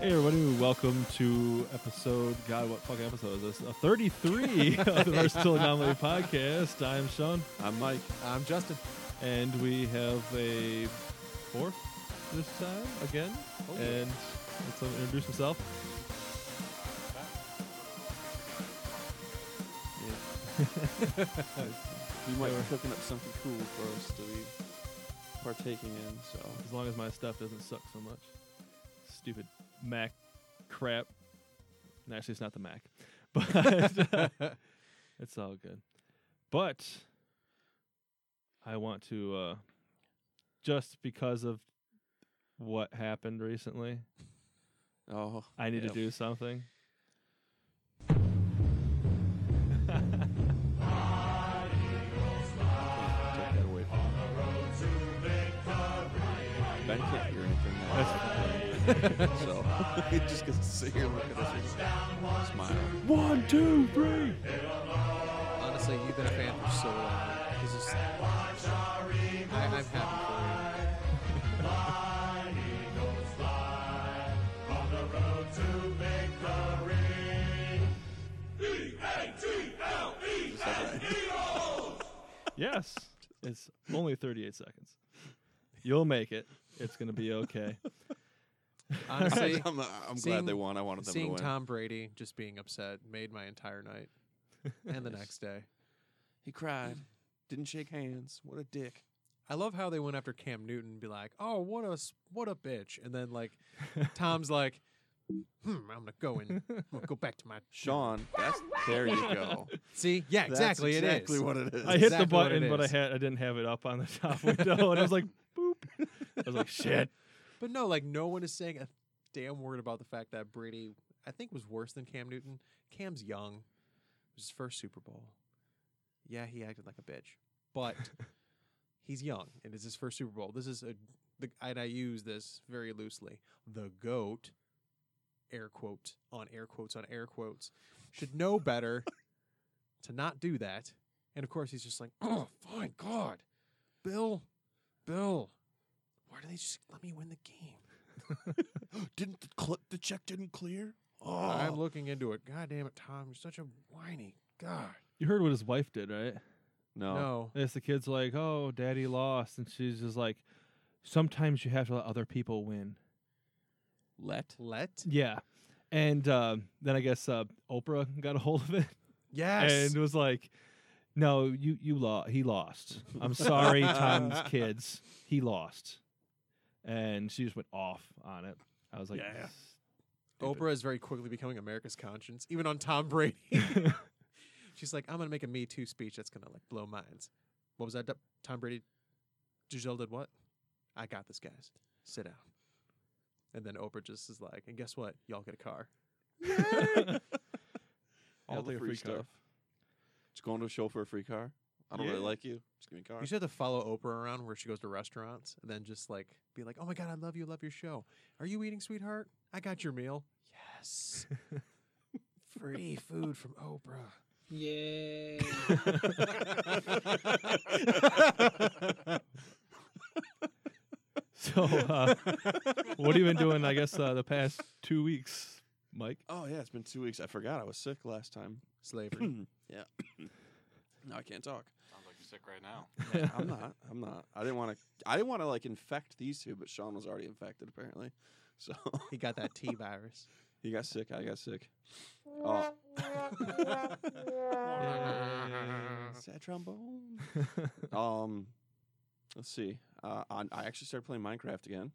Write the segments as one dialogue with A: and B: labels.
A: Hey everybody, welcome to episode. God, what fucking episode is this? Uh, Thirty-three of the Versatile Anomaly podcast. I'm Sean,
B: I'm Mike. I'm Justin.
A: and we have a fourth this time again.
B: Oh, yeah.
A: and let's let him introduce himself.
B: You might be
A: Sure.
B: cooking up something cool for us to be partaking in. So
A: As long as my stuff doesn't suck so much. Stupid Mac crap. And Actually, it's not the Mac, but it's all good. But I want to, uh, just because of what happened recently,
B: oh,
A: I need
B: yeah.
A: to do something.
B: Take that away. Ben can't hear anything now. so he just gets to sit here and look at us and smile.
A: One, two, three.
C: Honestly, you've been a fan for so long. This is, I, I'm happy for you.
B: Just like that.
A: Yes. It's only 38 seconds. You'll make it. It's going to be okay.
C: Honestly,
B: I'm, I'm glad
C: seeing-
B: they won. I wanted them to
C: seeing
B: win.
C: Tom Brady just being upset made my entire night and the next day.
B: He cried. Didn't shake hands. What a dick.
C: I love how they went after Cam Newton and be like, "Oh, what a s- what a bitch," and then like Tom's like, "Hmm, I'm gonna go and I'm gonna go back to my
B: Sean, that's there you go.
C: see, yeah, exactly,
B: That's exactly
C: it is.
B: what it is.
A: I hit the
C: exactly what it
A: button, but I
C: is.
A: had I didn't have it up on the top window, and I was like, boop. I was like, shit.
C: But no, like no one is saying a damn word about the fact that Brady, I think, was worse than Cam Newton. Cam's young. It was his first Super Bowl. Yeah, he acted like a bitch, but he's young and it's his first Super Bowl. This is a, the, and I use this very loosely. The goat, air quote on air quotes on air quotes, should know better to not do that. And of course, he's just like, oh, fine, God, Bill, Bill, why do they just let me win the game?
B: didn't the, cl- the check didn't clear. Oh,
C: I'm looking into it. God damn it, Tom, you're such a whiny. God.
A: You heard what his wife did, right?
B: no.
C: No.
A: It's the kid's like, oh, daddy lost, and she's just like, sometimes you have to let other people win.
B: Let
C: Let?
A: Yeah, and uh, then I guess uh, Oprah got a hold of it
C: Yes.
A: and was like, no, you you lost. He lost. I'm sorry, Tom's kids. He lost, and she just went off on it. I was like,
B: Yeah.
A: stupid.
C: Oprah is very quickly becoming America's conscience, even on Tom Brady. She's like, I'm going to make a Me Too speech that's going to like blow minds. What was that? Do- Tom Brady, Giselle did what? I got this, guys. Sit down. And then Oprah just is like, and guess what? Y'all get a car.
B: all
A: I'll
B: the
A: take a
B: free
A: free car.
B: stuff. Just going to a show for a free car. I don't really
A: Yeah.
B: like you. Just give me a car.
C: You should have to follow Oprah around where she goes to restaurants and then just like be like, "Oh my god, I love you, love your show. Are you eating, sweetheart? I got your meal. Yes, free food from Oprah.
D: Yay.
A: So, uh, what have you been doing? I guess uh, the past two weeks, Mike.
B: oh yeah, it's been two weeks. I forgot I was sick last time.
C: Slavery.
B: yeah. no, I can't talk.
E: Sounds like you're sick right now.
B: I'm not. I'm not. I didn't want to. I didn't want to like infect these two, but Sean was already infected apparently. So
C: he got that T virus.
B: he got sick. I got sick. Oh, is that trombone? Um, let's see. Uh, I, I actually started playing Minecraft again.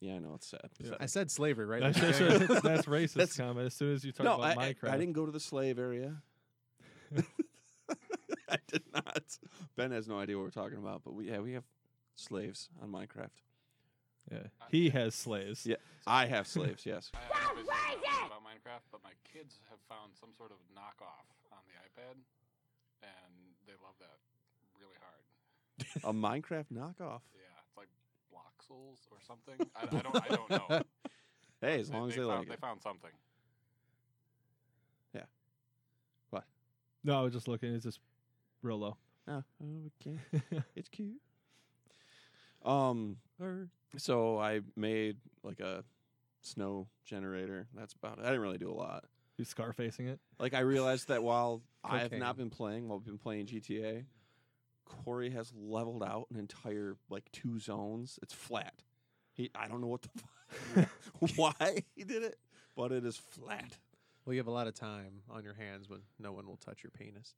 B: Yeah, I know it's sad.
C: I said slavery, right?
A: That's,
C: at the
A: that's,
C: beginning.
A: that's- that's racist
B: That's-
A: comment. As soon as you talk
B: no,
A: about
B: I, I-
A: Minecraft,
B: I didn't go to the slave area. I did not. Ben has no idea what we're talking about, but we yeah we have slaves on Minecraft.
A: yeah. he has slaves.
B: Yeah, I have slaves. Yes.
E: I have no business talking about Minecraft, but my kids have found some sort of knockoff on the iPad, and they love that really hard.
B: A Minecraft knockoff.
E: Yeah, it's like Bloxels or something. I, I don't. I don't know.
B: Hey, as long as they
E: found,
B: like
E: they
B: it.
E: found something.
A: No, I was just looking. It's just real low.
B: Oh, okay. It's cute. Um, so I made like a snow generator. That's about it. I didn't really do a lot.
A: you scar facing it.
B: Like I realized that while I have
C: Cocaine.
B: not been playing, while we've been playing GTA, Corey has leveled out an entire like two zones. It's flat. He, I don't know what the fuck, why he did it, but it is flat.
C: Well, you have a lot of time on your hands when no one will touch your penis.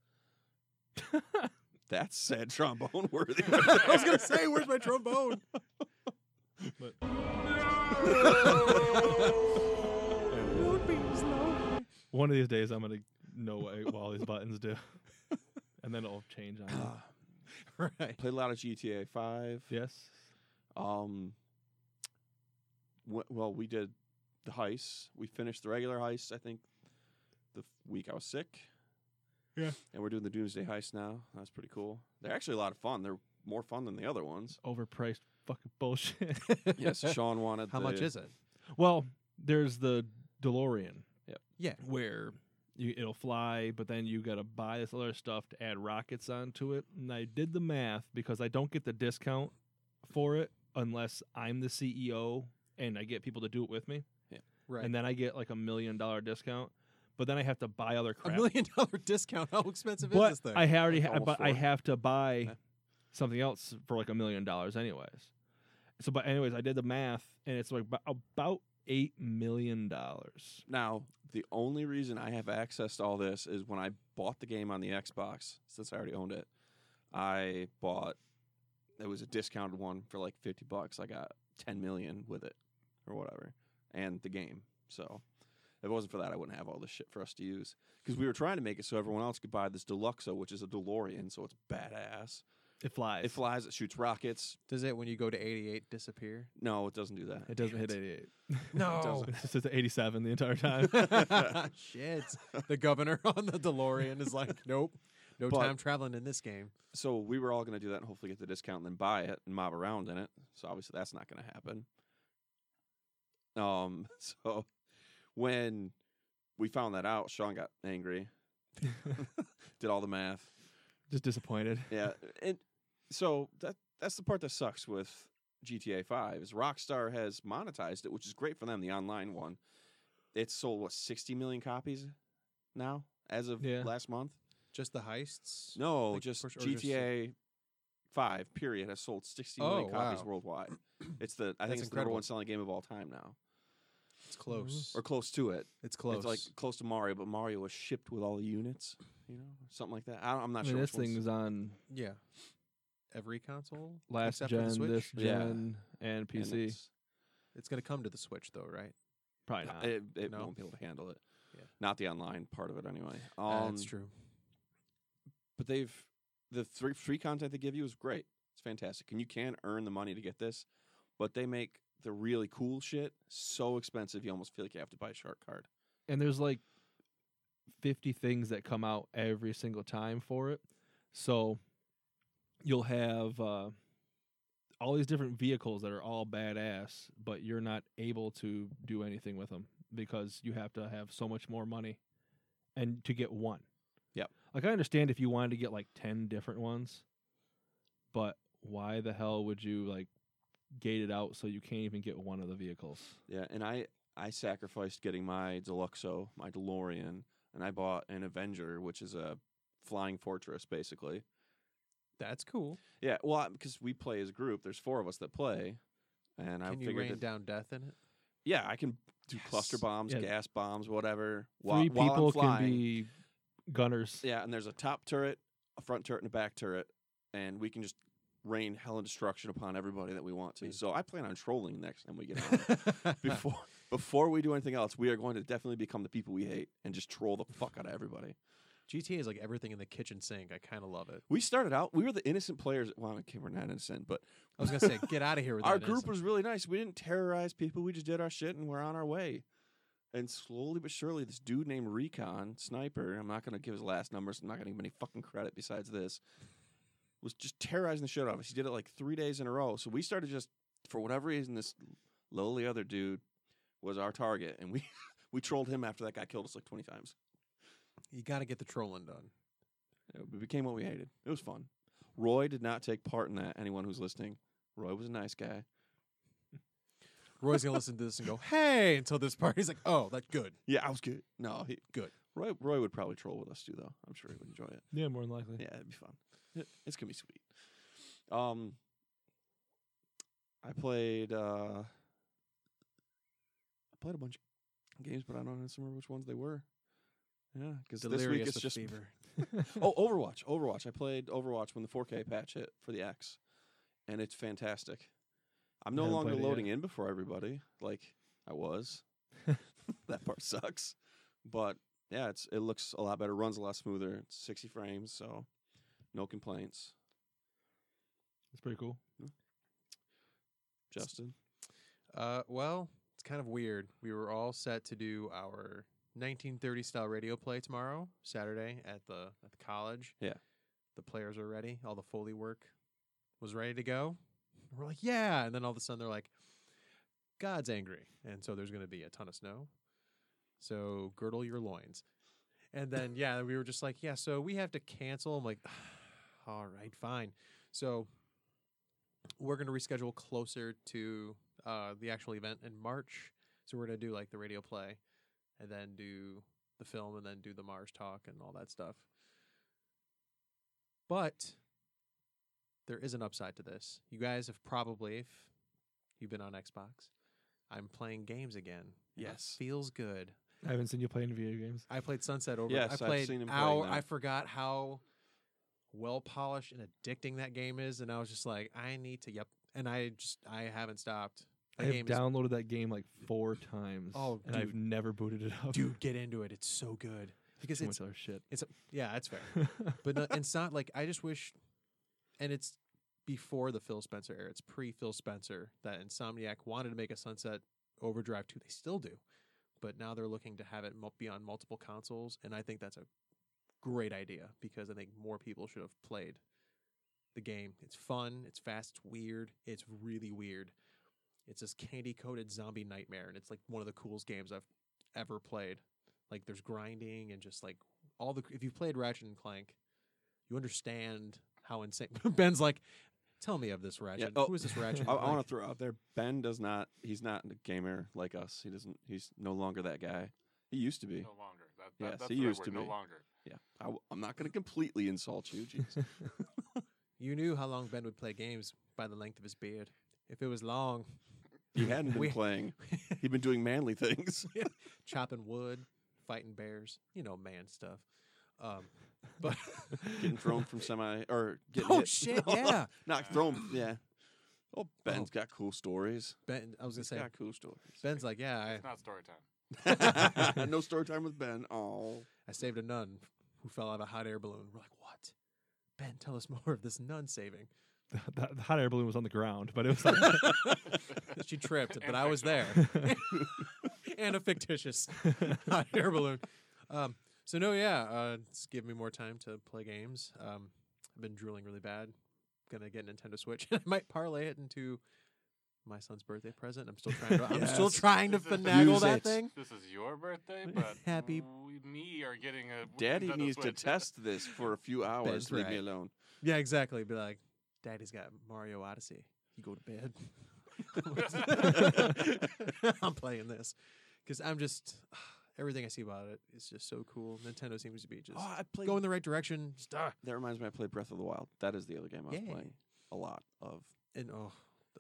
B: That's sad trombone worthy.
C: I was gonna say, where's my trombone?
A: But one of these days, I'm gonna know what all these buttons do, and then it'll change on you.
C: right.
B: Ah. Played a lot of GTA Five.
A: Yes.
B: Um. wh- well, we did the heist. We finished the regular heist. I think the f- week I was sick.
A: Yeah.
B: And we're doing the Doomsday heist now. That's pretty cool. They're actually a lot of fun. They're more fun than the other ones.
A: Overpriced fucking bullshit.
B: Yes, Sean wanted.
C: How
B: the,
C: much is it?
A: well, there's the DeLorean.
B: Yep.
C: Yeah.
A: Where you, it'll fly, but then you gotta buy this other stuff to add rockets onto it. And I did the math because I don't get the discount for it unless I'm the CEO and I get people to do it with me.
C: Right.
A: and then I get like a million dollar discount. But then I have to buy other
C: a
A: crap.
C: million dollar discount. How expensive
A: but
C: is this thing?
A: I ha- already,
B: Like
A: ha-
B: almost
A: but I
B: four.
A: have to buy
B: Yeah.
A: something else for like a million dollars, anyways. So, but anyways, I did the math, and it's like bu- about eight million dollars.
B: Now, the only reason I have access to all this is when I bought the game on the Xbox, since I already owned it, I bought it was a discounted one for like 50 bucks. I got 10 million with it or whatever and the game. So, if it wasn't for that, I wouldn't have all this shit for us to use because we were trying to make it so everyone else could buy this Deluxo, which is a DeLorean, so it's badass.
A: It flies.
B: It flies, it shoots rockets.
C: Does it when you go to 88 disappear?
B: No, it doesn't do that.
A: It doesn't hit eighty-eight.
C: No.
A: it's just at eighty-seven the entire time.
C: Shit. The governor on the DeLorean is like, nope. No
B: But-
C: time traveling in this game.
B: so we were all going to do that and hopefully get the discount and then buy it and mob around in it. So obviously that's not going to happen. Um, so when we found that out, Sean got angry, did all the math.
A: just disappointed.
B: Yeah, and so that that's the part that sucks with GTA Five is Rockstar has monetized it, which is great for them. The online one, it's sold what sixty million copies now as of
A: Yeah.
B: last month.
C: Just the heists?
B: No,
C: Like,
B: just
C: push- or just-
B: GTA Five. Period has sold sixty million
C: Oh,
B: copies
C: wow.
B: worldwide. It's the I
C: That's
B: think it's the number
C: incredible.
B: one selling game of all time now,
C: It's close.
B: or close to it.
C: it's close.
B: It's like close to Mario, but Mario was shipped with all the units, you know, something like that. I don't, I'm
A: I
B: not
A: mean,
B: sure.
A: this
B: Which
A: thing
B: one's,
A: is on
C: yeah. Every console?
A: last
C: except for the
A: gen,
C: Switch?
A: this
B: Yeah.
A: gen, and
B: and
A: PC.
B: it's-
C: It's going to come to the Switch, though, right?
A: Probably not.
B: It, it
C: No.
B: won't be able to handle it.
C: Yeah.
B: Not the online part of it, anyway.
C: Uh,
B: Um,
C: That's true.
B: But they've the three free content they give you is great. It's fantastic, and you can earn the money to get this. But they make the really cool shit so expensive, you almost feel like you have to buy a shark card.
A: and there's like 50 things that come out every single time for it so you'll have uh, all these different vehicles that are all badass but you're not able to do anything with them because you have to have so much more money and to get one
B: Yep.
A: like i understand if you wanted to get like 10 different ones but why the hell would you like gate it out so you can't even get one of the vehicles
B: Yeah, and I I sacrificed getting my Deluxo, my DeLorean, and I bought an Avenger, which is a flying fortress basically.
C: That's cool.
B: Yeah, well, because we play as a group, there's four of us that play, and I
C: Can you
B: figured
C: rain
B: that-
C: down death in it?
B: yeah, I can do cluster
C: Yes.
B: bombs,
A: Yeah.
B: gas bombs, whatever. whi-
A: three
B: while I'm
A: people can
B: flying.
A: be gunners
B: Yeah, and there's a top turret, a front turret, and a back turret, and we can just rain hell and destruction upon everybody that we want to.
C: Man.
B: So I plan on trolling next time we get on. before before we do anything else, we are going to definitely become the people we hate and just troll the fuck out of everybody.
C: GTA is like everything in the kitchen sink. I kind of love it.
B: We started out, we were the innocent players. Well, okay, we're not innocent, but
C: I was going to say, get out of here with
B: our
C: that
B: group
C: innocent-
B: was really nice. We didn't terrorize people. We just did our shit and we're on our way. And slowly but surely, this dude named Recon Sniper, I'm not going to give his last numbers, I'm not going to give him any fucking credit besides this, was just terrorizing the shit out of us. He did it like three days in a row. So we started just, for whatever reason, this lowly other dude was our target, and we we trolled him after that guy killed us like twenty times.
C: You got to get the trolling done.
B: It became what we hated. It was fun. Roy did not take part in that. Anyone who's listening, Roy was a nice guy.
C: Roy's gonna listen to this and go, "Hey!" Until this part, he's like, "Oh, that's good."
B: Yeah, I was good. No, he,
C: Good.
B: Roy Roy would probably troll with us too, though. I'm sure he would enjoy it.
A: Yeah, more than likely.
B: Yeah, it'd be fun. It- it's gonna be sweet. Um, I played uh, I played a bunch of games, but I don't remember which ones they were. Yeah, because this week it's
C: with
B: just
C: fever.
B: oh Overwatch, Overwatch. I played Overwatch when the 4K patch hit for the X, and it's fantastic. I'm no
A: Haven't
B: longer
A: played it yet.
B: loading in before everybody like I was. that part sucks, but yeah, it's it looks a lot better, runs a lot smoother, it's 60 frames, so no complaints.
A: It's pretty cool.
B: Justin,
C: Uh, well, it's kind of weird. We were all set to do our 1930 style radio play tomorrow, Saturday at the at the college.
B: Yeah.
C: the players are ready. All the foley work was ready to go. We're like, yeah, and then all of a sudden they're like, God's angry, and so there's going to be a ton of snow. So girdle your loins. And then yeah, we were just like, yeah, so we have to cancel. I'm like, "Ah, all right, fine. So we're going to reschedule closer to uh, the actual event in March. So we're going to do like the radio play and then do the film and then do the Mars talk and all that stuff. But there is an upside to this. You guys have probably, if you've been on Xbox, I'm playing games again. and that
B: Yes.
C: Feels good.
A: I haven't seen you play any video games.
C: I played Sunset over.
B: Yes,
C: I
B: I've
C: played
B: seen him playing
C: how
B: that.
C: I forgot how well polished and addicting that game is, and I was just like, I need to. Yep, and I just I haven't stopped. The
A: I have
C: game
A: downloaded that game like four times.
C: Oh,
A: and I've
C: dude.
A: never booted it up.
C: is dude, get into it. It's so good because
A: too
C: it's
A: much other shit.
C: yeah, that's fair. but no, it's not like I just wish, and it's before the Phil Spencer era. It's pre Phil Spencer that Insomniac wanted to make a Sunset Overdrive two. They still do, but now they're looking to have it mul- be on multiple consoles, and I think that's a great idea because I think more people should have played the game. It's fun. It's fast. It's weird. It's really weird. It's this candy coated zombie nightmare, and it's like one of the coolest games I've ever played. Like there's grinding and just like all the if you played Ratchet and Clank, you understand how insane. Ben's like, tell me of this Ratchet.
B: oh,
C: Who is this Ratchet?
B: I,
C: and
B: I want
C: Clank?"
B: to throw out there: Ben does not. He's not a gamer like us. He doesn't. He's no longer that guy. He used to be.
E: No longer. That, that,
B: Yes,
E: that's
B: he
E: the right
B: used
E: word,
B: to
E: No
B: be.
E: longer.
B: Yeah, I, w- I'm not going to completely insult you. Jeez.
C: You knew how long Ben would play games by the length of his beard. If it was long,
B: He hadn't been
C: We-
B: playing. He'd been doing manly things.
C: chopping wood, fighting bears, you know, man stuff. Um, but
B: getting thrown from semi or getting
C: oh
B: hit.
C: shit,
B: No,
C: yeah.
B: Not thrown. Yeah. Oh, Ben's got cool stories.
C: Ben, I was gonna
B: He's
C: say,
B: got cool stories.
C: Ben's like, yeah, I,
E: It's not story time.
B: no story time with Ben. Oh,
C: I saved a nun who fell out of a hot air balloon. We're like, what? Ben, tell us more of this nun saving.
A: the, the hot air balloon was on the ground, but it was like,
C: She tripped, but
E: And
C: I was there, and a fictitious hot air balloon. Um, so no, yeah, uh, it's given me more time to play games. Um, I've been drooling really bad. Gonna get a Nintendo Switch. I might parlay it into my son's birthday present. I'm still trying to. I'm still
B: Yes.
C: trying to
E: Use it.
C: finagle
B: Use
C: that
B: it.
C: thing.
E: This is your birthday, but
C: Happy-
E: we, me are getting a
B: Daddy
E: Nintendo
B: needs to
E: Switch.
B: test this for a few hours.
C: Ben's
B: Leave me
C: right.
B: alone.
C: Yeah, exactly. Be like, Daddy's got Mario Odyssey. You go to bed. I'm playing this because I'm just everything I see about it is just so cool. Nintendo seems to be just
B: Oh, I played.
C: go in the right direction. Just, ah.
B: that reminds me. I played Breath of the Wild. That is the other game I was
C: Yeah.
B: playing a lot of.
C: And oh,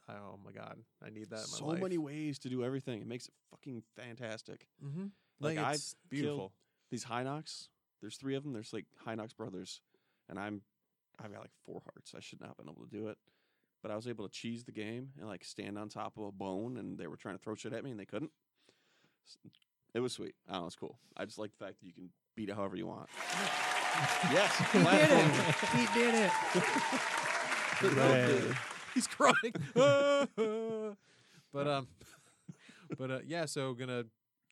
C: I- oh my god, I need that. In my
B: so
C: life.
B: many ways to do everything. It makes it fucking fantastic.
C: Mm-hmm.
B: Like,
C: Like,
B: I've
C: it's beautiful.
B: these Hinox. There's three of them. There's like Hinox brothers, and I'm I've got like four hearts. I should not have been able to do it, but I was able to cheese the game and like stand on top of a bone, and they were trying to throw shit at me, and they couldn't. S- It was sweet. I don't know. It's cool. I just like the fact that you can beat it however you want. yes, platform.
C: He did it.
A: Hooray.
C: He's crying. but um, but uh, yeah. So gonna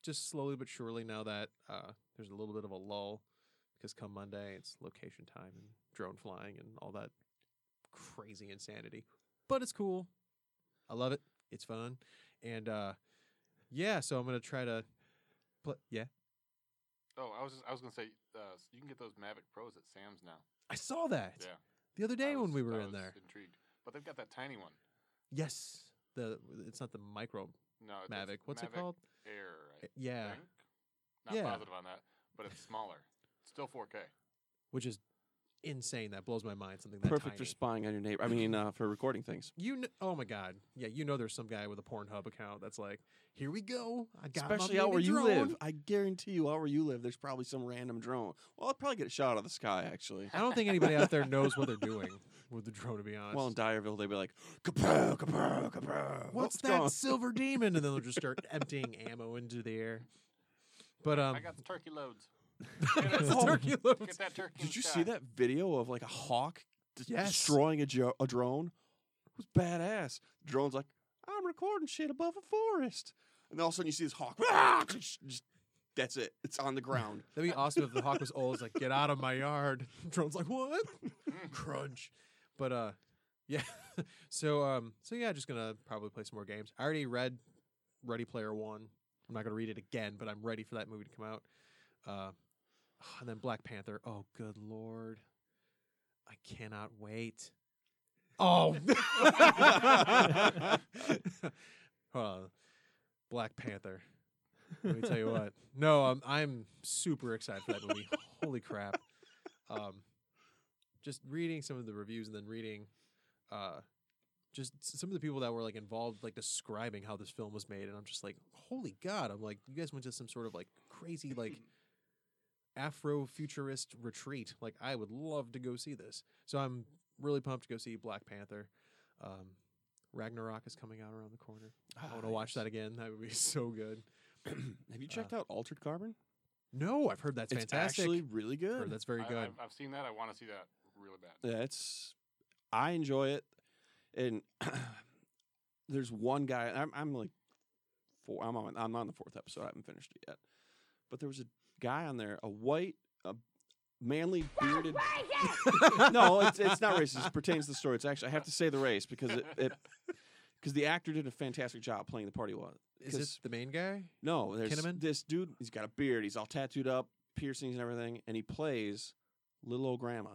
C: just slowly but surely now that uh, there's a little bit of a lull because come Monday it's location time and drone flying and all that crazy insanity. But it's cool. I love it. It's fun, and uh, Yeah, so I'm gonna try to. Pl- yeah,
E: Oh, I was just, I was gonna say uh, s- you can get those Mavic Pros at Sam's now.
C: I saw that
E: Yeah.
C: the other day
E: I
C: when
E: was-
C: we were
E: I
C: in
E: was
C: there.
E: Intrigued, but they've got that tiny one.
C: Yes, the it's not the micro
E: No, it's,
C: Mavic.
E: It's
C: What's it
E: Mavic
C: called?
E: Air. I
C: Uh, Yeah,
E: think. Not
C: Yeah.
E: positive on that, but it's smaller. It's still 4K.
C: which is insane. That blows my mind. Something that
B: Perfect
C: tiny.
B: for spying on your neighbor. I mean, uh, for recording things.
C: You know, oh my god, yeah, you know there's some guy with a Pornhub account that's like, here we go, I got my
B: Especially out where
C: mini
B: you live.
C: drone."
B: I guarantee you, out where you live, there's probably some random drone. Well, I'll probably get a shot out of the sky, actually.
C: I don't think anybody out there knows what they're doing with the drone, to be honest.
B: Well, in Dyerville, they'd be like, kapow, kapow, kapow.
C: what's
B: Oops,
C: that
B: gone.
C: silver demon? And then they'll just start emptying ammo into the air. But um,
E: I got the turkey loads.
C: it's
B: Oh.
C: turkey loads.
E: Get that turkey. in
B: Did
E: the
B: you
E: sky.
B: see that video of like a hawk d-
C: Yes.
B: destroying a, jo- a drone? It was badass. drone's like, I'm recording shit above a forest. And then all of a sudden you see this hawk. "Rah!" Just- that's it. It's on the ground.
C: That'd be awesome if the hawk was old. It's like, get out of my yard. Drone's like, what?
E: Hmm.
C: Crunch. But uh, yeah. so um, so yeah, just gonna probably play some more games. I already read Ready Player One. I'm not gonna read it again, but I'm ready for that movie to come out. Uh, and then Black Panther. Oh, good lord, I cannot wait. Oh. Hold on. Black Panther. Let me tell you what. No, I'm I'm super excited for that movie. Holy crap! Um, just reading some of the reviews and then reading, uh, just s- some of the people that were like involved, like describing how this film was made, and I'm just like, holy god! I'm like, you guys went to some sort of like crazy like Afrofuturist retreat. Like, I would love to go see this. So I'm really pumped to go see Black Panther. Um, Ragnarok is coming out around the corner. I want to watch that again. That would be so good.
B: Have you checked out Altered Carbon?
C: No, I've heard that's
B: It's
C: fantastic.
B: actually really
C: Heard
B: good.
C: that's very
E: I,
C: good.
E: I've, I've seen that. I want to see that really bad.
B: Yeah, it's I enjoy it, and there's one guy. I'm, I'm like four. I'm on. I'm on the fourth episode. I haven't finished it yet, but there was a guy on there, a white, a manly bearded. no, it's, it's not racist. It pertains to the story. It's actually I have to say the race because it because the actor did a fantastic job playing the part he was.
C: Is it
B: because-
C: the main guy?
B: No, there's
C: Kinnaman?
B: this dude. He's got a beard. He's all tattooed up, piercings and everything, and he plays little old grandma.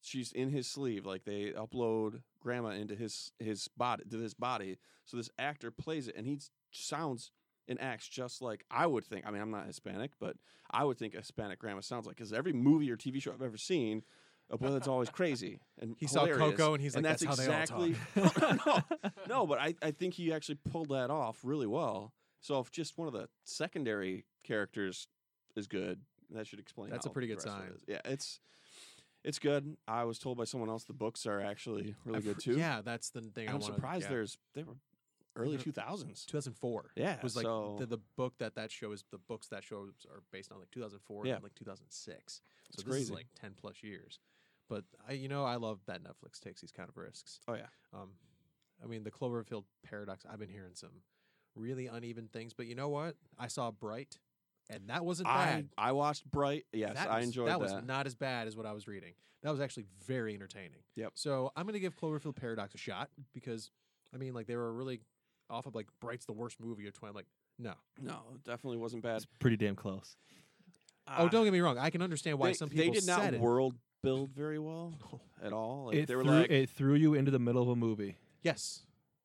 B: She's in his sleeve. Like they upload grandma into his his body to this body. So this actor plays it, and he sounds and acts just like I would think. I mean, I'm not Hispanic, but I would think a Hispanic grandma sounds like because every movie or TV show I've ever seen. A boy that's always crazy and
C: He saw
B: hilarious.
C: Coco and he's like,
B: that's,
C: "That's how they all
B: exactly no, no, but I, I think he actually pulled that off really well. So if just one of the secondary characters is good, that should explain.
C: That's a
B: how
C: pretty
B: the
C: good
B: rest of it
C: sign.
B: is. Yeah, it's it's good. I was told by someone else the books are actually really
C: I've
B: good
C: heard-
B: too.
C: Yeah, that's the thing. I
B: I'm
C: wanna-
B: surprised
C: yeah.
B: there's they were early
C: They're-
B: two thousands.
C: 2004.
B: Yeah,
C: was like
B: so-
C: the, the book that that show is the books that shows are based on like 2004
B: Yeah.
C: and like 2006. So
B: It's
C: this is
B: crazy.
C: like 10 plus years. But I, you know, I love that Netflix takes these kind of risks.
B: Oh yeah,
C: Um, I mean, the Cloverfield paradox. I've been hearing some really uneven things, but you know what? I saw Bright, and that wasn't
B: I
C: bad.
B: I watched Bright. Yes,
C: that
B: I
C: was-
B: enjoyed
C: that
B: that.
C: was not as bad as what I was reading. That was actually very entertaining.
B: Yep.
C: So I'm gonna give Cloverfield Paradox a shot because I mean, like they were really off of like Bright's the worst movie of 20. I'm like, no.
B: no, it definitely wasn't bad.
A: It's pretty damn close.
C: oh, don't get me wrong. I can understand
B: Ah.
C: why
B: they,
C: some people
B: they did not
C: said it.
B: world build very well at all. Like,
A: it,
B: they were
A: threw,
B: like,
A: it threw you into the middle of a movie.
C: Yes.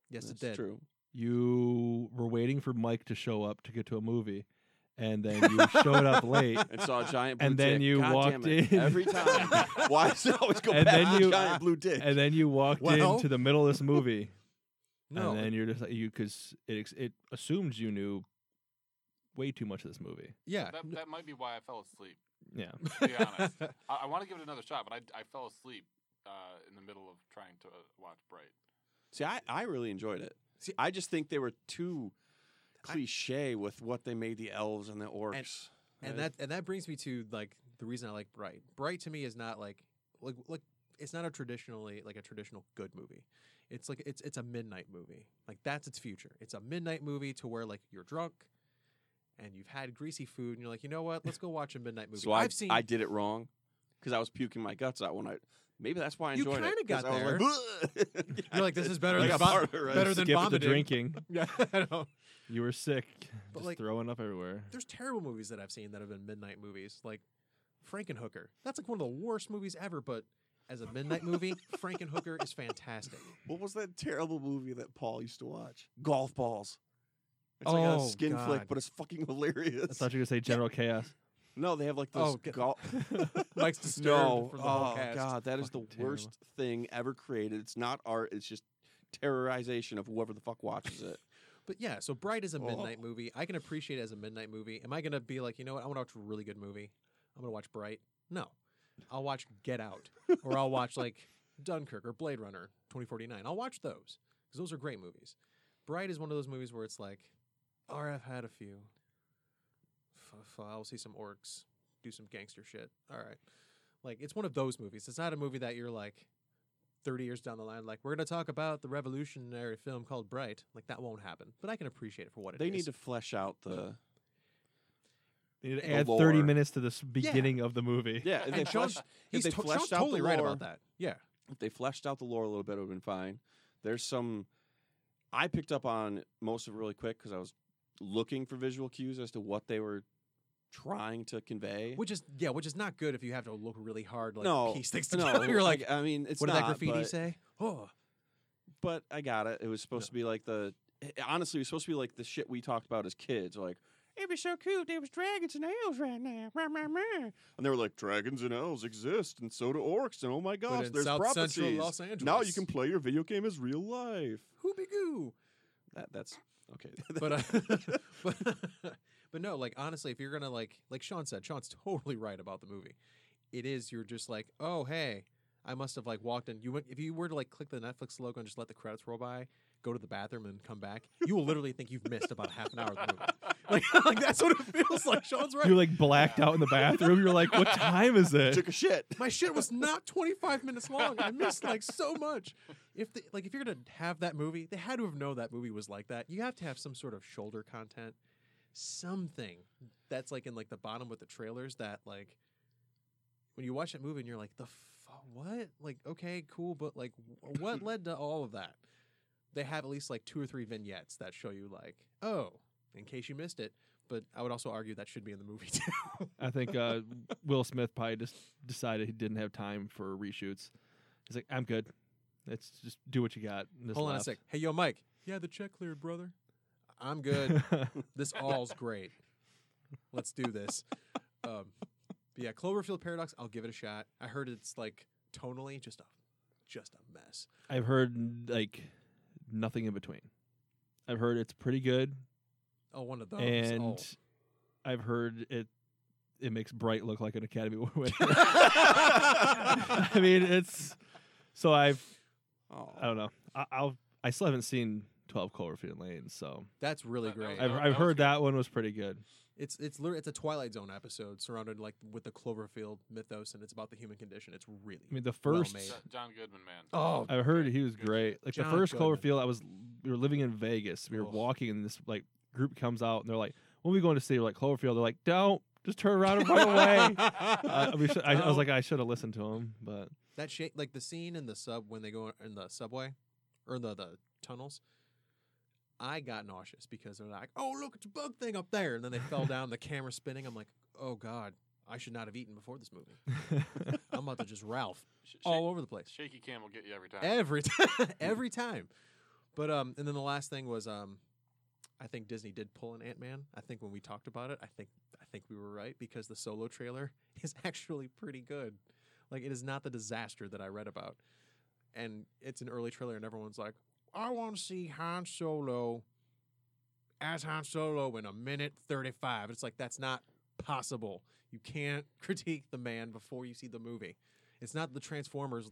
C: Yes,
B: That's
C: it did.
B: True.
A: You were waiting for Mike to show up to get to a movie, and then you showed up late,
B: and saw a giant blue
A: And then
B: dick.
A: you
B: God
A: walked
B: damn it.
A: in.
B: every time. Why does it always go
A: And
B: back
A: then
B: to
A: you-
B: giant blue dick?
A: and then you walked
C: Well-
A: into the middle of this movie,
C: No.
A: and then you're just like you because it ex- it assumes you knew way too much of this movie.
C: yeah.
E: That, that might be why I fell asleep.
A: Yeah,
E: To be honest, I, I want to give it another shot, but I, I fell asleep uh, in the middle of trying to uh, watch Bright.
B: See, I, I really enjoyed it.
C: See-
B: I just think they were too cliche with what they made the elves and the orcs. Uh,
C: and that and that brings me to like the reason I like Bright. Bright to me is not like like like it's not a traditionally like a traditional good movie. It's like it's it's a midnight movie. Like that's its future. It's a midnight movie to where like you're drunk and you've had greasy food and you're like, you know what? Let's go watch a midnight movie.
B: so I,
C: I've seen
B: I did it wrong. because I was puking my guts out when I. Maybe that's why I
C: You
B: enjoyed it.
C: kinda
B: 'cause
C: got
B: I was like,
C: You're like, this is better
B: Like
C: than
B: a
C: vom-
B: part of it,
C: better
B: right?
C: than
A: Skip the
C: vomiting.
A: drinking.
C: Yeah, I know.
A: You were sick.
C: But,
A: Just
C: like,
A: throwing up everywhere.
C: There's terrible movies that I've seen that have been midnight movies, like Frankenhooker. That's like one of the worst movies ever, but as a midnight movie, Frankenhooker is fantastic.
B: What was that terrible movie that Paul used to watch? Golf balls. It's like a
C: Oh,
B: skin flick,
C: God.
B: but it's fucking
A: I
B: hilarious.
A: thought you were gonna say General Chaos.
B: no, they have like this
C: Oh, God.
B: golf.
C: Mike's disturbed
B: no,
C: from the whole
B: oh
C: cast.
B: God, that is the
A: Fucking
B: worst thing ever created. It's not art. It's just terrorization of whoever the fuck watches it.
C: But yeah, so Bright is a midnight
B: Oh.
C: movie. I can appreciate it as a midnight movie. Am I going to be like, you know what? I want to watch a really good movie. I'm going to watch Bright. No. I'll watch Get Out or I'll watch like Dunkirk or Blade Runner 2049. I'll watch those because those are great movies. Bright is one of those movies where it's like, or I've had a few. F- f- I'll see some orcs do some gangster shit. All right. Like, it's one of those movies. It's not a movie that you're like 30 years down the line, like, we're going to talk about the revolutionary film called Bright. Like, that won't happen. But I can appreciate it for what it is.
B: they need to flesh out the
A: You need to
B: The
A: add 30
B: lore.
A: minutes to this beginning of the movie.
B: yeah. If
C: And
B: they
C: Sean's-
B: fleshed,
C: He's
B: if they
C: to-
B: fleshed
C: Sean's
B: out
C: totally
B: the
C: right
B: lore,
C: about that. Yeah.
B: if they fleshed out the lore a little bit, it would have been fine. There's some I picked up on most of it really quick because I was looking for visual cues as to what they were trying to convey.
C: Which is yeah, which is not good if you have to look really hard like
B: no,
C: piece things
B: no,
C: together. You're
B: I-
C: like,
B: I mean, it's
C: what did
B: not,
C: that graffiti
B: but,
C: say? Oh,
B: But I got it. It was supposed to be like the it- honestly, it was supposed to be like the shit we talked about as kids. Like it'd be so cute. There was dragons and elves right now, Rah, rah, rah." and they were like dragons and elves exist, and so do orcs, and oh my
C: but
B: gosh,
C: in
B: there's
C: South Central
B: prophecies.
C: Los Angeles.
B: Now you can play your video game as real life.
C: hoobie goo.
B: That that's okay.
C: But uh, but, but no, like honestly, if you're gonna like like Sean said, Sean's totally right about the movie. It is you're just like, oh hey, I must have like walked in. You went if you were to like click the Netflix logo and just let the credits roll by, go to the bathroom and come back, you will literally think you've missed about half an hour of the movie. Like, like that's what it feels like. Sean's right.
A: You like blacked out in the bathroom. You're like, what time is it?
B: took a shit.
C: My shit was not 25 minutes long. I missed like so much. If the, like if you're gonna have that movie, they had to have known that movie was like that. You have to have some sort of shoulder content, something that's like in like the bottom with the trailers that like when you watch that movie and you're like the f- what like okay cool but like w- what led to all of that? They have at least like two or three vignettes that show you like oh in case you missed it. But I would also argue that should be in the movie too.
A: I think uh, Will Smith probably just decided he didn't have time for reshoots. He's like, I'm good. Let's just do what you got. and just
C: Hold on a
A: left."
C: sec. Hey, yo, Mike. Yeah, the check cleared, brother. I'm good. this all's great. Let's do this. Um, but yeah, Cloverfield Paradox. I'll give it a shot. I heard it's like tonally just a just a mess.
A: I've heard like nothing in between. I've heard it's pretty good,
C: Oh, one of those.
A: and
C: Oh.
A: I've heard it it makes Bright look like an Academy winner. I mean, it's so I've
B: Oh.
A: I don't know. I, I'll I still haven't seen Twelve Cloverfield Lane, so
C: that's really
E: That- that
C: great.
E: was-
A: I've,
E: that
A: I've
E: was
A: heard
E: good.
A: that one was pretty good.
C: It's it's literally it's a Twilight Zone episode surrounded like with the Cloverfield mythos, and it's about the human condition. It's really
A: I mean, the
C: Well
A: first
C: made.
E: Jo- John Goodman, man.
C: Oh,
A: I heard he was
E: Good
A: great. Like the
C: John
A: first
C: Goodman.
A: Cloverfield, I was we were living in Vegas. We were
C: Oh.
A: walking, and this like group comes out, and they're like, "When we going to see?" We're like Cloverfield. They're like, "Don't just turn around and run away." I, we should, I, I was
C: No.
A: like, I should have listened to him, but
C: That shape, like the scene in the sub when they go in the subway or the the tunnels, I got nauseous because they're like, "Oh, look, it's a bug thing up there," and then they fell down. The camera spinning. I'm like, "Oh God, I should not have eaten before this movie. I'm about to just Ralph
E: Sh- shake-
C: all over the place
E: shaky cam will get you every time.
C: every time, every time." But um, and then the last thing was um, I think Disney did pull an Ant Man. I think when we talked about it, I think I think we were right because the solo trailer is actually pretty good. Like it is not the disaster that I read about, and it's an early trailer, and everyone's like, "I want to see Han Solo as Han Solo in a minute thirty-five." It's like that's not possible. You can't critique the man before you see the movie. It's not the Transformers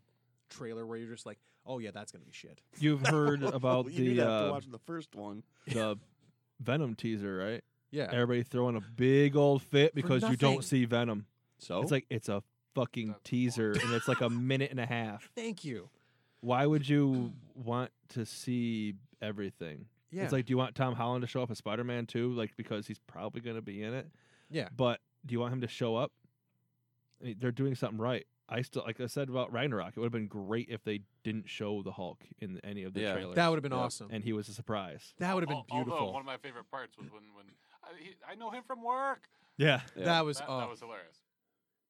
C: trailer where you're just like, "Oh yeah, that's gonna be shit."
A: you've heard about
B: you knew
A: the
B: that after
A: uh,
B: watching the first one.
A: the Venom teaser, right?
C: Yeah,
A: Everybody throwing a big old fit because you
C: nothing. Oh.
A: don't see Venom.
B: So
A: It's like it's a fucking
E: That's the point.
A: teaser, and it's like a minute and a half.
C: thank you.
A: Why would you want to see everything?
C: Yeah,
A: It's like, do you want Tom Holland to show up as Spider Man too? Like, because he's probably going to be in it.
C: Yeah.
A: But do you want him to show up? I mean, they're doing something right. I still, like I said about Ragnarok, it would have been great if they didn't show the Hulk in any of the
B: Yeah.
A: trailers.
C: That would have been
B: Yeah.
C: awesome.
A: and he was a surprise.
C: that would have been
E: Al- Although
C: beautiful.
E: one of my favorite parts was when when I, he, I know him from work.
A: Yeah,
B: Yeah.
C: That was
E: That,
C: oh,
E: that was hilarious.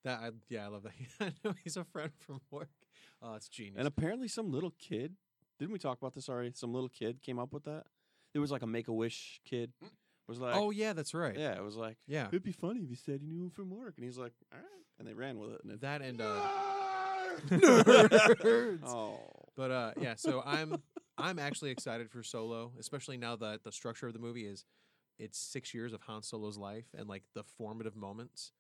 C: That I, yeah, I love that. I know he's a friend from work. Oh, it's genius.
B: And apparently, some little kid didn't we talk about this already? Some little kid came up with that. There was like a Make a Wish kid.
E: Mm.
B: Was like,
C: oh yeah, that's right.
B: yeah, it was like,
C: Yeah.
B: it'd be funny if you said you knew him from work, and he's like, all right, and they ran with it. And it
C: That and uh,
B: oh,
C: but uh, yeah. So I'm I'm actually excited for Solo, especially now that the structure of the movie is it's six years of Han Solo's life and like the formative moments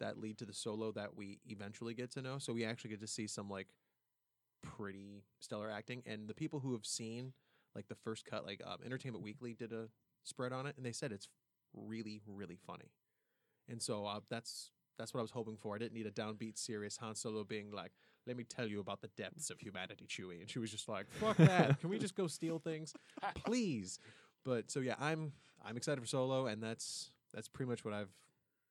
C: that lead to the Solo that we eventually get to know. So we actually get to see some like pretty stellar acting, and the people who have seen like the first cut, like um, Entertainment Weekly did a spread on it, and they said it's really really funny. And so uh, that's that's what I was hoping for. I didn't need a downbeat, serious Han Solo being like, "Let me tell you about the depths of humanity, Chewie," and she was just like, "Fuck that! Can we just go steal things, please?" But so yeah, I'm I'm excited for Solo, and that's that's pretty much what I've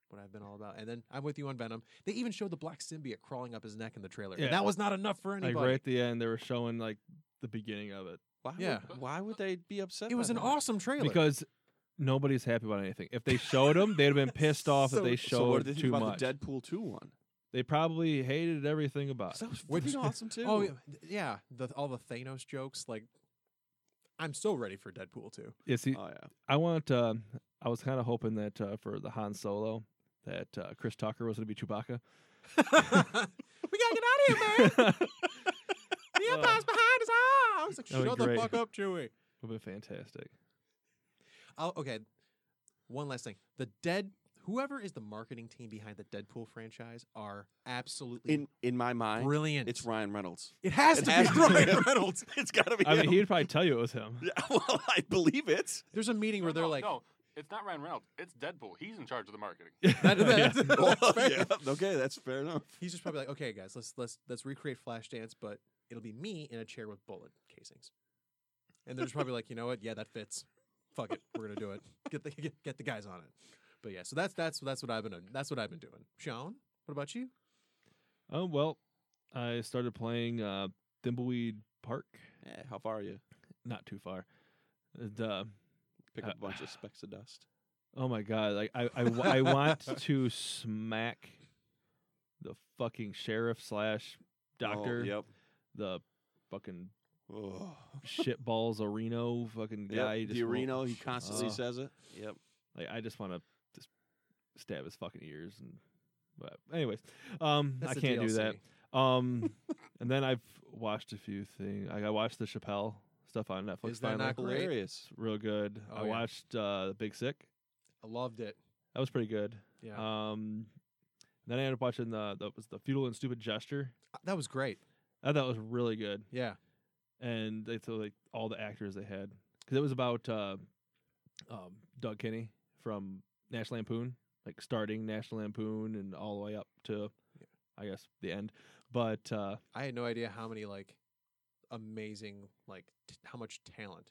C: what I've been all about. And then I'm with you on Venom. They even showed the black symbiote crawling up his neck in the trailer.
A: Yeah.
C: And that was not enough for
A: like
C: anybody.
A: right at the end, they were showing like the beginning of it
B: why?
C: Yeah.
B: Would, why would they be upset?
C: It was
B: by
C: an
B: that?
C: awesome trailer.
A: because nobody's happy about anything. If they showed him, they'd have been pissed off
C: So-
A: that they
B: So what
A: showed
B: did they think
A: too
B: about
A: much. Uh,
B: the Deadpool two one?
A: They probably hated everything about
B: 'Cause
A: it.
B: That was
C: Which-
B: freaking awesome too.
C: oh yeah, th- yeah, the, all the Thanos jokes. Like, I'm so ready for Deadpool too.
A: Yeah, see,
B: Oh yeah.
A: I want. Uh, I was kind of hoping that uh, for the Han Solo, that uh, Chris Tucker was going to be Chewbacca.
C: we gotta get out of here, man.
A: Would
C: The
A: Uh,
C: Empire's behind us all. I was like,
A: that'd be
C: shut the
A: great.
C: fuck up, Chewie.
A: have been fantastic.
C: i okay, one last thing. The dead, whoever is the marketing team behind the Deadpool franchise, are absolutely
B: In in my mind,
C: brilliant.
B: it's Ryan Reynolds.
C: it has
B: it
C: to
B: has
C: be
B: to be
C: Ryan
B: him.
C: Reynolds.
B: It's gotta be.
A: I mean,
B: him.
A: he'd probably tell you it was him.
B: Yeah, well, I believe it.
C: There's a meeting
E: No,
C: where they're
E: no,
C: like,
E: no, it's not Ryan Reynolds. It's Deadpool. He's in charge of the marketing.
C: That- that's-
B: Well,
C: that's fair.
B: Oh, yeah, Okay, that's fair enough.
C: he's just probably like, okay, guys, let's let's let's recreate Flashdance, but it'll be me in a chair with bullet casings. And they're just probably like, you know what? Yeah, that fits. Fuck it, we're gonna do it. Get the get, get the guys on it. But yeah, so that's that's that's what I've been that's what I've been doing. Sean, what about you?
A: Oh well, I started playing uh, Thimbleweed Park.
B: Yeah, how far are you?
A: Not too far. And, uh,
B: Pick up a bunch of specks of dust.
A: oh my god! Like I, I, wa- I want to smack the fucking sheriff slash doctor,
B: Oh, yep.
A: the fucking
B: Oh.
A: shitballs Areno fucking
B: Yep,
A: guy. just
B: the
A: won't-
B: Reno, he constantly
A: Oh.
B: says it. Yep.
A: Like I just want to just stab his fucking ears and but anyways, um
C: That's
A: I
C: the
A: can't do
C: DLC.
A: that. Um and then I've watched a few things. Like I watched the Chappelle stuff on Netflix
C: Is that
A: finally.
C: not great?
B: Hilarious.
A: It's real good.
C: Oh,
A: I
C: yeah.
A: watched uh The Big Sick.
C: I loved it.
A: That was pretty good.
C: Yeah,
A: Um then I ended up watching the that was the Feudal and Stupid Gesture.
C: that was great.
A: I thought that was really good.
C: Yeah,
A: And they so like all the actors they had cuz it was about uh um Doug Kenny from National Lampoon, like starting National Lampoon and all the way up to I guess the end. But uh
C: I had no idea how many like amazing like t- how much talent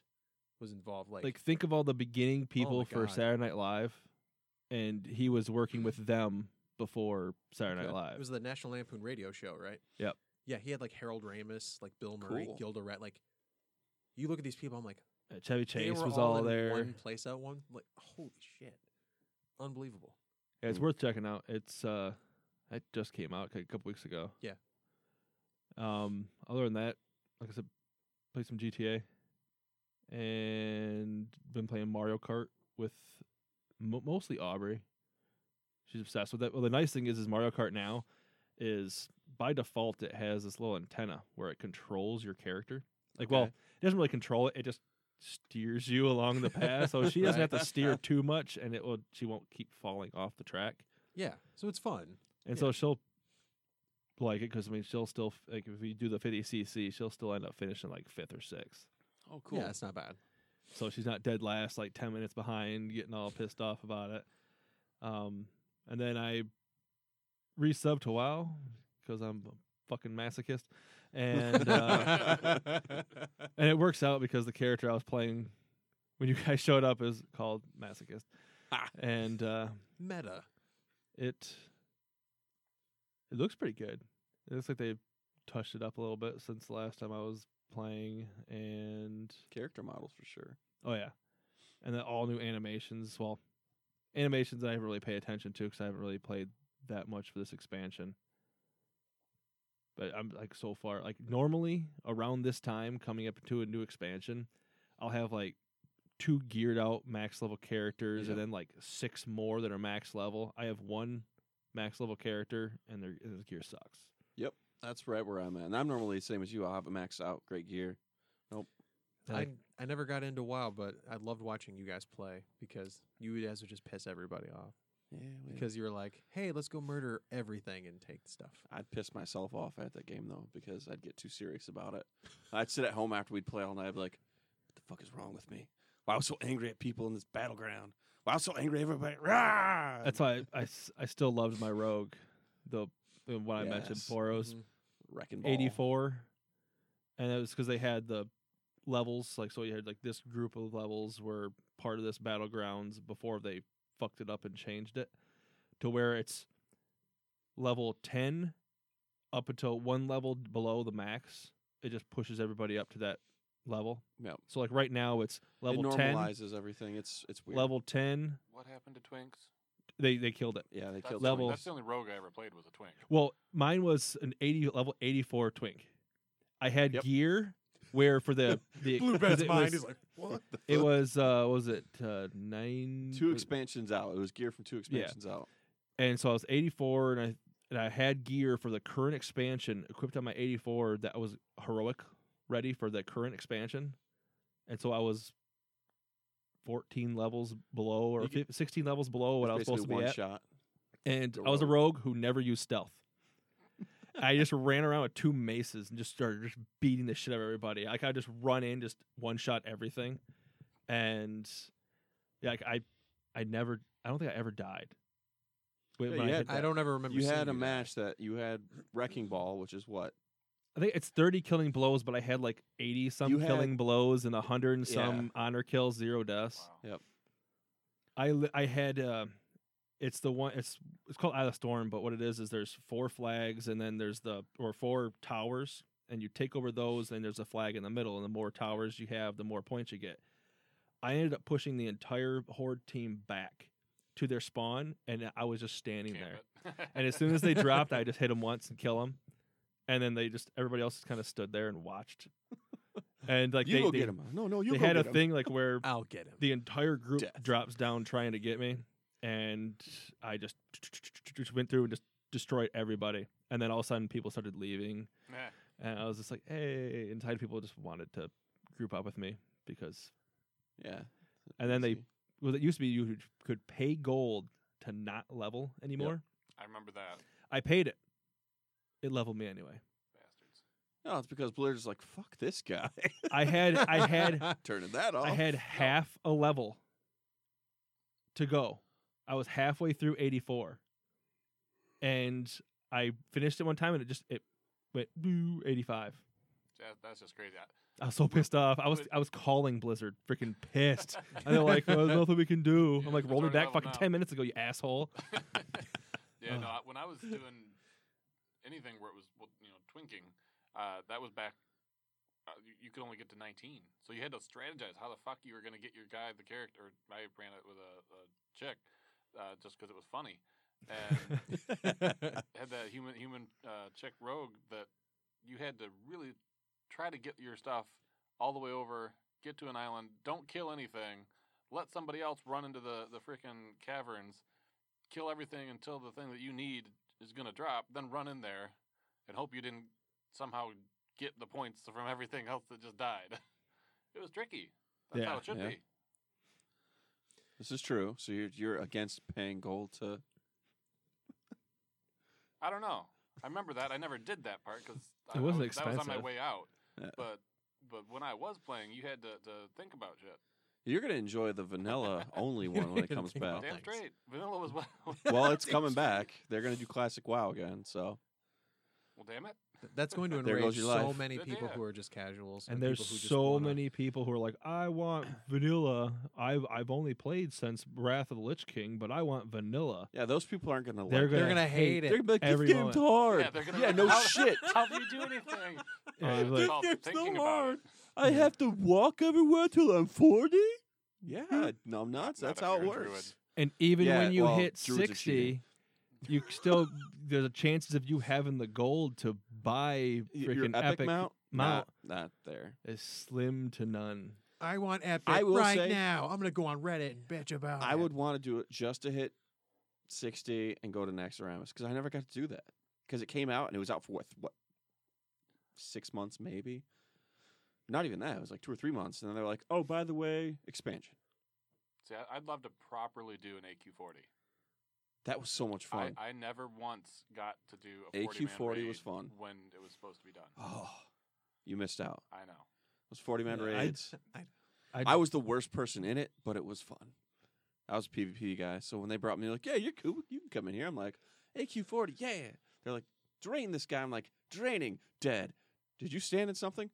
C: was involved. Like, oh
A: like, think of all the beginning people for
C: God. Mm-hmm.
A: Saturday Night Live and he was working with them before Saturday
B: Okay.
A: Night Live.
C: it was the National Lampoon Radio Show, right?
A: Yep.
C: Yeah, he had like Harold Ramis, like Bill Murray,
B: Cool.
C: Gilda Radner. Like, you look at these people, I'm like.
A: Uh, Chevy
C: They
A: Chase
C: were
A: was
C: all
A: all
C: in
A: there.
C: One place at one like holy shit, unbelievable.
A: Yeah, it's
B: Mm.
A: worth checking out. It's uh that just came out a couple weeks ago.
C: Yeah.
A: Um other than that, like I said, play some GTA and been playing Mario Kart with mo- mostly Aubrey. She's obsessed with that. Well, the nice thing is is Mario Kart now is by default it has this little antenna where it controls your character. Like well,
B: Okay.
A: it doesn't really control it. It just steers you along the path. So she doesn't have to
B: Right.
A: steer too much and it will she won't keep falling off the track.
C: Yeah, so it's fun.
A: And so she'll like it because I mean she'll still f- like if we do the 50cc, she'll still end up finishing like fifth or sixth.
B: Oh, cool.
C: Cool. Yeah, it's not bad.
A: So she's not dead last, like ten minutes behind, getting all pissed off about it. Um, and then I resubbed to WoW because I'm a fucking masochist, and uh, and it works out because the character I was playing when you guys showed up is called masochist,
B: Ah.
A: and uh,
C: Meta.
A: it It looks pretty good. It looks like they touched it up a little bit since the last time I was playing, and
B: Character models for sure.
A: oh yeah, and then all new animations. Well, animations I haven't really paid attention to because I haven't really played that much for this expansion. But I'm like so far like normally around this time coming up to a new expansion, I'll have like two geared out max level characters and
B: Yeah.
A: then like six more that are max level. I have one max level character and their and his gear sucks.
B: That's right where I'm at. And I'm normally the same as you. I'll have it maxed out. Great gear.
A: I
C: I
A: like-
C: I never got into WoW, but I loved watching you guys play because you guys would just piss everybody off
B: Yeah. we-
C: because you were like, "Hey, let's go murder everything and take stuff."
B: I'd piss myself off at that game though because I'd get too serious about it. I'd sit at home after we'd play all night. I'd be like, "What the fuck is wrong with me? Why I was so angry at people in this battleground? Why I was so angry at everybody?" Rah!
A: That's why I, s- I still loved my rogue, the the one I mentioned
B: Yes.
A: Boros
C: Mhm.
B: wrecking ball.
A: eighty four, and it was because they had the levels like so you had like this group of levels were part of this battlegrounds before they fucked it up and changed it to where it's level ten up until one level below the max. It just pushes everybody up to that level.
B: Yep.
A: So like right now it's level
B: it
A: ten,
B: normalizes everything. It's it's weird.
A: level ten.
E: What happened to Twinks?
A: They they killed it.
B: Yeah, they
E: That's
B: killed
E: the only-
A: Level-
E: That's the only rogue I ever played was a Twink.
A: Well, mine was an eighty level eighty four twink. I had
B: Yep.
A: gear where for the the 'cause it was,
C: like,
B: What the
A: it
B: fuck?
A: was uh was it uh nine
B: two
A: was-
B: expansions out. It was gear from two expansions out.
A: and so I was eighty four and I and I had gear for the current expansion equipped on my eighty four that was heroic ready for the current expansion, and so I was. 14 levels below or
B: You could-
A: fif- 16 levels below what
B: It's
A: I was supposed to
B: basically
A: be
B: one
A: at.
B: shot.
A: and
B: The
A: I was a rogue who never used stealth. I just ran around with two maces and just started just beating the shit out of everybody. Like I just run in, just one shot everything, and yeah, like I, I never, I don't think I ever died. Wait,
B: Yeah,
A: when
B: you
A: I,
B: had-
A: hit
C: I
A: that.
C: don't ever remember.
B: You
C: seeing
B: had a
C: die.
B: match that you had wrecking ball, which is what
A: I think it's thirty killing blows, but I had like eighty
B: You
A: some
B: had-
A: killing blows and hundred and
B: Yeah.
A: some honor kills, zero deaths.
E: Wow.
B: Yeah.
A: I li- I had uh, it's the one it's it's called Eye of the Storm, but what it is is there's four flags and then there's the or four towers and you take over those and there's a flag in the middle and the more towers you have, the more points you get. I ended up pushing the entire horde team back to their spawn and I was just standing
E: Camp
A: there.
E: it.
A: And as soon as they dropped, I just hit them once and kill them. And then they just everybody else kind of stood there and watched. And like
B: you
A: they
B: go
A: they,
B: get him. No, no, you
A: they
B: go
A: had a
B: get 'em.
A: thing like where
C: I'll get him.
A: the entire group
B: Death.
A: drops down trying to get me, and I just just went through and just destroyed everybody. And then all of a sudden, people started leaving,
E: Meh.
A: and I was just like, "Hey!" And tired people just wanted to group up with me because
B: Yeah,
A: And then they-
B: See.
A: well, it used to be you could- could pay gold to not level anymore.
E: I remember that.
A: I paid it; it leveled me anyway.
E: Bastards.
B: No, it's because Blizzard's like, fuck this guy.
A: I had I had
B: Turning that
C: Oh,
B: off.
A: I had half a level to go. I was halfway through 84. And I finished it one time and it just it went boo 85.
E: That, that's just crazy. I,
A: I was so pissed off. I was I was calling Blizzard, freaking pissed. And they're like, well, there's nothing we can do. I'm like,
E: It's
A: roll it
E: already
A: back
E: leveled
A: fucking
E: now."
A: 10 minutes ago, you asshole.
E: yeah, no.
A: Ugh.
E: I, when I was doing anything where it was, well, you know, twinking, uh, that was back. Uh, you, you could only get to 19, so you had to strategize how the fuck you were going to get your guy, the character. I ran it with a, a chick, uh, just because it was funny, and had that human human uh, chick rogue that you had to really try to get your stuff all the way over, get to an island, don't kill anything, let somebody else run into the the freaking caverns, kill everything until the thing that you need is gonna drop, then run in there and hope you didn't somehow get the points from everything else that just died. It was tricky. That's how
A: Yeah,
E: it should
B: yeah.
E: be.
B: this is true. So you're you're against paying gold to
E: I don't know. I remember that. I never did that part because
A: It wasn't
E: That was on my
A: expensive.
E: way out.
B: Yeah.
E: But but when I was playing, you had to, to think about shit.
B: you're gonna enjoy the vanilla only
C: You're
B: one when it
C: gonna
B: comes
C: think about
B: back.
C: Oh,
E: Damn
C: thanks.
E: straight. Vanilla was well.
B: Well, it's coming back. They're gonna do classic WoW again. So
E: well, damn it.
C: Th- That's going to
B: There goes
C: enrage
B: your
C: so
B: life.
C: many
E: Th-
C: people
E: yeah.
C: who are just casuals.
A: and
C: people
A: there's
C: who just
A: so
C: wanna-
A: many people who are like, I want vanilla. I've I've only played since Wrath of the Lich King, but I want vanilla.
B: Yeah, those people aren't gonna.
A: They're
B: like
A: gonna,
C: They're gonna hate
A: hate
C: it.
B: They're gonna be like,
A: every
B: this game's
A: moment.
B: hard.
E: Yeah, they're gonna
B: Yeah,
E: like,
B: no
E: how-
B: shit.
E: How do you do anything?
A: Yeah,
E: Uh,
A: like,
E: it's called
B: This game's so
E: thinking about it.
B: I have to walk everywhere till I'm forty. Yeah, no, I'm nuts.
E: Not
B: That's
E: if
B: how it
E: you're a druid.
B: works.
A: and even
B: Yeah,
A: when you
B: well,
A: hit
B: druids are cheating.
A: sixty, you c- still there's a chances of you having the gold to buy
B: Y- Your
A: freaking
B: epic, mount,
A: mount.
B: Not, not there.
A: is slim to none.
C: I want epic
B: I will
C: right
B: say-
C: now. I'm gonna go on Reddit and bitch about.
B: I
C: it.
B: would want to do it just to hit sixty and go to Naxxramas because I never got to do that because it came out and it was out for what, what six months maybe. Not even that. It was like two or three months, and then they're like, "Oh, by the way, expansion."
E: See, I- I'd love to properly do an AQ40.
B: That was so much
E: I,
B: fun.
E: I never once got to do a 40 man
B: AQ40 was
E: raid
B: fun.
E: when it was supposed to be done.
B: oh, you missed out.
E: I know.
B: Those forty man
A: Yeah, I-
B: raids.
A: I,
B: I was the worst person in it, but it was fun. I was a PvP guy, so when they brought me, like, yeah, you're cool. You can come in here. I'm like, AQ40, yeah. They're like, drain this guy. I'm like, draining, dead. Did you stand in something?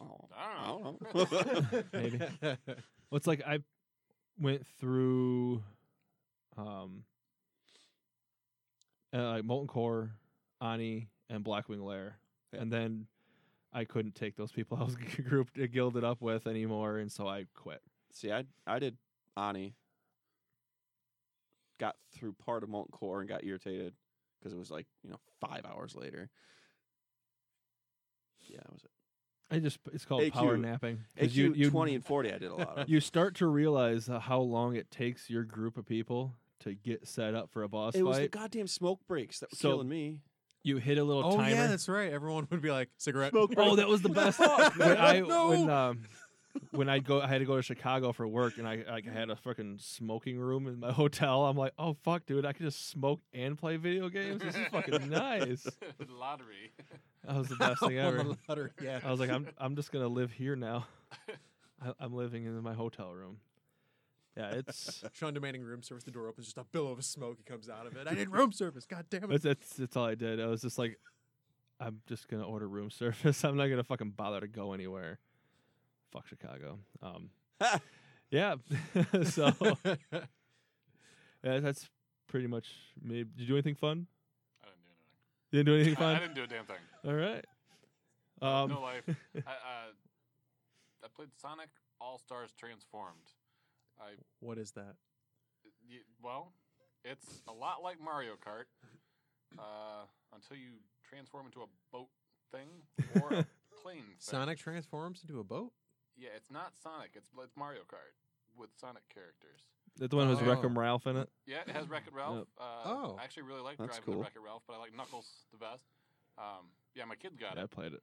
B: Oh, I
E: I
B: don't
E: don't know.
B: know.
A: Maybe. Well, it's like I went through um uh, like Molten Core, Ani, and Blackwing Lair.
B: Yeah.
A: And then I couldn't take those people I was grouped uh, gilded up with anymore, and so I quit.
B: See, I I did Ani. Got through part of Molten Core and got irritated because it was like you know five hours later. Yeah, that was
A: I just it's called power
B: AQ
A: napping.
B: it.
A: 'cause you, you,
B: twenty and forty, I did a lot of.
A: you start to realize uh, how long it takes your group of people to get set up for a boss
B: it was the
A: fight.
B: goddamn smoke breaks that were
A: So-
B: killing me.
A: you hit a little
C: Oh
A: timer.
C: yeah, that's right. Everyone would be like cigarette.
B: Smoke break.
A: Oh, that was the best.
B: Fuck,
A: when I
C: No.
A: when um when I go I had to go to Chicago for work and I like I had a fucking smoking room in my hotel. I'm like, oh fuck, dude, I can just smoke and play video games. This is fucking nice.
E: Lottery.
A: That was the best thing
C: On the
A: ever.
C: ladder, Yeah.
A: I was like, I'm I'm just gonna live here now. I, I'm living in my hotel room. Yeah, it's
C: Sean demanding room service. The door opens, just a billow of smoke. It comes out of it. I did room service. God damn it.
A: that's that's, that's all I did. I was just like, I'm just gonna order room service. I'm not gonna fucking bother to go anywhere. Fuck Chicago. Um, yeah. so yeah, that's pretty much me. Did you do anything fun?
E: I didn't do anything.
A: You didn't do anything
E: I, I
A: fun.
E: didn't do a damn thing.
A: All right.
E: No-
A: Um,
E: no life. I, uh, I played Sonic All Stars Transformed. I
C: what is that?
E: y- well, it's a lot like Mario Kart uh, until you transform into a boat thing or a plane. Thing.
C: Sonic transforms into a boat.
E: Yeah, it's not Sonic. It's it's Mario Kart with Sonic characters.
A: that the one was
E: Uh,
C: Oh.
A: Wreck 'em Ralph in it.
E: Yeah, it has Wreck It Ralph. Uh,
C: Oh.
E: I actually really like
B: That's
E: driving the
B: cool.
E: Wreck It Ralph, but I like Knuckles the best. Um, yeah, my kids got
A: Yeah, I
E: it.
A: played it.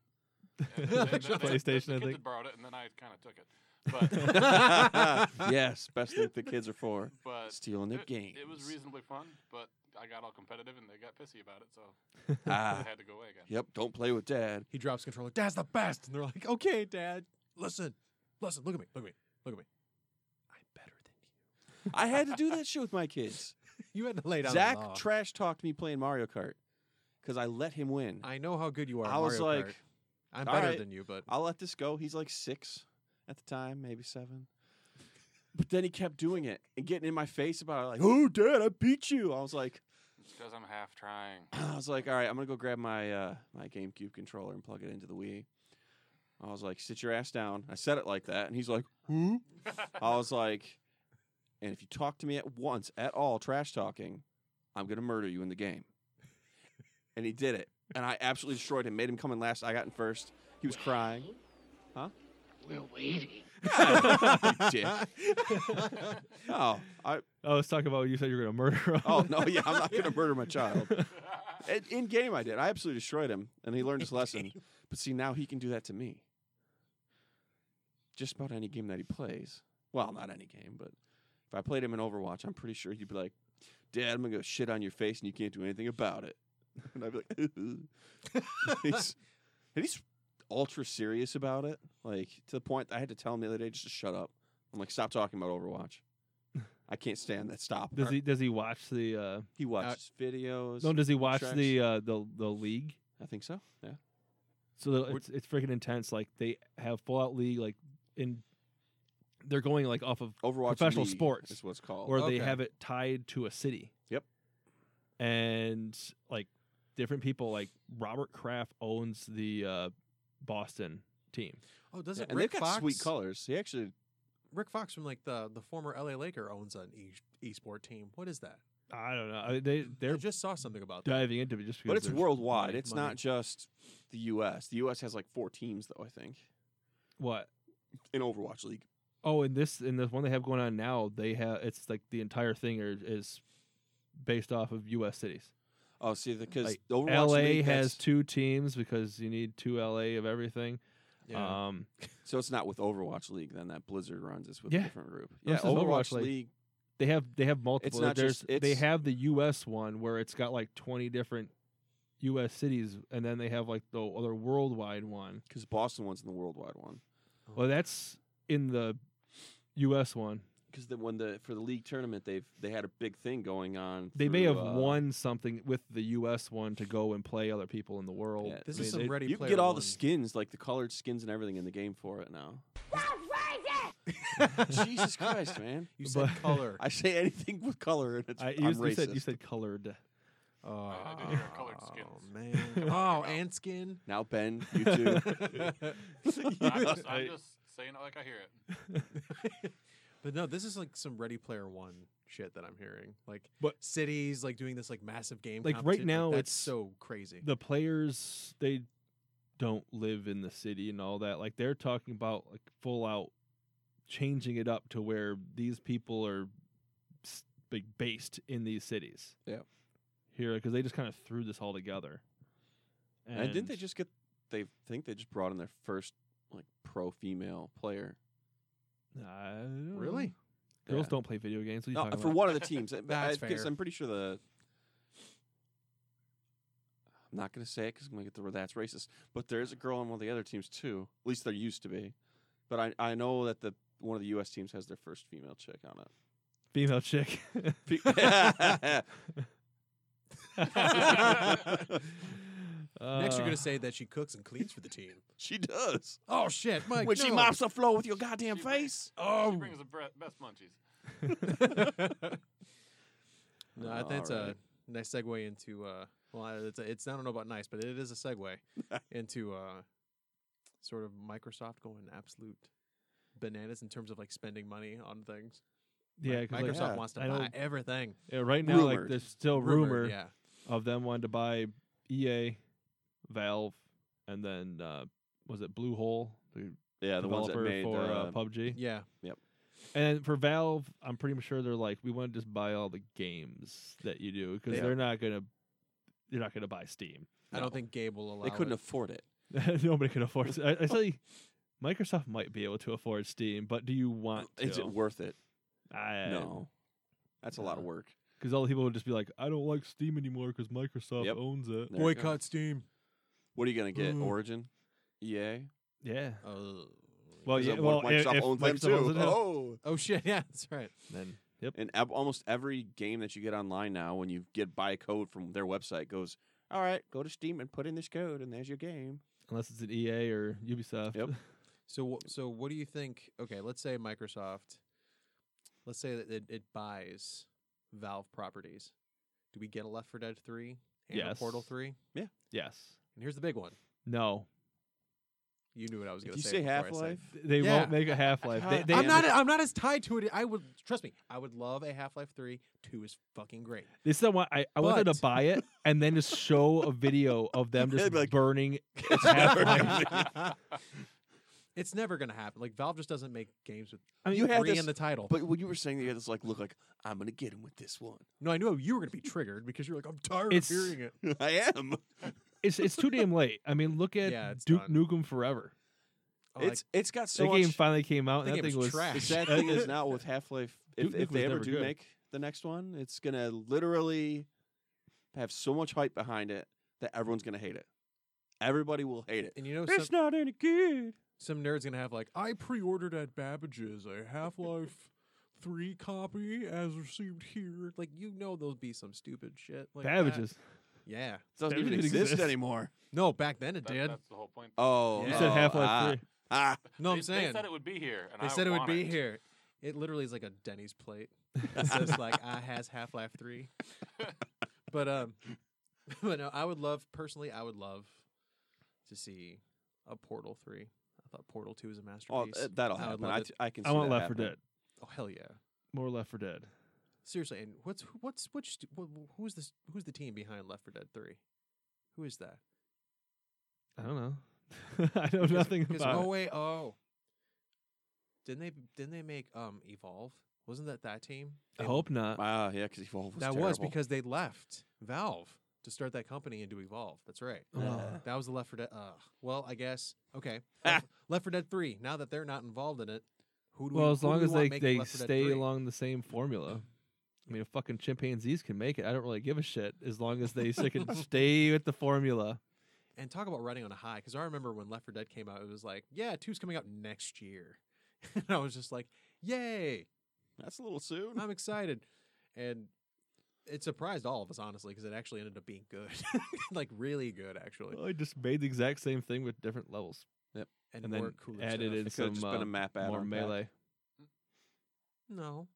E: And
A: Yeah,
E: they- they- they-
A: PlayStation, I
E: the kids
A: think.
E: had borrowed it, and then I kind of took it. But
B: yes, best thing the kids are for
E: but
B: stealing their
E: Uh, it,
B: games.
E: it was reasonably fun, but I got all competitive, and they got pissy about it, so
B: Ah,
E: it had to go away again.
B: yep. Don't play with dad.
C: he drops controller. Dad's the best. And they're like, okay, Dad, listen, listen, look at me, look at me, look at me. I'm better than
B: I had to do that shit with my kids.
C: you. You had to lay down. the law.
B: Zach trash talked me playing Mario Kart because I let him win.
C: I know how good you are. at
B: I was
C: Mario
B: like,
C: Kart. I'm
B: all
C: better
B: right. Uh,
C: than you, but
B: I'll let this go. He's like six at the time, maybe seven. But then he kept doing it and getting in my face about it, like, "Oh, Dad, I beat you." I was like,
E: It's because I'm half trying.
B: I was like, all right, I'm gonna go grab my uh, my GameCube controller and plug it into the Wii. I was like, sit your ass down. I said it like that, and he's like, hmm? I was like, and if you talk to me at once at all, trash talking, I'm gonna murder you in the game. And he did it, and I absolutely destroyed him. Made him come in last. I got in first. He was crying.
D: We're waiting.
B: Dick. oh, I
A: I was talking about you said you were gonna murder. Him.
B: oh no, yeah, I'm not gonna murder my child. In- In game, I did. I absolutely destroyed him, and he learned his lesson. But see, now he can do that to me. Just about any game that he plays. Well, not any game, but if I played him in Overwatch, I'm pretty sure he'd be like, "Dad, I'm gonna go shit on your face, and you can't do anything about it." And I'd be like, he's, "And he's ultra serious about it, like to the point I had to tell him the other day just to shut up." I'm like, "Stop talking about Overwatch. I can't stand that. Stop."
A: Does he does he watch the uh,
B: He watches videos.
A: no? Does he watch
B: tracks.
A: the uh, the the league?
B: I think so. Yeah.
A: So the- it's it's freaking intense. Like they have Fallout League, like in they're going like off of
B: Overwatch
A: Professional
B: League
A: sports.
B: is what's called.
A: or
C: Okay.
A: they have it tied to a city.
B: Oh, Yep.
A: And like different people, like Robert Kraft owns the uh, Boston team.
C: Oh, doesn't
B: and
C: Rick
B: they've got
C: Fox?
B: sweet colors. He actually
C: Rick Fox from like the the former LA Laker owns an e- esport team. What is that?
A: I don't know. I- They
C: I
A: they're
C: just saw something about that.
A: diving into it just because.
B: But it's
A: there's
B: worldwide.
A: money-
B: It's
A: money.
B: not just the U.S. The U.S. has like four teams, though. I think
A: what.
B: in Overwatch League.
A: Oh, and this and the one they have going on now, they have it's like the entire thing are, is based off of U.S. cities.
B: Oh, see, because
A: Like,
B: Overwatch
A: L.A. has
B: League that's-
A: two teams because you need two L.A. of everything.
C: Yeah.
A: Um,
B: so it's not with Overwatch League. Then that Blizzard runs. It's with
A: Yeah.
B: a different group.
A: No,
B: Yeah,
A: it says
B: Overwatch,
A: Overwatch League.
B: League.
A: they have they have multiple.
B: not
A: There's-
B: just-
A: they
B: it's-
A: have the U.S. one where it's got like 20 different U.S. cities, and then they have like the other worldwide one.
B: because Boston one's in the worldwide one.
A: Well, that's in the U.S. one.
B: Because then when the for the league tournament, they've they had a big thing going on.
A: They may have
B: through, uh,
A: won something with the U.S. one to go and play other people in the world.
B: Yeah,
A: I
C: This is
A: mean,
C: some
A: they-
C: Ready
B: You can
C: Player
B: get all
C: One.
B: the skins, like the colored skins and everything, in the game for it now. Jesus Christ, man!
C: You said
A: But-
C: color.
B: I say anything with color, and it's
A: I,
B: am
A: you, you
B: racist.
A: said you said colored.
C: Oh,
E: I did hear colored skins.
C: man. oh, and skin.
B: now, Ben, you too.
E: I'm just, I'm just saying it like I hear it.
C: but no, this is like some Ready Player One shit that I'm hearing. Like
A: But-
C: cities like doing this like massive game.
A: Like, right
C: competition.
A: now
C: that's
A: it's-
C: so crazy.
A: the players they don't live in the city and all that like they're talking about like full out changing it up to where these people are s- like based in these cities
B: Yeah.
A: here because they just kind of threw this all together
B: And, didn't they just get? They think they just brought in their first like pro female player.
A: I don't
C: Really?
A: know. girls
B: Yeah.
A: don't play video games what are you
B: No,
A: talking
B: for
A: about?
B: one of the teams. I, I,
C: That's
B: guess
C: fair.
B: I'm pretty sure the. I'm not gonna say it because I'm gonna get the that's racist. But there is a girl on one of the other teams too. At least there used to be. But I I know that the one of the U.S. teams has their first female chick on
A: female chick
B: it.
C: Next, you're
A: Uh,
C: gonna say that she cooks and cleans for the team.
B: she does.
C: Oh shit, Mike!
B: when
C: no.
B: she mops the floor with your goddamn
E: She brings-
B: face.
C: Oh.
E: She brings the bre- best munchies.
C: No, I
B: Oh,
C: think it's
B: alright.
C: a nice segue into. Uh, well, I- it's, a, it's I don't know about nice, but it is a segue into uh, sort of Microsoft going absolute bananas in terms of like spending money on things.
A: yeah,
C: Like,
A: 'cause,
C: Microsoft
A: like,
B: yeah,
C: wants to
A: I
C: buy
A: don't-
C: everything.
A: yeah, right now like
B: Rumored.
A: there's still
C: Rumored,
A: rumor
C: yeah.
A: of them wanted to buy EA, Valve, and then uh, was it Blue Hole, the
B: Yeah, the ones that
A: developer
B: made
A: for
B: uh,
A: uh, PUBG?
C: Yeah,
A: And for Valve, I'm pretty sure they're like, we want to just buy all the games that you do because
B: Yeah.
A: they're not gonna, they're not gonna buy Steam.
C: I
B: No.
C: don't think Gabe will allow.
B: they couldn't
C: it.
B: afford it.
A: Nobody can afford. it. I, I tell you, Microsoft might be able to afford Steam, but do you want? To?
B: Is it worth it?
A: I,
B: No. That's a lot of
A: No.
B: work.
A: because all the people would just be like, I don't like Steam anymore because Microsoft
B: Yep.
A: owns it.
B: There it goes.
C: Steam.
B: What are you going to get?
A: Ooh.
B: Origin? EA?
A: Yeah.
C: Oh,
A: Well,
B: 'Cause
A: yeah.
B: that
A: Well,
B: one-
A: i-
B: Microsoft
A: if
B: owns them
A: Microsoft owns
B: too.
A: it, yeah.
B: Oh.
C: oh shit! Yeah, that's right.
A: Then yep.
B: And ab- almost every game that you get online now, when you get buy code from their website, goes, all right, go to Steam and put in this code, and there's your game.
A: Unless it's an EA or Ubisoft.
B: Yep.
C: So, wh- so what do you think? Okay, let's say Microsoft, let's say that it, it buys Valve properties. Do we get a Left 4 Dead 3 and a Portal
A: Yes.
C: 3? And
A: yes.
C: here's the big one.
A: No,
C: You knew what I was
B: Did
C: going
B: you
C: to
B: say
C: say.
B: Half Life?
A: Th- They
C: Yeah.
A: won't make a Half Life. They,
B: God
A: they,
C: I'm
B: damn
C: not.
B: it.
C: I'm not as tied to it. I would trust me. I would love a Half Life Three. Two is fucking great.
A: this is the one I, I wanted to
C: But-
A: buy it and then just show a video of them
B: They'd
A: just
B: be like,
A: burning. It's Half-Life.
C: it's never going to happen. Like Valve just doesn't make games with
A: I mean,
B: You had
C: three
B: this,
C: in the title.
B: but when you were saying that you had this like look, like I'm gonna get him with this one.
C: no, I knew you were going to be triggered because you're like, I'm tired
A: It's-
C: of hearing it.
B: I am.
A: it's it's too damn late. I mean, look at
C: Yeah, it's
A: Duke
C: done.
A: Nukem Forever.
C: Oh,
B: it's it's got so
A: that
B: much.
A: game finally came out.
C: That
A: and that
C: game
A: thing
C: was
A: was
C: trash.
B: The sad
A: that-
B: thing is now with Half Life, if,
A: uh, Duke
B: if
A: Nukem
B: they
A: was
B: ever
A: never
B: do
A: good.
B: make the next one, it's gonna literally have so much hype behind it that everyone's gonna hate it. Everybody will hate it.
C: and you know, some,
B: It's not any good.
C: some nerd's gonna have like, I pre-ordered at Babbage's a Half Life Three copy as received here. Like you know, there'll be some stupid shit like that.
A: Babbage's.
C: Yeah.
B: It doesn't
A: That
B: even
A: doesn't
B: exist,
A: exist.
B: anymore.
C: No, back then it
E: That-
C: did.
E: That's the whole point.
B: Oh,
A: You
C: Yeah.
A: said
B: oh,
A: Half Life
B: ah,
A: 3.
B: Ah,
C: no,
E: They-
C: I'm saying
E: They said it would be here. And
C: They
E: I
C: said it would
E: want
C: be here. It literally is like a Denny's plate. It says like I has Half Life Three, but um, but no, I would love personally. I would love to see a Portal Three. I thought Portal Two was a
B: oh,
C: masterpiece.
B: uh, that'll
C: I would
B: happen.
C: love
B: I,
C: it.
B: t- I can.
A: I
B: see
A: want
B: that
A: Left for
B: happening.
A: Dead.
C: oh hell yeah!
A: More Left for Dead.
C: Seriously, and what's what's which wh- wh- who's this who's the team behind Left 4 Dead Three? Who is that?
A: I don't know. I know nothing
C: Because
A: about
C: oh
A: it.
C: wait, oh, didn't they didn't they make um Evolve? Wasn't that that team?
A: I
C: They-
A: hope not.
B: Ah, yeah, because Evolve was
C: that
B: terrible.
C: was because they left Valve to start that company and to evolve. That's right.
A: Oh.
C: That was the Left 4 Dead. Uh, well, I guess okay.
B: Ah.
C: Left, Left 4 Dead 3. Now that they're not involved in it, who do
A: well,
C: we,
A: as
C: who do
A: long
C: we
A: as
C: want
A: they,
C: making
A: they
C: Left 4 Dead
A: stay
C: 3?
A: along the same formula. I mean, if fucking chimpanzees can make it. I don't really give a shit as long as they stick and stay with the formula.
C: and talk about riding on a high because I remember when Left 4 Dead came out, it was like, yeah, two's coming out next year, and I was just like, yay,
B: that's a little soon.
C: I'm excited, and. It surprised all of us, honestly, because it actually ended up being good, like really good, actually,
A: Well, I just made the exact same thing with different levels.
C: and,
A: and then
C: more cooler
A: added
C: stuff.
A: in
B: It could have
A: some
B: just been
A: uh,
B: a map add
A: more
B: on pack.
A: melee.
C: No,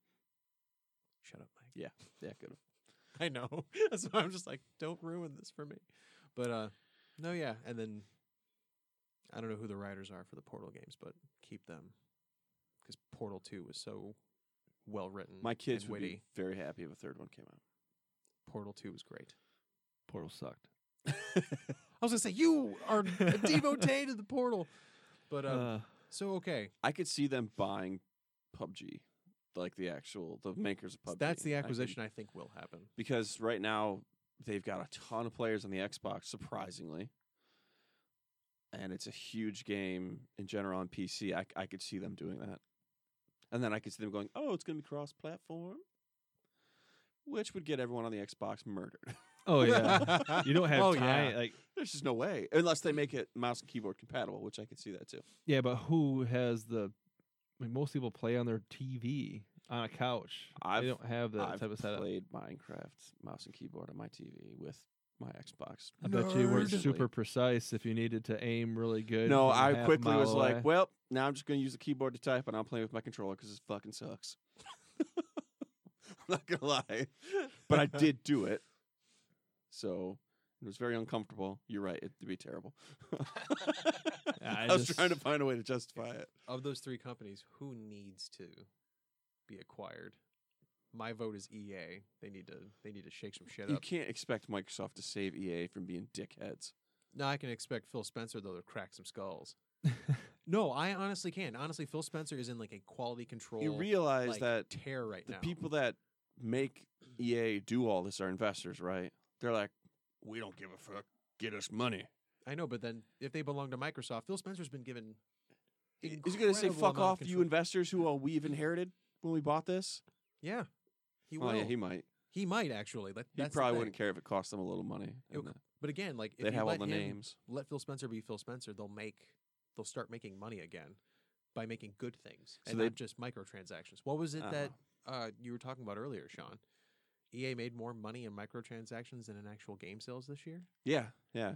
C: shut up, Mike.
B: Yeah,
A: Mm,
B: could have.
C: I know. That's why I'm just like, don't ruin this for me. But uh no, yeah. And then I don't know who the writers are for the Portal games, but keep them because Portal Two was so well written.
B: My kids
C: and
B: would
C: witty.
B: be very happy if a third one came out.
C: Portal Two was great.
A: Portal sucked.
C: I was gonna say you are a devotee to the Portal, but um,
A: Uh,
C: so okay,
B: I could see them buying PUBG, like the actual the makers of
C: So
B: PUBG.
C: that's the
B: I could-
C: acquisition I, think will happen.
B: because right now they've got a ton of players on the Xbox, surprisingly, and it's a huge game in general on PC. I, I could see them doing that, and then I could see them going, "Oh, it's going to be cross-platform," which would get everyone on the Xbox murdered.
A: oh yeah, you don't have
C: Oh,
A: time.
C: yeah.
A: Like
B: There's just no way unless they make it mouse and keyboard compatible, which I could see that too.
A: yeah, but who has the? I mean, most people play on their TV on a couch.
B: I've-
A: they don't have that
B: I've
A: type of setup.
B: played Minecraft mouse and keyboard on my TV with my Xbox.
A: I bet you weren't
B: Nerd.
A: super precise if you needed to aim really good.
B: No,
A: from a
B: I
A: half
B: quickly was
A: mile away.
B: like, well, now I'm just going to use the keyboard to type and I'll play with my controller because it fucking sucks. I'm not going to lie. But I did do it. So it was very uncomfortable. You're right. It'd be terrible. I,
A: I
B: was
A: just-
B: trying to find a way to justify it.
C: Of those three companies, who needs to be acquired? My vote is EA. They need to they need to shake some shit
B: You
C: up.
B: can't expect Microsoft to save EA from being dickheads.
C: Now I can expect Phil Spencer though to crack some skulls. no, I honestly can. Honestly, Phil Spencer is in like a quality control
B: You realize
C: like,
B: that
C: tear right
B: the
C: now.
B: people that make EA do all this are investors, right? They're like, we don't give a fuck. Get us money.
C: I know, but then if they belong to Microsoft, Phil Spencer's been given.
B: Is he going to say
C: incredible
B: fuck
C: amount of
B: off, you
C: control."
B: investors who uh, we've inherited when we bought this?
C: Yeah, he will.
B: oh, yeah,
C: he,
B: he might.
C: might actually. That,
B: He
C: that's the
B: probably
C: thing.
B: wouldn't care if it cost them a little money.
C: It
B: and,
C: c-
B: uh,
C: But again, like if
B: They'd
C: you
B: have all
C: let
B: the
C: him-
B: names.
C: Let Phil Spencer be Phil Spencer. They'll make. They'll start making money again by making good things
B: So
C: and
B: they-
C: not just microtransactions. What was it
B: Uh-huh.
C: that uh, you were talking about earlier, Sean? EA made more money in microtransactions than in actual game sales this year.
B: Yeah, yeah.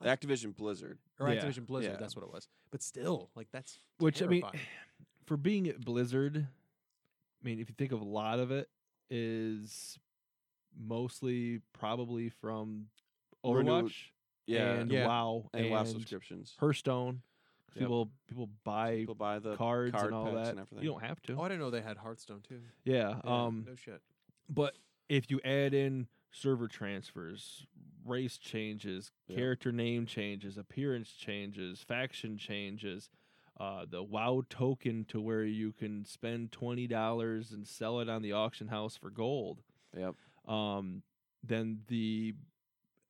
C: Like-
B: Activision Blizzard.
C: or
A: Yeah,
C: Activision Blizzard.
B: yeah.
C: That's what it was. But still, like that's
A: Which I mean,
C: terrifying.
A: for being at Blizzard, I mean, if you think of a lot of it is mostly probably from
B: Renewed-
A: Overwatch
B: Yeah,
A: and
C: Yeah.
A: WoW
B: and,
A: and
B: WoW subscriptions.
A: Hearthstone. 'cause
B: Yep.
A: People people buy
B: People buy the
A: cards
B: card
A: and all
B: packs
A: that.
B: and everything.
A: You don't have to.
C: Oh, I didn't know they had Hearthstone too.
A: yeah.
C: Yeah,
A: Um.
C: no shit.
A: But if you add in server transfers, race changes,
B: Yeah.
A: character name changes, appearance changes, faction changes, uh, the WoW token to where you can spend twenty dollars and sell it on the auction house for gold.
B: Yep.
A: Um, then the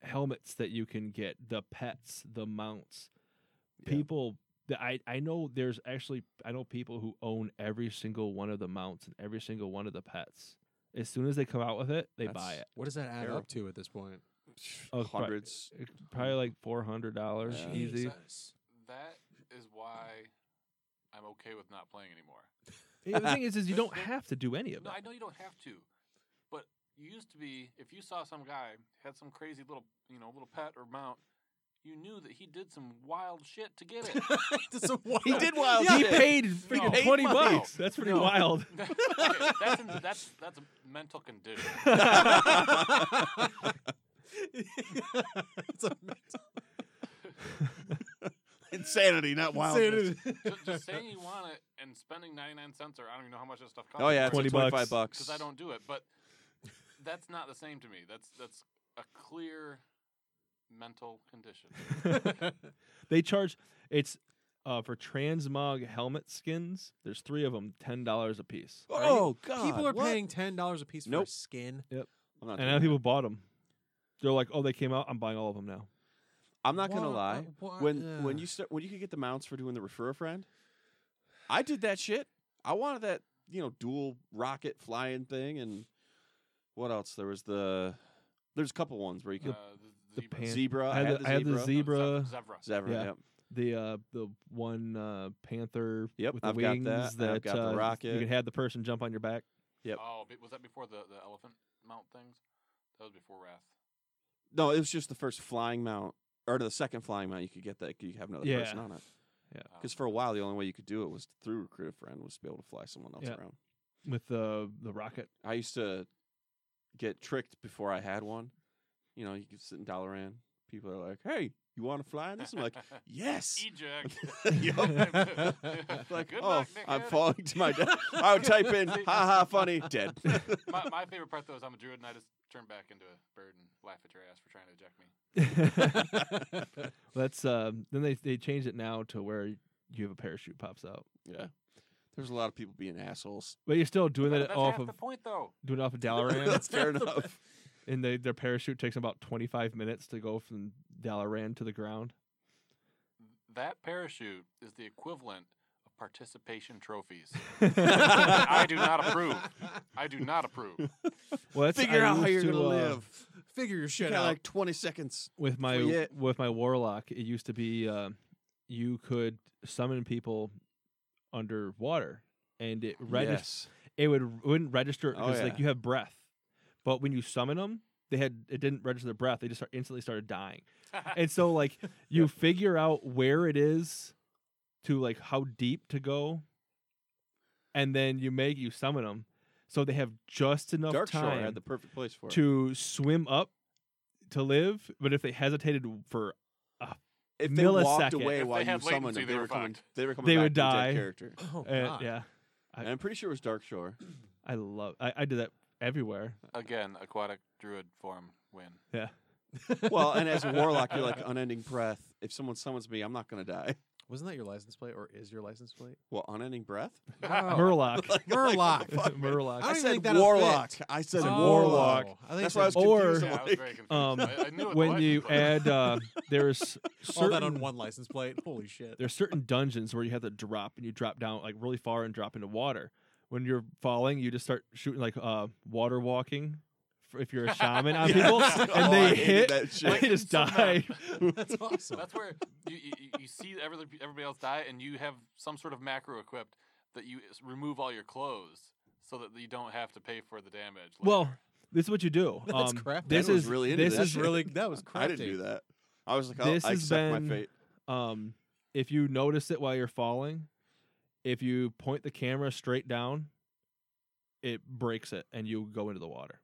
A: helmets that you can get, the pets, the mounts,
B: Yeah.
A: people. that I, I know there's actually I know people who own every single one of the mounts and every single one of the pets. As soon as they come out with it, they buy
B: That's-
A: it.
C: What does that add
B: Terrible.
C: up to at this point?
A: Oh, it's prob-
B: hundreds.
A: It- Probably like four hundred dollars
B: Yeah.
A: Uh, easy.
E: That is why I'm okay with not playing anymore.
A: Yeah, the thing is, is you don't
E: There's-
A: have to do any of
E: No, I
A: it.
E: know you don't have to, but you used to be if you saw some guy had some crazy little you know little pet or mount, you knew that he did some wild shit to get it.
C: It's a wild-
B: He did wild
A: he
B: shit.
A: paid freaking
E: paid
A: twenty
E: money.
A: bucks. That's pretty
B: No.
A: wild.
E: Okay, that's, in- that's that's a mental condition.
C: It's a mental-
B: Insanity, not wildness.
E: just, just saying you want it and spending ninety nine cents or I don't even know how much that stuff costs.
B: Oh yeah, it's
A: 20
B: like
A: bucks.
B: twenty-five bucks.
E: because I don't do it. But that's not the same to me. That's that's a clear mental condition.
A: They charge it's uh, for transmog helmet skins. There's three of them, ten dollars a piece,
C: Are you-
B: Oh god,
C: People are
B: what?
C: paying ten dollars a piece for a
B: Nope.
C: skin.
B: I'm not,
A: and now
B: doing
A: people
B: that.
A: bought them. They're like, oh, they came out. I'm buying all of them now.
B: I'm not gonna
C: Wha-
B: lie.
C: wha-
B: when when
C: uh,
B: you start when you could get the mounts for doing the refer a friend, I did that shit. I wanted that you know dual rocket flying thing and what else? There was the there's a couple ones where you
E: Uh,
B: could
E: the,
A: the pan-
E: zebra.
B: zebra.
A: I had the- I had the
B: zebra.
A: ze-
E: No,
A: Zebra.
E: ze- Zevra.
B: Zebra,
A: Yeah.
B: Yep.
A: The uh, the one uh, panther
B: Yep,
A: with the
B: I've got
A: wings
B: that. I've got the
A: uh,
B: rocket.
A: You can have the person jump on your back.
B: Yep.
E: Oh, but was that before the, the elephant mount things? That was before Wrath.
B: No, it was just the first flying mount or the second flying mount you could get that you could have another
A: Yeah.
B: person on it.
E: Um,
B: Because for a while the only way you could do it was through recruit a friend was to be able to fly someone else
A: Yeah.
B: around.
A: with the the rocket.
B: I used to get tricked before I had one. You know, you could sit in Dalaran. People are like, "Hey, you want to fly in this?" I'm like, "Yes."
E: Eject.
B: Yup. It's like, "Oh, I'm falling to my death." I would type in, "Ha ha, funny, dead."
E: My, my favorite part though is I'm a druid and I just turn back into a bird and laugh at your ass for trying to eject me.
A: That's um, then they they changed it now to where you have a parachute pops out,
B: yeah, there's a lot of people being assholes.
A: but you're still doing
E: But
A: it
E: that's
A: off
E: half
A: of
E: the point though.
A: doing it off of Dalaran,
B: That's fair enough.
A: and they, their parachute takes about 25 minutes to go from Dalaran to the ground.
E: That parachute is the equivalent of participation trophies. I do not approve. I do not approve.
A: Well, that's,
B: Figure
A: I
B: out how you're
A: used
B: gonna
A: to, uh,
B: live.
C: figure your
B: You
C: shit
B: got
C: out.
B: like 20 seconds.
A: with my
B: yeah.
A: with my warlock. It used to be uh, you could summon people underwater, and it registers.
B: Yes.
A: it would wouldn't register
B: Oh,
A: because
B: yeah.
A: like you have breath, but when you summon them, they had it didn't register their breath. They just start, instantly started dying, and so like you figure out where it is to like how deep to go, and then you make you summon them, so they have just enough
B: Dark Shore
A: time
B: had the perfect place for it.
A: to swim up to live. But if they hesitated for,
B: if they walked
A: millisecond.
B: away
E: If they
B: while you
E: had
B: summoned
E: latency,
B: them,
E: they
B: they
E: were
B: were coming.
E: fucked.
B: They were coming.
A: They
B: back
A: would
B: to a dead
A: die.
B: Character.
C: oh
A: and,
C: god.
A: eh, yeah,
B: And I'm pretty sure it was Dark Shore.
A: I love. I, I did that everywhere.
E: Again, aquatic druid form win.
A: Yeah.
B: well, and as a warlock, you're like unending breath. If someone summons me, I'm not gonna die.
C: Wasn't that your license plate or is your license plate?
B: Well, unending breath.
C: Oh,
A: Murloc.
B: Like- like, what
C: Murloc.
B: the fuck, man?
A: Murloc.
C: I
B: I,
C: don't even
B: said
C: think that'll
B: warlock. I said
A: Oh.
B: warlock.
C: I think
B: That's
C: it
B: why I was
C: said-
A: Or-
B: confused. I'm
E: Yeah, I was
B: like,
E: very confused.
A: um,
E: I, I knew it
A: when
E: was,
A: you
E: but-
A: add uh, there's certain
C: all that on one license plate. Holy shit.
A: there's certain dungeons where you have to drop and you drop down like really far and drop into water. When you're falling, you just start shooting like uh, water walking. f- If you're a shaman on
B: Yeah.
A: Uh, people,
B: Oh,
A: and
B: I
A: they
B: hated
A: hit,
B: that
A: and
B: shit.
A: they just
C: uh,
A: die.
C: That's awesome.
E: that's where you, you, you- you see every- everybody else die, and you have some sort of macro equipped that you s- remove all your clothes so that you don't have to pay for the damage.
A: Well,
E: later.
A: this is what you do.
C: That's
A: Um,
C: crap.
A: This
B: Ben was
A: is
B: really into
A: this
B: that
A: is
B: shit.
A: really
C: that was crafty.
B: I didn't do that. I was like, I'll,
A: This
B: I
A: has
B: accept
A: been-
B: my fate.
A: um, if you notice it while you're falling, if you point the camera straight down, it breaks it and you go into the water.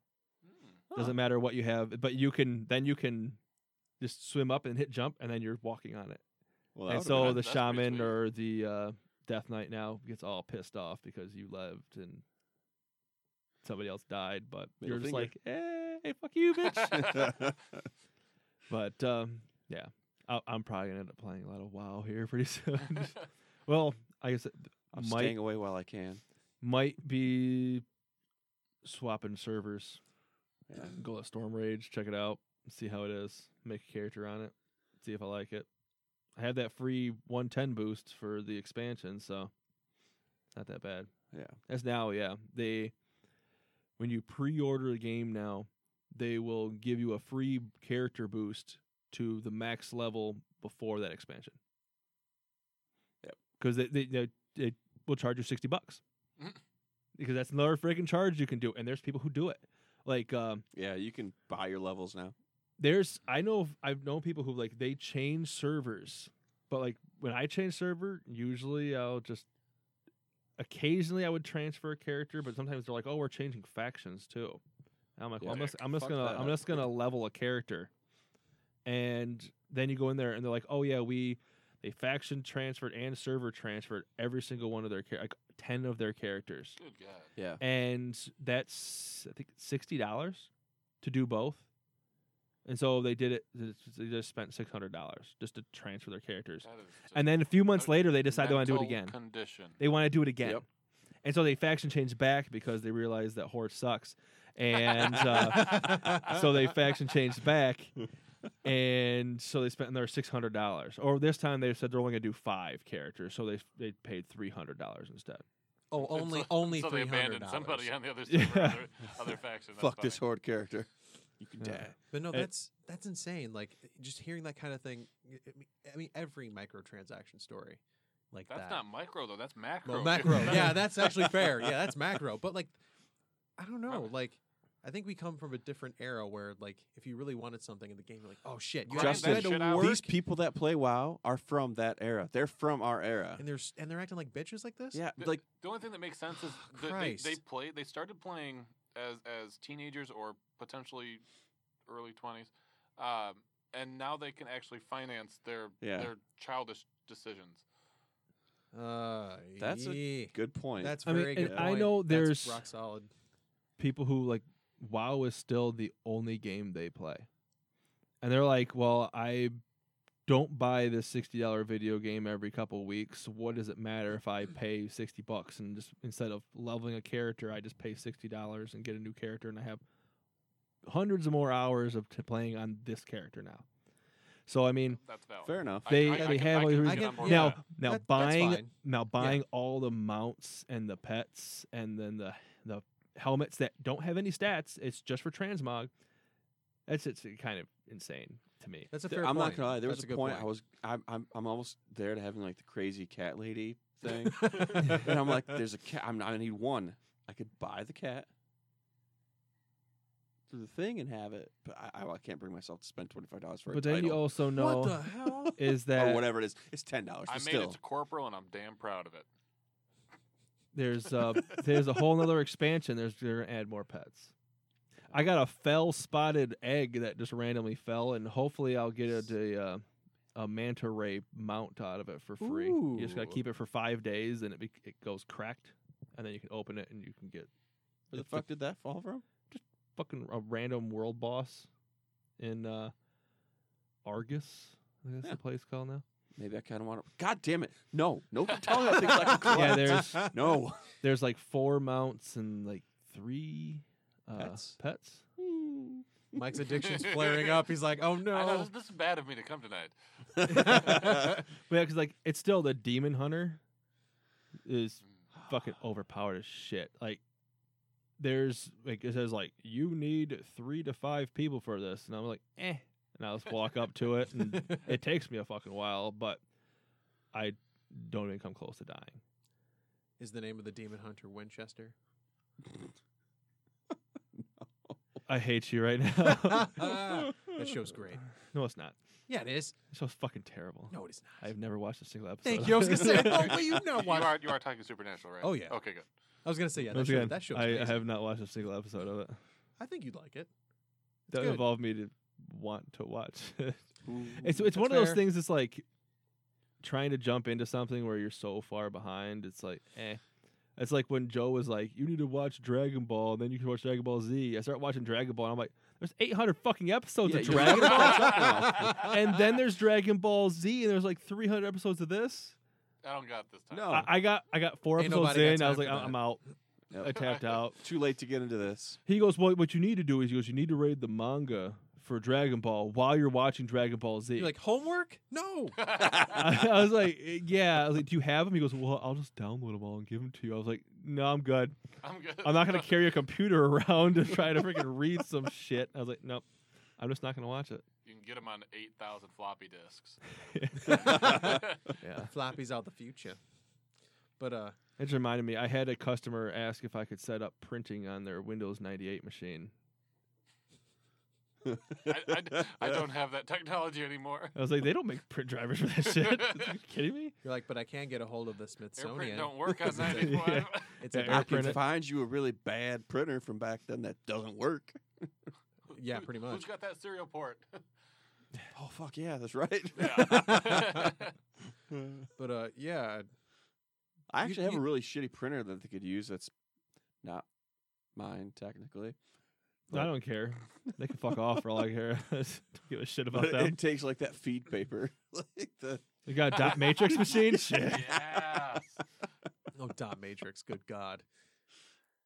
E: Hmm.
A: Doesn't matter what you have, but you can then you can just swim up and hit jump, and then you're walking on it.
B: Well, that
A: and
B: would've
A: so
E: been-
A: the
E: that's pretty
A: shaman
E: sweet.
A: or the uh, death knight now gets all pissed off because you lived and somebody else died, but
B: Middle
A: you're just
B: finger.
A: like, eh, hey, fuck you, bitch.
B: been-
A: but um, yeah, I- I'm probably gonna end up playing a lot of WoW here pretty soon. well, I guess it
B: I'm
A: might
B: staying away while I can.
A: might be swapping servers.
B: Yeah.
A: Go to Storm Rage, check it out, see how it is, make a character on it, see if I like it. I have that free 110 boost for the expansion, so not that bad.
B: Yeah.
A: As now, yeah. They when you pre-order a game now, they will give you a free character boost to the max level before that expansion.
B: Yep.
A: Because they, they they they will charge you sixty bucks.
E: Mhm.
A: because that's another freaking charge you can do, and there's people who do it. Like um,
B: Yeah, you can buy your levels now.
A: there's I know I've known people who like they change servers, but like when I change server, usually I'll just occasionally I would transfer a character, but sometimes they're like, oh, we're changing factions too. And I'm like, well, I'm
E: Yeah.
A: just I'm just
B: Fuck
A: gonna
B: that
A: I'm
B: up.
A: just gonna level a character, and then you go in there and they're like, oh yeah, we they faction transferred and server transferred every single one of their char- like ten of their characters
E: Good God.
B: Yeah.
A: and that's I think sixty dollars to do both. And so they did it. They just spent six hundred dollars just to transfer their characters.
E: That is just
A: And then a few months
E: Mental
A: later, they decide they want to do it
E: mental
A: again.
E: Condition.
A: They want to do it again.
B: Yep.
A: And so they faction changed back because they realized that Horde sucks. And uh, so they faction changed back. And so they spent their six hundred dollars. Or this time they said they're only gonna do five characters, so they they paid three hundred dollars instead.
C: Oh,
E: And
C: only
E: so,
C: only
E: so they
C: three hundred
E: abandoned
C: dollars.
E: somebody on the other
A: Yeah.
E: server, other, other faction. That's
B: Fuck
E: funny.
B: this horde character. You can
A: Yeah.
B: die.
C: But no,
A: And-
C: that's that's insane. Like just hearing that kind of thing. I- I mean- I mean, every microtransaction story like
E: That's
C: that.
E: not micro though. That's macro.
C: well, macro. yeah, that's actually fair. Yeah, that's macro. But like, I don't know.
E: Right.
C: Like, I think we come from a different era where like, if you really wanted something in the game, you're like, oh shit, you
E: Grind
C: actually
B: that
C: had to
E: shit out.
C: work.
B: These people that play WoW are from that era. They're from our era.
C: and they're s- and they're acting like bitches like this.
B: Yeah,
E: The,
B: like
E: the only thing that makes sense is that they, they
C: Christ.
E: play. They started playing as as teenagers or potentially early twenties, um, and now they can actually finance their
B: Yeah.
E: their childish decisions.
C: Uh,
B: That's a
C: yeah.
B: good point.
C: that's
A: I mean,
C: very good.
A: and I
C: point.
A: know
C: That's
A: there's-
C: rock solid.
A: people who like WoW is still the only game they play. And they're like, "Well, I don't buy this $60 video game every couple weeks. What does it matter if I pay 60 bucks and just instead of leveling a character, I just pay $60 and get a new character and I have hundreds of more hours of t- playing on this character now." So I mean,
E: That's valid.
B: fair enough.
E: I-
A: They-
E: I, I,
A: they
E: can,
A: have
E: I
A: all
E: can
A: these
E: get
C: reasons.
E: on board with
C: Yeah.
A: now
E: that.
A: now
C: That- that's
A: buying
C: fine.
A: now buying all the mounts and the pets and then the the helmets that don't have any stats it's just for transmog that's it's kind of insane to me
C: That's a
B: Th-
C: fair.
B: I'm
C: point.
B: not gonna lie. There
C: That's
B: was
C: good
B: a point, I was I'm, I'm I'm almost there to having like the crazy cat lady thing, and I'm like, there's a cat. I'm not. I need one. I could buy the cat through the thing and have it, but I, I can't bring myself to spend twenty five dollars for a
A: but then you
B: title
A: also know
C: What the hell?
A: is
B: or
A: that
B: whatever it is. It's ten dollars.
E: I made
B: still.
E: it to corporal, and I'm damn proud of it.
A: there's uh there's a whole nother expansion there's they're gonna add more pets i got a fell spotted egg that just randomly fell and hopefully i'll get a, the, uh, a manta ray mount out of it for free you just gotta
C: Ooh.
A: keep it for five days and it, be- it goes cracked and then you can open it and you can get
B: Where the
A: it's the-
B: fuck did that fall from?
A: fucking a random world boss in uh Argus. I think that's
B: Yeah.
A: the place called now.
B: Maybe I kind of want to. God damn it! No, no, don't tell me that thing's like a
A: Yeah, there's
B: no.
A: there's like four mounts and like three uh,
B: Pets.
A: pets.
C: Mike's addiction's flaring up. He's like, oh
E: I know,
C: no.
E: this, this is bad of me to come tonight.
A: But yeah, because like it's still the demon hunter is fucking overpowered as shit. Like there's like it says like you need three to five people for this, and I'm like eh, and I just walk up to it, and it takes me a fucking while, but I don't even come close to dying.
C: Is the name of the demon hunter Winchester?
A: I hate you right now.
C: that show's great.
A: no, it's not.
C: Yeah, it is.
A: This show's fucking terrible.
C: No, it is not.
A: I've never watched a single episode.
C: Thank you. I was gonna say, I thought, well, you
E: You
C: know what?
E: are, you are talking supernatural, right?
C: Oh, yeah.
E: Okay, good.
C: I was gonna say yeah. That
A: Once
C: show,
A: again,
C: that show's
A: I, I
C: amazing.
A: have not watched a single episode of it.
C: I think you'd like it. It's
A: That
C: good. Mm,
A: involved me to want to watch. it.
B: Ooh.
A: it's it's one of
C: fair.
A: those things. that's like trying to jump into something where you're so far behind. It's like eh. It's like when Joe was like, "You need to watch Dragon Ball, and then you can watch Dragon Ball Z." I start watching Dragon Ball, and I'm like, "There's 800 fucking episodes
B: Yeah,
A: of
B: you're
A: Dragon
B: never
A: Ball."
B: catch up
A: and then there's Dragon Ball Z, and there's like 300 episodes of this.
E: I don't got this time.
B: No.
A: I, I got I got four
C: Oh. Ain't
A: episodes
C: nobody got
A: in. I was
C: time
A: like,
C: for
A: I'm,
C: that."
A: I'm out.
B: Yep.
A: I tapped out.
B: Too late to get into this.
A: He goes, well, what you need to do is he goes, you need to read the manga for Dragon Ball while you're watching Dragon Ball Z.
C: You're like homework? No.
A: I, I was like, "Eh, yeah. I was like, do you have them? He goes, well, I'll just download them all and give them to you. I was like, no, I'm good.
E: I'm good.
A: I'm not gonna carry a computer around to try to freaking read some shit. I was like, nope. I'm just not gonna watch it.
E: You can get them on 8,000 floppy disks.
A: Yeah.
C: Floppy's out the future. But uh,
A: It just reminded me, I had a customer ask if I could set up printing on their Windows 98 machine
E: I, I d- I don't have that technology anymore.
A: I was like, they don't make print drivers for that shit. Are you kidding me?
C: You're like, but I can get a hold of the Smithsonian.
E: Airprint don't work on
C: It's like-
E: 95.
C: It's a
A: Yeah,
B: I
A: air
C: docu-
B: can
A: print it.
B: find you a really bad printer from back then that doesn't work.
E: Who-
C: Yeah,
E: who-
C: pretty
E: Who's
C: much.
E: got that serial port?
B: Oh fuck yeah, that's right.
E: Yeah.
C: But uh, yeah,
B: I actually have
C: you-
B: a really shitty printer that they could use. That's not mine technically.
A: I don't care. They can fuck off for all I care. I don't give a shit
B: But
A: about
B: it,
A: them.
B: it takes like that feed paper, like the
A: They got a dot matrix machine. Shit.
E: yes.
C: oh, Dot Matrix, good God.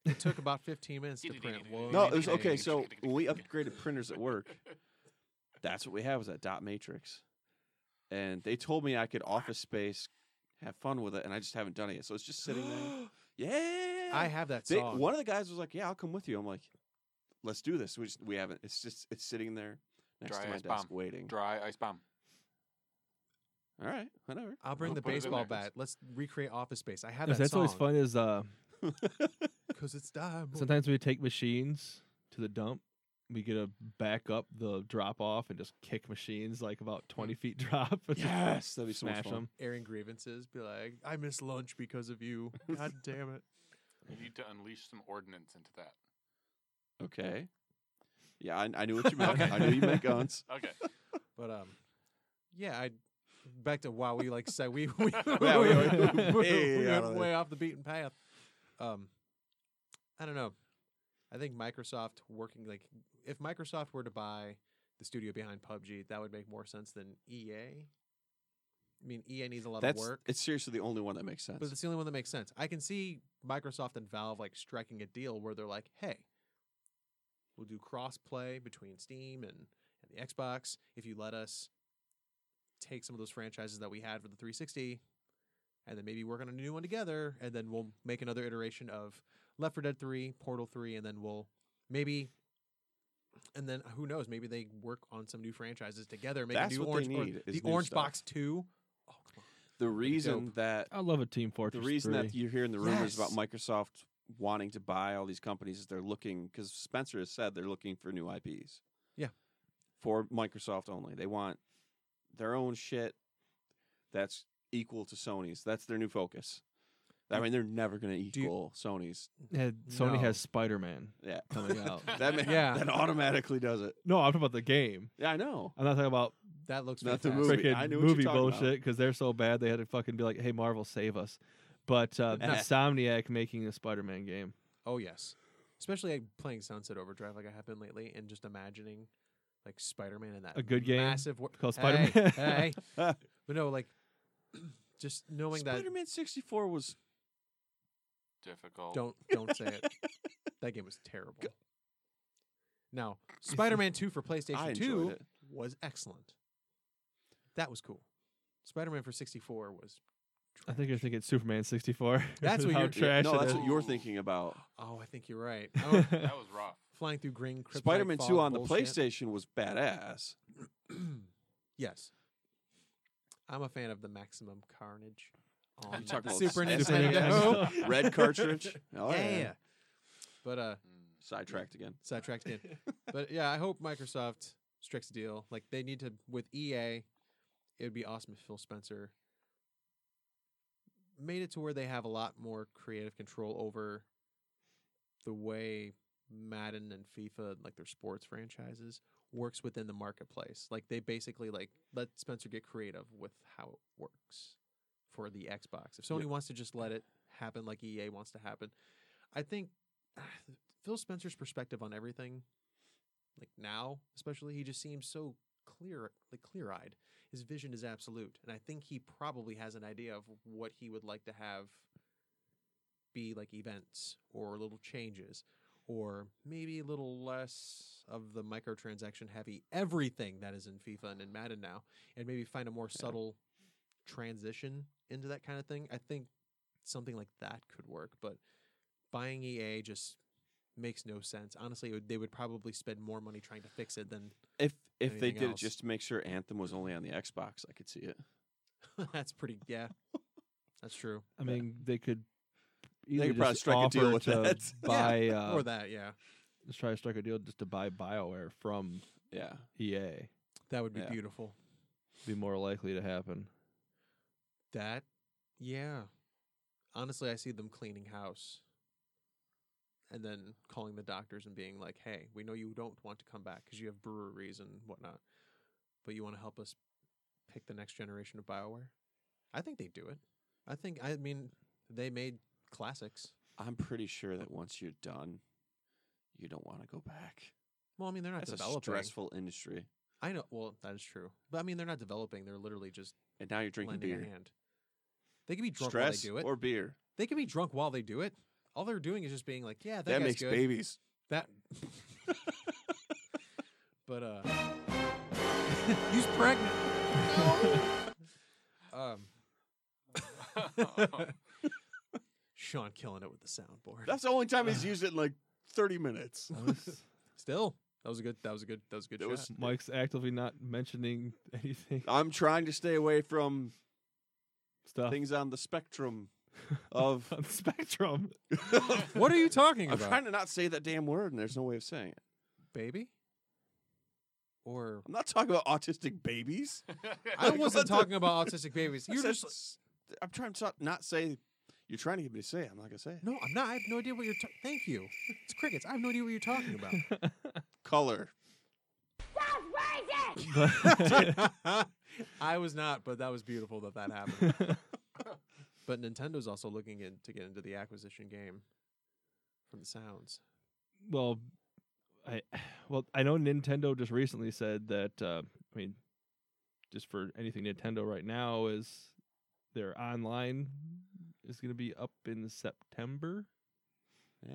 C: It took about 15 minutes to print one.
B: No, it was okay.
C: page.
B: So when we upgraded printers at work, that's what we had was that dot matrix, and they told me I could office space, have fun with it, and I just haven't done it yet. So it's just sitting there. Yeah,
C: I have that
B: They,
C: song.
B: one of the guys was like, "Yeah, I'll come with you." I'm like, "Let's do this." We just we haven't. It's just it's sitting there next
E: Dry
B: to my
E: ice
B: desk
E: bomb.
B: waiting.
E: Dry ice bomb.
B: All right, whatever.
C: I'll bring
E: We'll
C: the
E: put it in
C: baseball
E: there.
C: bat. Let's recreate Office Space. I have that
A: That's
C: song.
A: always fun. Is uh,
C: Because it's dime.
A: sometimes we take machines to the dump. We get to back up the drop off and just kick machines like about twenty feet drop. and just
B: Yes, that'd be so much
A: smash
B: fun.
A: them.
C: airing grievances. Be like, I missed lunch because of you. God damn it.
E: You need to unleash some ordnance into that.
B: Okay. Yeah, I, I knew what you meant.
E: Okay.
B: I knew you meant guns.
E: Okay.
C: But um, yeah, I back to wow. We like said we we,
A: Yeah, we went
B: way
C: we
B: out
C: went
B: of
C: way off the beaten path. Um, I don't know. I think Microsoft working like if Microsoft were to buy the studio behind PUBG, that would make more sense than EA. I mean, EA needs a lot
B: That's
C: of work,
B: it's seriously the only one that makes sense.
C: but it's the only one that makes sense. I can see Microsoft and Valve like striking a deal where they're like, "Hey, we'll do cross-play between Steam and and the Xbox if you let us take some of those franchises that we had for the 360 and then maybe work on a new one together and then we'll make another iteration of Left 4 Dead 3, Portal 3 and then we'll maybe and then who knows maybe they work on some new franchises together make
B: That's
C: a new
B: what they
C: orange or-
B: need, is
C: the
B: new
C: Orange
B: stuff.
C: Box 2 oh come on
B: the reason that
A: I love a Team
B: the
A: Fortress.
B: reason
A: 3.
B: that you're hearing the rumors about
C: Yes.
B: Microsoft wanting to buy all these companies is they're looking because Spencer has said they're looking for new IPs.
C: Yeah.
B: For Microsoft only, they want their own shit that's equal to Sony's. That's their new focus. I mean, they're never going to
C: Do you-
B: equal Sony's.
A: Yeah, Sony
C: No.
A: has Spider Man
B: Yeah.
A: coming out.
B: That ma-
C: Yeah.
B: that automatically does it.
A: no, I'm talking about the game.
B: Yeah, I know.
A: I'm not talking about
C: that looks
B: Not the
C: fantastic.
B: movie. I
A: freaking
B: knew
A: movie,
B: what you're talking about.
A: bullshit because they're so bad they had to fucking be like, "Hey, Marvel, save us." But uh, Insomniac making a Spider-Man game.
C: Oh yes, especially like, playing Sunset Overdrive like I have been lately, and just imagining like Spider Man in that
A: A good game
C: massive wor-
A: called
C: Hey,
A: Spider-Man.
C: hey. but no, like just knowing that
B: Spider-Man 64 was
E: Difficult.
C: don't don't say it. that game was terrible. Now Spider Man Two for
B: I
C: PlayStation
B: enjoyed
C: Two
B: it.
C: was excellent. That was cool. Spider Man for sixty four was.
A: I think you're thinking Superman 64.
C: That's what
A: How
C: you're-
A: trash.
B: no,
A: it
B: that's
A: is.
B: what you're thinking about.
C: Oh, I think you're right. Oh,
E: That was rough.
C: flying through green. kryptonite
B: Spider-Man
C: fog
B: 2 on the
C: bullshit.
B: PlayStation was badass.
C: yes. I'm a fan of the maximum carnage on
B: You're Oh, talking about
C: Super
B: Super
C: Nintendo.
A: Nintendo.
B: Red cartridge. Oh,
C: yeah. But uh
E: Mm.
B: Sidetracked again.
C: sidetracked again. But yeah, I hope Microsoft strikes a deal. Like they need to with EA, it would be awesome if Phil Spencer made it to where they have a lot more creative control over the way Madden and FIFA, like their sports franchises, works within the marketplace. Like they basically like let Spencer get creative with how it works for the Xbox. If Sony wants to just let it happen like EA wants to happen, I think Phil Spencer's perspective on everything, like now especially, he just seems so clear, like clear eyed. His vision is absolute, and I think he probably has an idea of what he would like to have be like events or little changes, or maybe a little less of the microtransaction heavy everything that is in FIFA and in Madden now, and maybe find a more subtle transition into that kind of thing. I think something like that could work, but buying EA just makes no sense. Honestly, it would, they would probably spend more money trying to fix it than
B: If if they
C: Anything
B: did
C: else?
B: it just to make sure Anthem was only on the Xbox, I could see it.
C: that's pretty. Yeah, that's true.
A: I mean, they could.
B: could
A: easily
B: probably
A: just
B: strike a deal
A: offer
B: with
A: to
B: that.
A: Buy, uh,
B: Um,
C: or that. Yeah,
A: Let's try to strike a deal just to buy Bioware from
B: Yeah.
A: EA.
C: That would be
B: Yeah.
C: beautiful.
A: Be more likely to happen.
C: That, yeah. Honestly, I see them cleaning house and then calling the doctors and being like, hey, we know you don't want to come back because you have breweries and whatnot, but you want to help us pick the next generation of BioWare? I think they do it. I think, I mean, they made classics.
B: I'm pretty sure that once you're done, you don't want to go back.
C: Well, I mean, they're not
B: That's a
C: developing.
B: stressful industry.
C: I know. Well, that is true. But I mean, they're not developing. They're literally just
B: And now you're drinking
C: lending a
B: beer.
C: hand. They could be drunk
B: Stress
C: while they do it.
B: or beer.
C: They could be drunk while they do it. All they're doing is just being like, "Yeah, that,
B: That,
C: guy's
B: makes
C: good.
B: babies.
C: That. but uh, he's pregnant. um, Sean killing it with the soundboard.
B: That's the only time he's used it in like 30 minutes.
C: Still, that was a good. That was a good. That was a good.
B: That
C: shot.
B: was-
A: Mike's actively not mentioning anything.
B: I'm trying to stay away from
C: Uh.
A: Stuff
B: things on the spectrum of.
A: on Spectrum.
C: What are you talking
B: I'm
C: about,
B: trying to not say that damn word, and there's no way of saying it.
C: baby? Or
B: I'm not talking about autistic babies.
C: I
B: Like,
C: wasn't
B: what the-
C: talking about autistic babies.
B: I
C: You're
B: said
C: just
B: s- I'm trying to not- not say. You're trying to get me to say it. I'm not going to say it.
C: no. I'm not. I have no idea what you're. Ta- Thank you. It's crickets. I have no idea what you're talking about.
B: Color.
C: I was not, but that was beautiful that that happened. but Nintendo's also looking in, to get into the acquisition game from the sounds.
A: well, I well I know Nintendo just recently said that uh, I mean, just for anything Nintendo right now is their online is going to be up in September.
B: Eh,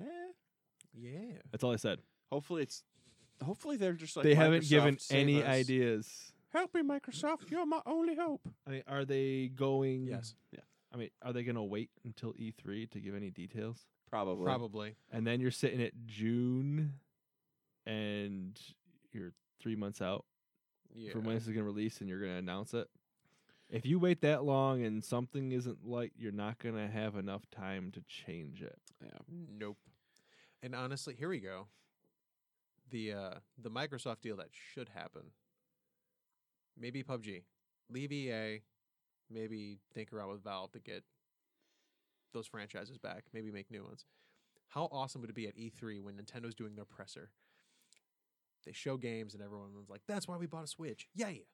C: Yeah.
A: That's all I said.
B: Hopefully it's. Hopefully they're just like
A: they haven't
B: "Microsoft,
A: given
B: save
A: any
B: us.
A: ideas.
B: Help me, Microsoft. You're my only hope.
A: I mean, are they
B: Mm.
A: going?
C: Yes.
A: I mean, are they going to wait until E3 to give any details?
B: Probably.
C: Probably.
A: And then you're sitting at June, and you're three months out
C: Yeah.
A: from when this is going to release, and you're going to announce it. If you wait that long and something isn't like, you're not going to have enough time to change it.
C: Nope. And honestly, here we go. The uh the Microsoft deal that should happen. Maybe PUBG. Leave EA. Maybe think around with Valve to get those franchises back. Maybe make new ones. How awesome would it be at E3 when Nintendo's doing their presser? They show games and everyone's like, that's why we bought a Switch. Yay.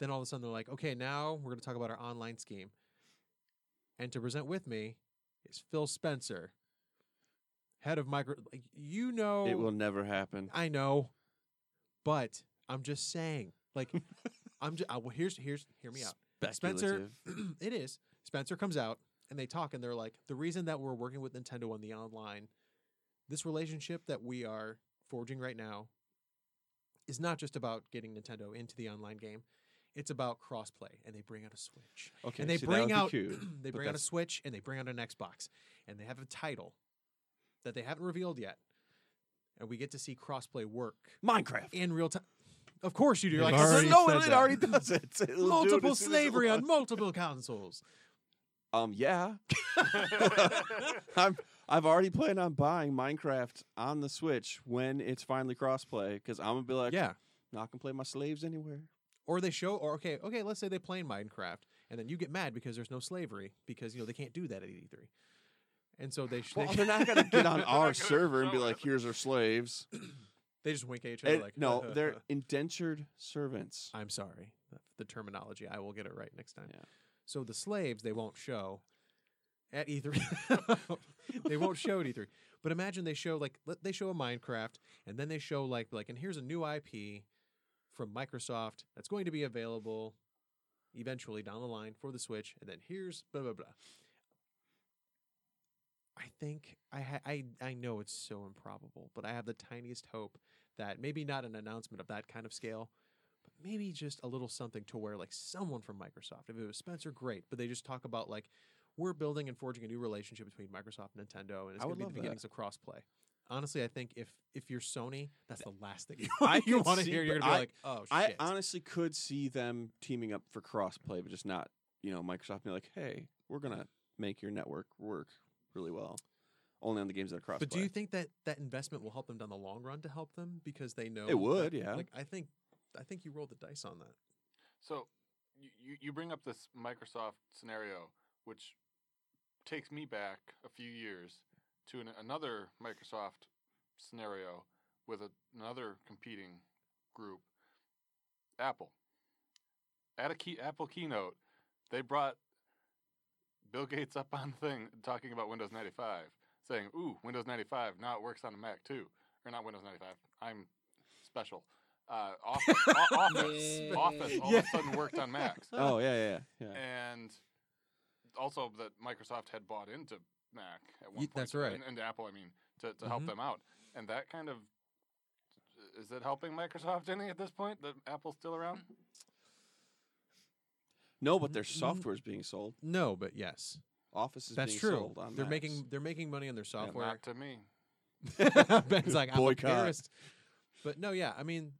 C: Then all of a sudden they're like, okay, now we're going to talk about our online scheme. And to present with me is Phil Spencer, head of micro. Like, you know,
B: It will never happen.
C: I know, but I'm just saying. Like, I'm just. well, here's here's hear me out. Spencer,
B: Speculative.
C: it is. Spencer comes out and they talk and they're like, the reason that we're working with Nintendo on the online, this relationship that we are forging right now is not just about getting Nintendo into the online game. It's about crossplay, and they bring out a Switch,
B: Okay,
C: and they
B: see, that would
C: bring
B: be
C: out
B: cute,
C: they
B: but
C: bring out a
B: that's-
C: Switch, and they bring out an Xbox, and they have a title that they haven't revealed yet, and we get to see crossplay work
B: Minecraft.
C: in real time. Of course you do.
A: They've
C: You're like,
A: already
C: no,
A: said
C: it
A: that.
C: already
B: does it. It'll do it
C: multiple
B: as soon as it
C: slavery on
B: launches.
C: multiple consoles.
B: Um, yeah. I'm. I've already planned on buying Minecraft on the Switch when it's finally crossplay because I'm gonna be like,
C: Yeah.
B: not gonna play my slaves anywhere.
C: Or they show, or okay, okay, let's say they play in Minecraft, and then you get mad because there's no slavery because you know they can't do that at E3, and so they sh-
B: Well,
C: they,
B: they're not gonna get on
E: They're
B: our
E: not gonna
B: server and be
E: show
B: like,
E: it.
B: here's our slaves.
C: they just wink at each other
B: And-
C: like,
B: no, they're Ah, indentured servants.
C: I'm sorry, the terminology. I will get it right next time.
B: Yeah.
C: So the slaves they won't show at E3. they won't show at E3. But imagine they show like let- they show a Minecraft, and then they show like like and here's a new IP from Microsoft that's going to be available eventually down the line for the Switch, and then here's blah blah blah. I think I ha- I I know it's so improbable, but I have the tiniest hope that maybe not an announcement of that kind of scale, but maybe just a little something to where like someone from Microsoft, if it was Spencer, great, but they just talk about like we're building and forging a new relationship between Microsoft and Nintendo, and it's
B: I would
C: going to be the
B: love that.
C: beginnings of crossplay. Honestly, I think if if you're Sony, that's the last thing you,
B: I
C: you
B: could
C: want to
B: see-
C: hear. You're
B: but
C: going to be
B: I-
C: like, oh
B: I
C: shit.
B: honestly could see them teaming up for crossplay, but just not, you know, Microsoft being like, hey, we're going to make your network work really well only on the games that are cross.
C: But do you think that that investment will help them down the long run to help them because they know
B: It would,
C: that-
B: yeah.
C: Like I think, I think you rolled the dice on that.
E: So you, you- you bring up this Microsoft scenario, which takes me back a few years to an, another Microsoft scenario with a, another competing group, Apple. At a key, Apple keynote, they brought Bill Gates up on thing talking about Windows 95, saying, "Ooh, Windows 95 now it works on a Mac too, or not Windows 95. I'm special." Uh, office, o- office,
D: Yeah.
E: office, all of
C: Yeah.
E: a sudden worked on Macs.
B: Oh yeah, yeah, yeah.
C: Eh,
B: yeah.
E: And also that Microsoft had bought into Mac at one
C: Ye-
E: point.
C: that's right.
E: And, and Apple, I mean, to, to help
C: Mhm.
E: them out. And that kind of is it helping Microsoft any at this point that Apple's still around?
B: No, but their
C: Mm, mm.
B: software is being sold.
C: No, but yes,
B: Office is
C: that's
B: being
C: true.
B: sold on
C: They're
B: Macs.
C: making they're making money on their software.
E: Not to me.
C: Ben's like, I'm
B: Boycott.
C: a purist. But no, yeah, I mean,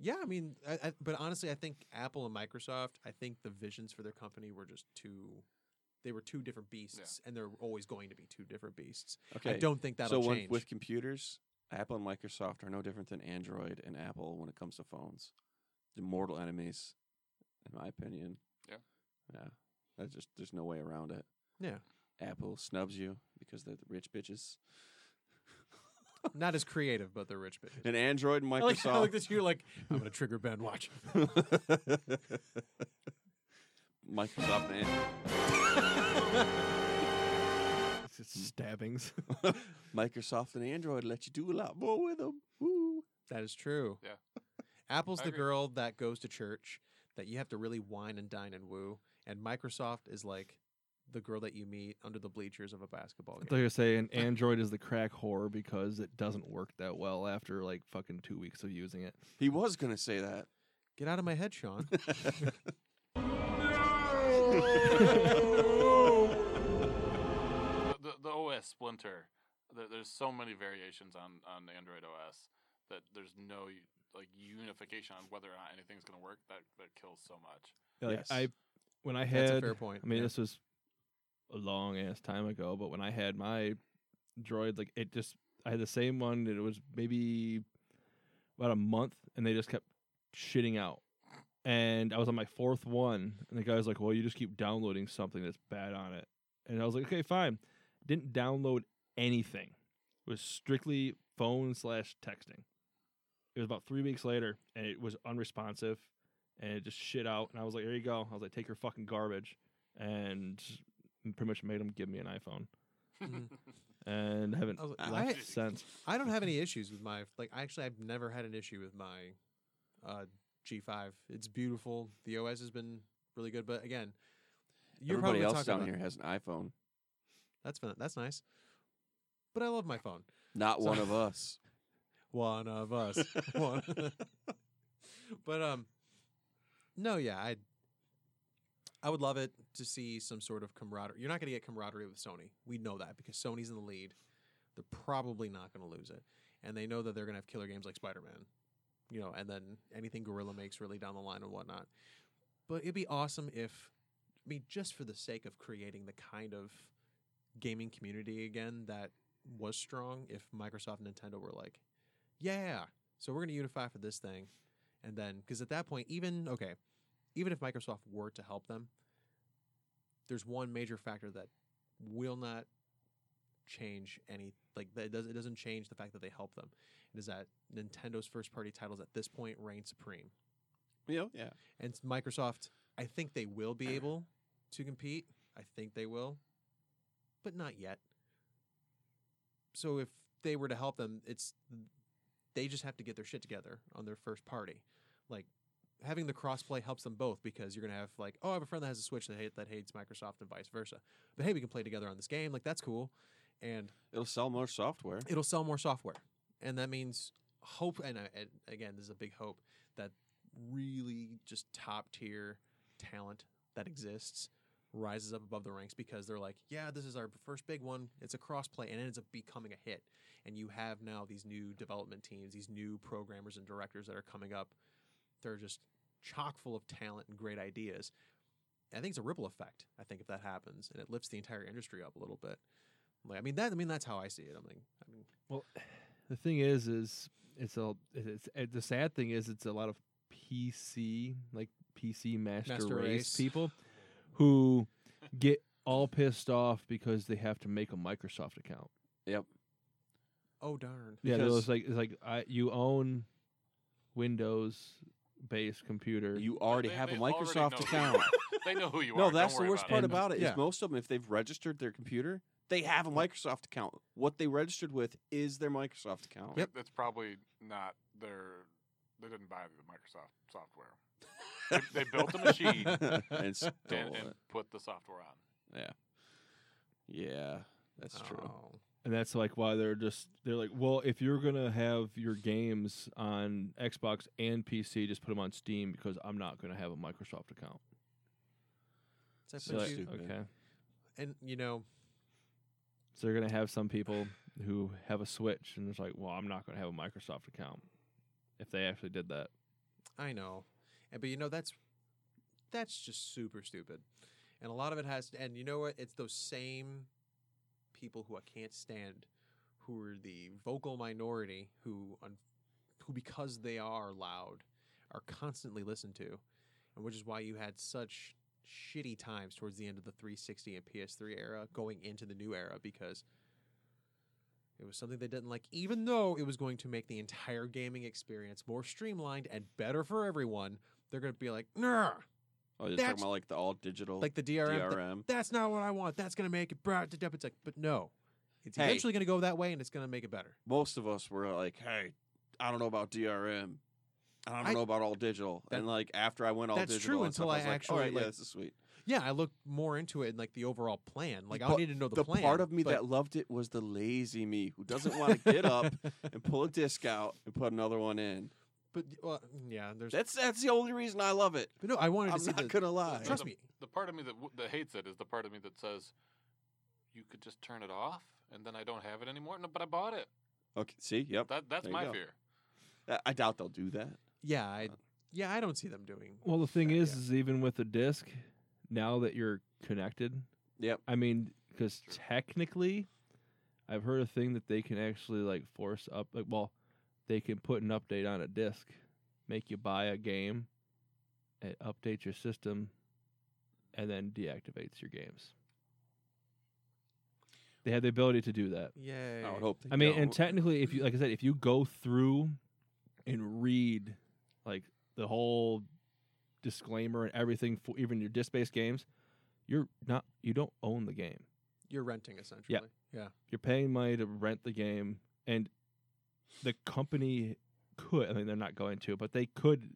C: yeah, I mean, I, I, but honestly, I think Apple and Microsoft, I think the visions for their company were just too, they were two different beasts, and they're always going to be two different beasts.
B: Okay.
C: I don't think that'll
B: so when-
C: change.
B: with computers, Apple and Microsoft are no different than Android and Apple when it comes to phones. They're mortal enemies, in my opinion.
E: Yeah.
B: Yeah. That's just there's no way around it.
C: Yeah.
B: Apple snubs you because they're the rich bitches.
C: Not as creative, but they're rich bitches.
B: And Android and
C: I like, I like
B: Microsoft.
C: this. You're like, I'm gonna trigger Ben. Watch.
B: Microsoft and
A: It's just stabbings.
B: Microsoft and Android let you do a lot more with them. Woo.
C: That is true.
E: Yeah.
C: Apple's
E: I
C: the
E: agree.
C: girl that goes to church that you have to really wine and dine and woo, and Microsoft is like the girl that you meet under the bleachers of a basketball game.
A: They're gonna say an Android is the crack whore because it doesn't work that well after like fucking two weeks of using it.
B: He was gonna say that.
C: Get out of my head, Sean.
E: The, the, the OS splinter, there, there's so many variations on, on Android OS that there's no like unification on whether or not anything's going to work. That, that kills so much.
A: Like,
B: Yes.
A: I when I
C: That's a
A: had
C: fair point.
A: I mean,
C: Yeah.
A: this was a long ass time ago, but when I had my droid, like it just, I had the same one. And it was maybe about a month, and they just kept shitting out. And I was on my fourth one, and the guy's like, "Well, you just keep downloading something that's bad on it." And I was like, "Okay, fine." Didn't download anything. It was strictly phone slash texting. It was about three weeks later, and it was unresponsive, and it just shit out. And I was like, "There you go." I was like, "Take your fucking garbage." and pretty much made him give me an iPhone,
C: Mhm.
A: and haven't
C: I was like,
A: left
C: I-
A: since.
C: I don't have any issues with my like. Actually, I've never had an issue with my uh, G5. It's beautiful. The OS has been really good, but again, you're
B: Everybody
C: probably
B: else
C: talking
B: down
C: about,
B: here has an iPhone.
C: That's fun. That's nice. But I love my phone.
B: Not
C: So-
B: one of us.
C: One of us. One. but um, no, yeah, I I would love it to see some sort of camaraderie. You're not going to get camaraderie with Sony. We know that because Sony's in the lead. They're probably not going to lose it, and they know that they're going to have killer games like Spider Man, you know, and then anything Gorilla makes really down the line and whatnot. But it'd be awesome if, I mean, just for the sake of creating the kind of gaming community again that was strong, if Microsoft and Nintendo were like, yeah, so we're going to unify for this thing. And then, because at that point, even, okay, even if Microsoft were to help them, there's one major factor that will not change any, like, that does, it doesn't change the fact that they help them. It is that Nintendo's first party titles at this point reign supreme.
B: Yeah, yeah.
C: And s- Microsoft, I think they will be able to compete. I think they will, but not yet. So if they were to help them, it's they just have to get their shit together on their first party. Like having the crossplay helps them both because you're gonna have like, oh, I have a friend that has a Switch that hate, that hates Microsoft and vice versa. But hey, we can play together on this game. Like that's cool, and
B: It'll sell more software.
C: it'll sell more software and that means hope and, I- and again this is a big hope that really just top tier talent that exists rises up above the ranks because they're like yeah this is our first big one it's a crossplay and it ends up becoming a hit and you have now these new development teams these new programmers and directors that are coming up they're just chock full of talent and great ideas i think it's a ripple effect i think if that happens and it lifts the entire industry up a little bit Like I mean that I mean that's how I see it. I'm like I mean
A: Well, the thing is, is it's a it's it- the sad thing is it's a lot of PC like PC master,
C: Master
A: race,
C: race.
A: people who get all pissed off because they have to make a Microsoft account.
C: oh darn.
A: Yeah,
B: Because-
A: it's like it's like I, you own Windows based computer.
B: You already
E: they-
B: have a
E: they already
B: Microsoft
E: know.
B: account.
E: They know who you are.
B: no,
E: don't
B: that's the
E: worry
B: worst
E: about
B: part
A: it.
B: about it is
C: Yeah.
B: most of them, if they've registered their computer, they have a Microsoft account. What they registered with is their Microsoft account.
E: it. That's probably not their. They didn't buy the Microsoft software. they, they built a machine and,
B: and stole
E: and
B: it.
E: put the software on.
B: Yeah, that's true.
C: Oh.
A: and that's like why they're just they're like, well, if you're gonna have your games on Xbox and PC, just put them on Steam because I'm not gonna have a Microsoft account.
C: Does that
A: So
C: put
A: like,
C: you-
B: stupid.
A: okay.
C: and you know,
A: So they're gonna have some people who have a Switch and it's like, well, I'm not gonna have a Microsoft account if they actually did that.
C: I know. And but you know that's that's just super stupid. And a lot of it has and you know what? It's those same people who I can't stand who are the vocal minority who un- who because they are loud are constantly listened to. And which is why you had such shitty times towards the end of the 360 and PS3 era going into the new era because it was something they didn't like, even though it was going to make the entire gaming experience more streamlined and better for everyone. They're going to be like, nah,
B: Oh, you're
C: That's-
B: talking about like the all digital,
C: like the DRM. th-
B: DRM.
C: that's not what I want. That's going to make it. bra- da- da- It's like, but no, it's
B: Hey.
C: eventually going to go that way, and it's going to make it better.
B: Most of us were like, "Hey, I don't know about DRM. I don't
C: I-
B: know about all digital."
C: That-
B: and like after I went all
C: that's
B: digital,
C: true
B: and stuff,
C: until
B: I, was
C: I
B: like,
C: actually,
B: "All right,
C: like-
B: yeah, this is sweet."
C: Yeah, I looked more into it and like the overall plan. Like, I
B: But
C: need to know the,
B: The
C: plan.
B: part of me
C: but-
B: that loved it was the lazy me who doesn't want to get up and pull a disc out and put another one in.
C: but well, yeah, there's.
B: That's that's the only reason I love it.
C: but no, I wanted to
B: I'm
C: see
B: not
C: the.
B: gonna lie.
C: Trust
E: The-
C: me,
E: The part of me that w- that hates it is the part of me that says, "You could just turn it off, and then I don't have it anymore." No, but I bought it.
B: Okay, see, yep.
E: That that's
B: There you
E: my
B: go.
E: fear.
B: I- I doubt they'll do that.
C: yeah, I, yeah, I don't see them doing.
A: Well, the thing
C: Yeah,
A: is,
C: yeah.
A: is even with the disc, now that you're connected,
B: Yep.
A: I mean, because
E: Sure.
A: technically, I've heard a thing that they can actually like force up. Like, well, they can put an update on a disc, make you buy a game, it updates your system, and then deactivates your games. They have the ability to do that.
C: Yay!
B: I would hope. They
A: I mean,
B: don't.
A: and technically, if you like I said, if you go through and read like the whole disclaimer and everything for even your disc-based games, you're not you don't own the game.
C: You're renting essentially. Yeah.
A: You're paying money to rent the game, and the company could. I mean, they're not going to, but they could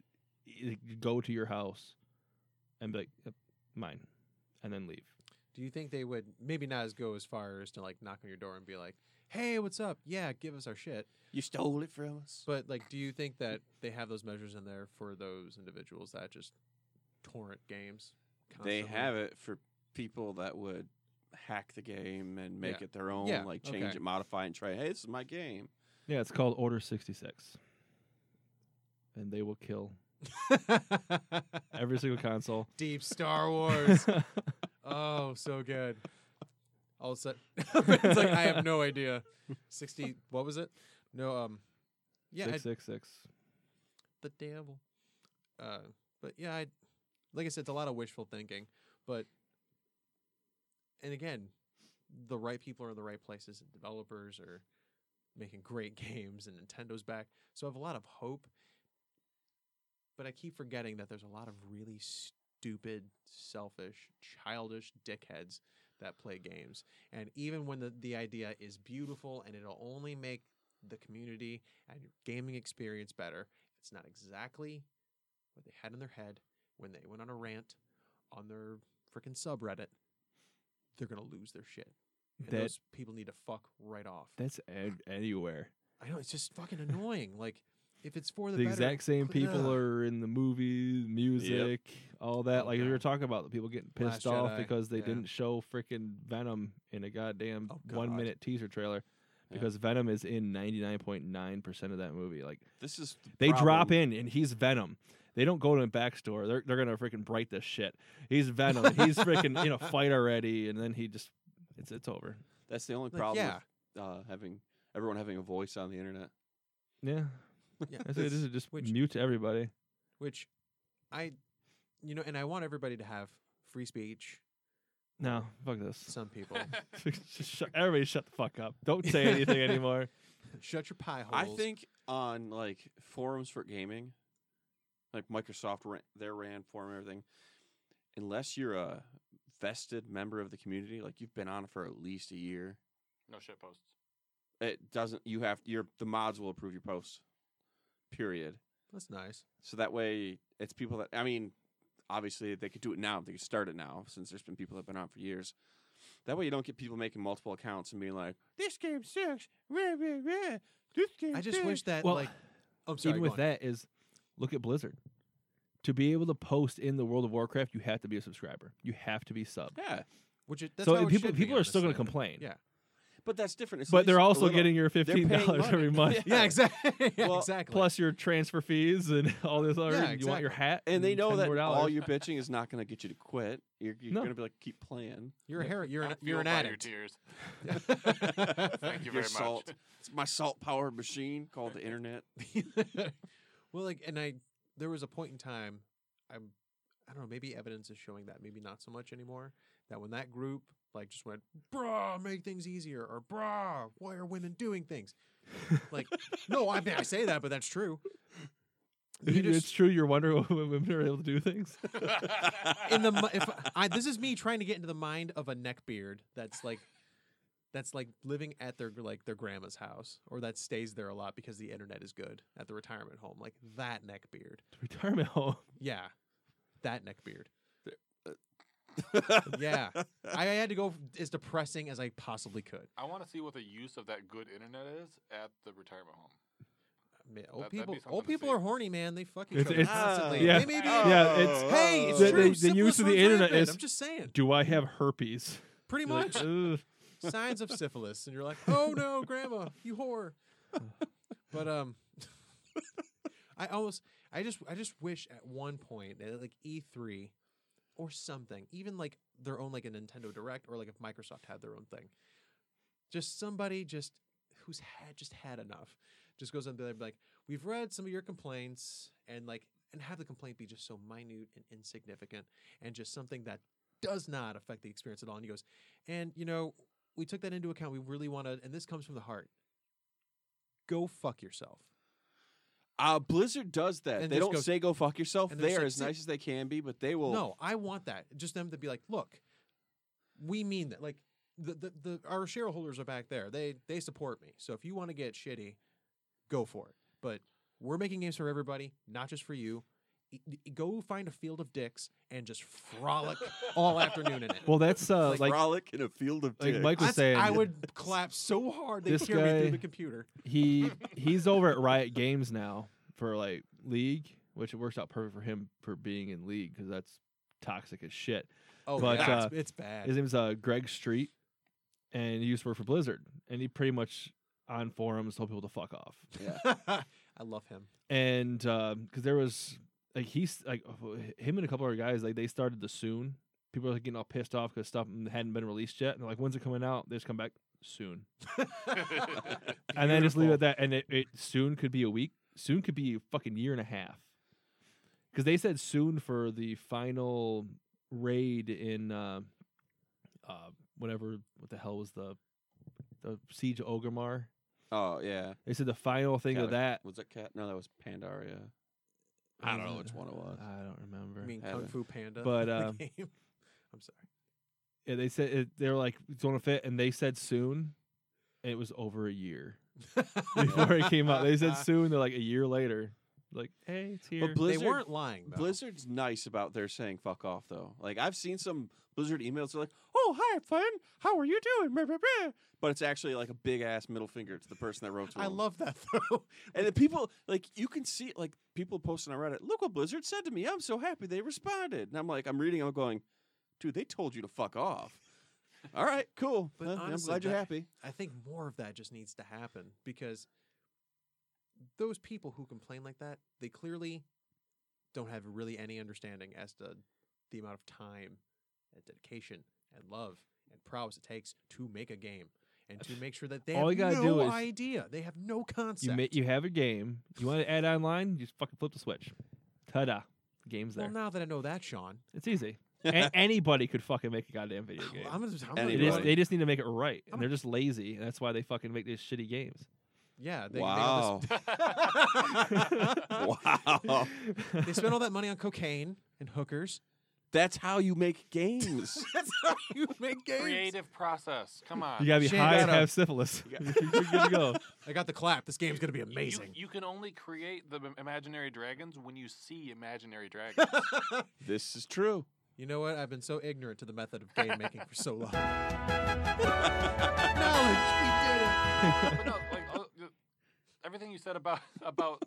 A: eh, go to your house and be like, "Yep, "Mine," and then leave.
C: Do you think they would maybe not as go as far as to like knock on your door and be like, "Hey, what's up? Yeah, give us our shit."
B: you stole it from us.
C: But like, do you think that they have those measures in there for those individuals that just torrent games?
B: They have it for people that would hack the game and make
C: Yeah.
B: it their own,
C: Yeah,
B: like change
C: okay.
B: it, modify, it, and try. Hey, this is my game.
A: Yeah, it's called Order sixty six, and they will kill
C: it.
A: every single console.
C: Deep Star Wars. oh, so good. All of a sudden, it's like I have no idea. Sixty. What was it? No. Um. Yeah. I-
A: six six six.
C: the devil. Uh, but yeah, I like I said, it's a lot of wishful thinking. But and again, the right people are in the right places, and developers are making great games, and Nintendo's back. So I have a lot of hope. But I keep forgetting that there's a lot of really stupid, selfish, childish dickheads that play games. And even when the, the idea is beautiful and it'll only make the community and your gaming experience better, it's not exactly what they had in their head when they went on a rant on their freaking subreddit. They're gonna lose their shit. And
A: That-
C: those people need to fuck right off.
A: That's ad- anywhere.
C: I know it's just fucking annoying. Like if it's for
A: The,
C: the,
A: exact same people are in the movie, music, all that. Like we
C: Okay.
A: were talking about, the people getting pissed
C: Last
A: off
C: Jedi,
A: because they
C: yeah.
A: didn't show freaking Venom in a goddamn
C: Oh, God.
A: one minute teaser trailer.
B: Yeah.
A: Because Venom is in ninety nine point nine percent of that movie. Like
B: This is the
A: they drop in
B: problem.
A: and he's Venom. They don't go to a backstory. They're they're gonna freaking bright this shit. He's Venom. and he's freaking in a fight already, and then he just it's it's over.
B: That's the only
C: Like,
B: problem.
C: yeah.
B: With, uh, having everyone having a voice on the internet.
A: Yeah.
C: Yeah.
A: I say this is just
C: Which-
A: mute everybody.
C: Which I, you know, and I want everybody to have free speech.
A: No, fuck this.
C: Some people
A: Just shut, everybody shut the fuck up. Don't say anything anymore.
C: shut your pie holes.
B: I think on like forums for gaming, like Microsoft, ran, their RAN forum, and everything. Unless you're a vested member of the community, like you've been on it for at least a year,
E: No shit posts.
B: it doesn't. You have your the mods will approve your posts. Period.
C: that's nice.
B: So that way, it's people that I mean, obviously they could do it now. They could start it now since there's been people that've been on for years. That way, you don't get people making multiple accounts and being like, "This game sucks." Rah, rah, rah. This game.
C: I just
B: sucks."
C: wish that
A: Well,
C: like oh, I'm sorry.
A: even
C: go
A: with
C: on.
A: that is look at Blizzard. To be able to post in the World of Warcraft, you have to be a subscriber. You have to be sub.
B: Yeah,
C: which it, that's
A: so
C: how it
A: people
C: should be,
A: people are still going to
C: honestly.
A: complain.
C: Yeah.
B: but that's different. It's at
A: But they're
B: least a
A: also
B: little-
A: getting your
B: paying
A: fifteen dollars
B: money.
A: every month,
B: Yeah.
C: Yeah, exactly.
B: Well,
C: exactly.
A: plus your transfer fees and all this other.
C: Yeah,
A: and You want your
C: exactly.
A: hat,
B: and they know
A: $10
B: that
A: more
B: all
A: dollars.
B: your bitching is not going to get you to quit. You're, you're
A: No.
B: going to be like, keep playing.
C: you're a her- you're an
E: I
C: you're
E: feel
C: an
E: by
C: addict.
E: Your tears.
B: Thank
E: Thank you
B: your
E: very
B: salt.
E: much.
B: It's my salt powered machine called the internet.
C: well, like, and I there was a point in time, I'm, I don't know, maybe evidence is showing that, maybe not so much anymore. That when that group like just went, brah, make things easier, or brah, why are women doing things? Like, no, I mean I say that, but that's true. You
A: it's
C: just,
A: true. You're wondering when women are able to do things.
C: in the mi- if I this is me trying to get into the mind of a neckbeard that's like. That's like living at their like their grandma's house, or that stays there a lot because the internet is good at the retirement home. Like that neckbeard.
A: Retirement home.
C: Yeah. That neck beard.
B: That's
C: Yeah. I had to go as depressing as I possibly could.
E: I want to see what the use of that good internet is at the retirement home.
C: I mean, old
E: That- that'd be
C: people
E: something
C: old
E: to
C: people
E: see.
C: are horny, man. They fuck each
A: It's-
C: other
A: it's-
C: constantly.
A: yeah.
C: They may be,
A: Yeah, it's-
C: hey, it's
A: The-
B: Oh.
A: the-
C: true.
A: the
C: Syphilis
A: use of the
C: runs
A: internet
C: rampant.
A: is-
C: I'm just saying.
A: Do I have herpes?
C: Pretty
A: You're like,
C: much.
A: "Ugh."
C: signs of syphilis. And you're like, oh no, grandma, you whore. but um I almost I just I just wish at one point at like E3 or something, even like their own like a Nintendo Direct or like if Microsoft had their own thing. Just somebody just who's had just had enough just goes on there and be like, we've read some of your complaints and like and have the complaint be just so minute and insignificant and just something that does not affect the experience at all. And he goes, and you know, we took that into account. We really want to, and this comes from the heart. Go fuck yourself.
B: Uh, Blizzard does that.
C: And
B: they
C: just
B: don't
C: goes-
B: say go fuck yourself.
C: and
B: They
C: they're just
B: are
C: like,
B: as
C: "See-
B: nice as they can be, but they will.
C: No, I want that. Just them to be like, look, we mean that. Like the the, the our shareholders are back there. They they support me. So if you want to get shitty, go for it. But we're making games for everybody, not just for you. E- e- Go find a field of dicks and just frolic all afternoon in it.
A: Well, that's uh,
C: Like
A: like
B: frolic in a field of
A: like
B: dicks.
A: Mike was
C: That's-
A: saying.
C: I would clap so hard they
A: This
C: hear me
A: guy-
C: through the computer.
A: he he's over at Riot Games now for like League, which it works out perfect for him for being in League because that's toxic as shit.
C: Oh,
A: But,
C: yeah,
A: uh,
C: it's, it's bad.
A: His name's uh, Greg Street, and he used to work for Blizzard, and he pretty much on forums told people to fuck off.
C: I love him.
A: And because there was like he's like oh, him and a couple other guys like they started the soon. People are like, getting all pissed off because stuff hadn't been released yet, and they're like, "When's it coming out?" They just come back soon. and then just leave it at that. And it, it soon could be a week. Soon could be a fucking year and a half. Because they said soon for the final raid in uh, uh, whatever. What the hell was the the siege of Orgrimmar?
B: Oh yeah.
A: They said the final thing of
B: Cat-
A: that.
B: Was that cat? No, that was Pandaria. I don't know which one it was.
A: I don't remember.
C: I mean,
B: Have
C: Kung
B: it.
C: Fu Panda.
A: But,
C: the
A: uh,
C: game. I'm sorry.
A: yeah, they said it, they were like it's going to fit, and they said soon. and It was over a year before it came out. They said soon. They're like a year later. Like, hey, it's here.
B: But Blizzard,
C: they weren't lying. Though.
B: Blizzard's nice about their saying fuck off though. Like I've seen some Blizzard emails. They're like, "Oh hi, friend. How are you doing?" Blah, blah, blah." But it's actually like a big ass middle finger to the person that wrote to
C: I
B: them.
C: love that though.
B: and the people like you can see like people posting on Reddit. Look what Blizzard said to me. I'm so happy they responded. And I'm like, I'm reading. I'm going, dude. They told you to fuck off. All right, cool.
C: But
B: Well,
C: honestly,
B: I'm glad you're
C: that-
B: happy.
C: I think more of that just needs to happen because those people who complain like that, they clearly don't have really any understanding as to the amount of time and dedication and love and prowess it takes to make a game and to make sure that they
A: All
C: have
A: you gotta
C: no
A: do is-
C: idea. They have no concept.
A: You ma- you have a game. You want to add online? You just fucking flip the switch. Ta-da! The game's there.
C: well, now that I know that, Sean,
A: It's easy. a- anybody could fucking make a goddamn video game.
C: I'm, gonna- I'm
A: They
C: gonna
B: Anybody.
C: do
A: just,
C: it.
A: they just need to make it right,
C: I'm-
A: and they're just lazy, and that's why they fucking make these shitty games.
C: Yeah. They, they all
B: wow.
C: this-
B: wow.
C: they spend all that money on cocaine and hookers.
B: That's how you make games.
C: That's how you make games.
E: Creative process. Come on.
A: You gotta be
C: Shane
A: high
C: got
A: and
C: him.
A: have syphilis. You're good to go.
C: I got the clap. This game's gonna be
E: You-
C: amazing.
E: You, can only create the im- imaginary dragons when you see imaginary dragons.
B: this is true.
C: You know what? I've been so ignorant to the method of game making for so long. Knowledge, we did it.
E: but no, like uh, the- everything you said about about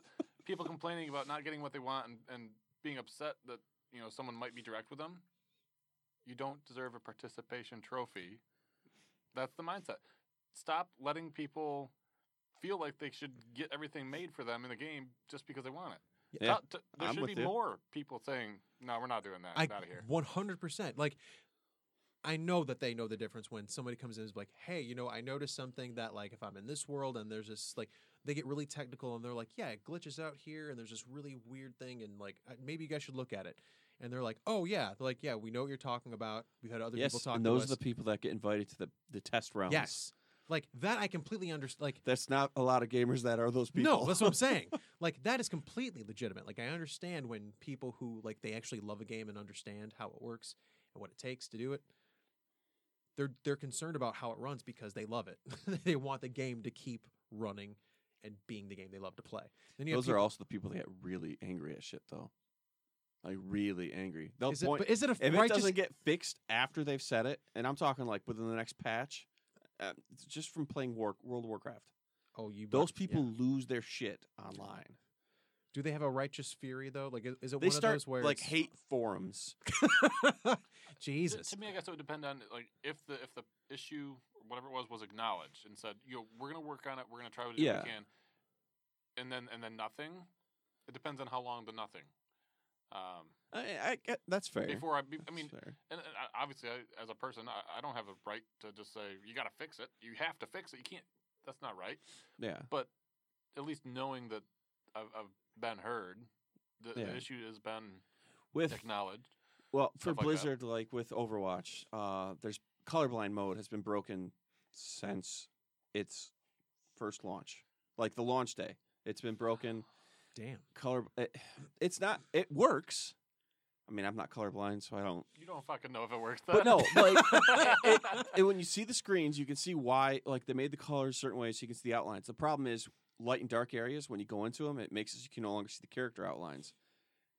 E: people complaining about not getting what they want and, and being upset that you know someone might be direct with them. You don't deserve a participation trophy. That's the mindset. Stop letting people feel like they should get everything made for them in the game just because they want it.
B: Yeah,
E: Not to- there
B: I'm
E: should
B: with
E: be
B: you.
E: more people saying, "No, we're not doing that.
C: I
E: Get out of here."
C: one hundred percent. Like, I know that they know the difference when somebody comes in and is like, "Hey, you know, I noticed something that like if I'm in this world and there's this like." They get really technical and they're like, "Yeah, it glitches out here, and there's this really weird thing, and like uh, maybe you guys should look at it." And they're like, "Oh yeah, they're like yeah, we know what you're talking about. We've had other people
B: yes,
C: talk
B: and
C: to
B: those
C: us.
B: are the people that get invited to the, the test rounds.
C: yes, like that. I completely understand. Like
B: That's not a lot of gamers that are those people.
C: No, that's what I'm saying. like that is completely legitimate. Like I understand when people who like they actually love a game and understand how it works and what it takes to do it. They're they're concerned about how it runs because they love it. they want the game to keep running and being the game they love to play. Then you have
B: those are
C: people-
B: also the people that get really angry at shit, though. Like really angry. They'll
C: Is it,
B: point.
C: but is it a
B: if it
C: righteous?
B: doesn't get fixed after they've said it, and I'm talking like within the next patch, uh, it's just from playing War- World of Warcraft,
C: oh, you
B: those
C: yeah.
B: people lose their shit online.
C: Do they have a righteous fury though? Like is, is it
B: They
C: one of
B: start
C: those where
B: like
C: it's-
B: hate forums.
E: To-
C: Jesus?
E: To me, I guess it would depend on like if the if the issue or whatever it was was acknowledged and said, you know, we're gonna work on it, we're gonna try to do
B: Yeah.
E: what we can, and then and then nothing. It depends on how long the nothing. Um,
B: I, I, I- that's fair.
E: before I, be, I
B: That's
E: mean,
B: fair.
E: and, and I- obviously, I, as a person, I, I don't have a right to just say you got to fix it. You have to fix it. You can't. That's not right.
B: yeah,
E: But at least knowing that I've, I've been heard, the,
B: Yeah.
E: the issue has been
B: with
E: acknowledged.
B: Well, for
E: stuff like that.
B: Blizzard, like with Overwatch, uh, there's colorblind mode has been broken since its first launch, like the launch day. It's been broken.
C: Damn.
B: Color, it, it's not. It works. I mean, I'm not colorblind, so I don't.
E: You don't fucking know if it works.
B: But
E: though.
B: no, like it, it, and when you see the screens, you can see why. Like they made the colors a certain way, so you can see the outlines. The problem is light and dark areas. When you go into them, it makes it so you can no longer see the character outlines.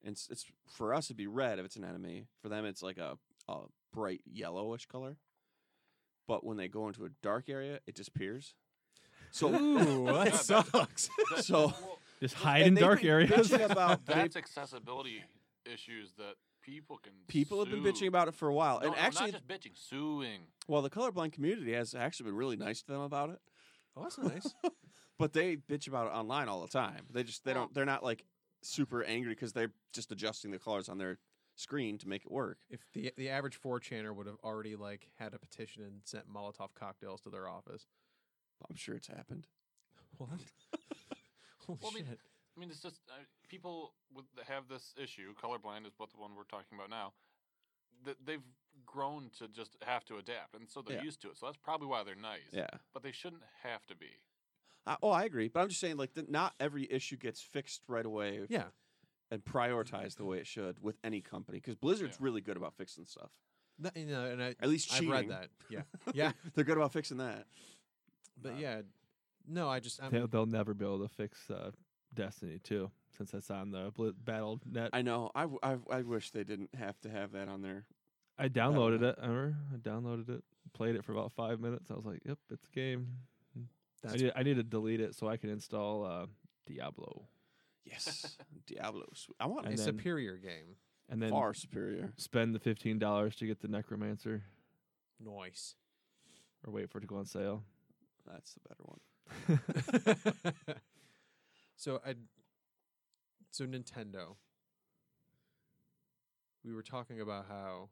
B: And it's, it's for us, it'd be red if it's an enemy. For them, it's like a, a bright yellowish color. But when they go into a dark area, it disappears. So,
C: Ooh, that sucks.
E: That-
B: so-
E: well,
A: Just hide
B: and
A: in
B: they've
A: dark
B: been
A: areas.
B: bitching about they-
E: That's accessibility issues that people can.
B: people have been bitching
E: sue.
B: about it for a while,
E: No,
B: and
E: no,
B: actually,
E: not just bitching, suing.
B: well, the colorblind community has actually been really nice to them about it.
C: oh, that's nice.
B: But they bitch about it online all the time. They just they
E: Well-
B: don't they're not like super angry because they're just adjusting the colors on their screen to make it work.
C: If the the average four chaner would have already like had a petition and sent Molotov cocktails to their office.
B: I'm sure it's happened.
C: What? Holy
E: Well, I mean,
C: shit!
E: I mean, it's just uh, people with, that have this issue. Colorblind is what the one we're talking about now. That they've grown to just have to adapt, and so they're
B: Yeah.
E: used to it. So that's probably why they're nice.
B: Yeah.
E: But they shouldn't have to be.
B: I, oh, I agree. But I'm just saying like that not every issue gets fixed right away
C: Yeah,
B: and prioritized the way it should with any company because Blizzard's
E: Yeah.
B: really good about fixing stuff.
C: That- you know, and I
B: At least
C: I've
B: cheating.
C: read that. Yeah, yeah,
B: they're good about fixing that.
C: but
B: Uh,
C: yeah, no, I just
A: they'll,
C: I'm,
A: they'll never be able to fix uh, Destiny 2 since that's on the Bli- battle net. I,
B: I know. I, w- I w- I wish they didn't have to have that on there.
A: downloaded it. I remember I downloaded it, played it for about five minutes. I was like, "Yep, it's a game." I
C: that's,
A: need, I need to delete it so I can install uh, Diablo,
B: Yes, Diablo. sw- I want
A: and
C: a
B: it
A: then-
C: superior game.
A: and then
B: far superior.
A: spend the fifteen dollars to get the Necromancer,
C: Noise.
A: or wait for it to go on sale.
B: That's the better one.
C: so I, so Nintendo. We were talking about how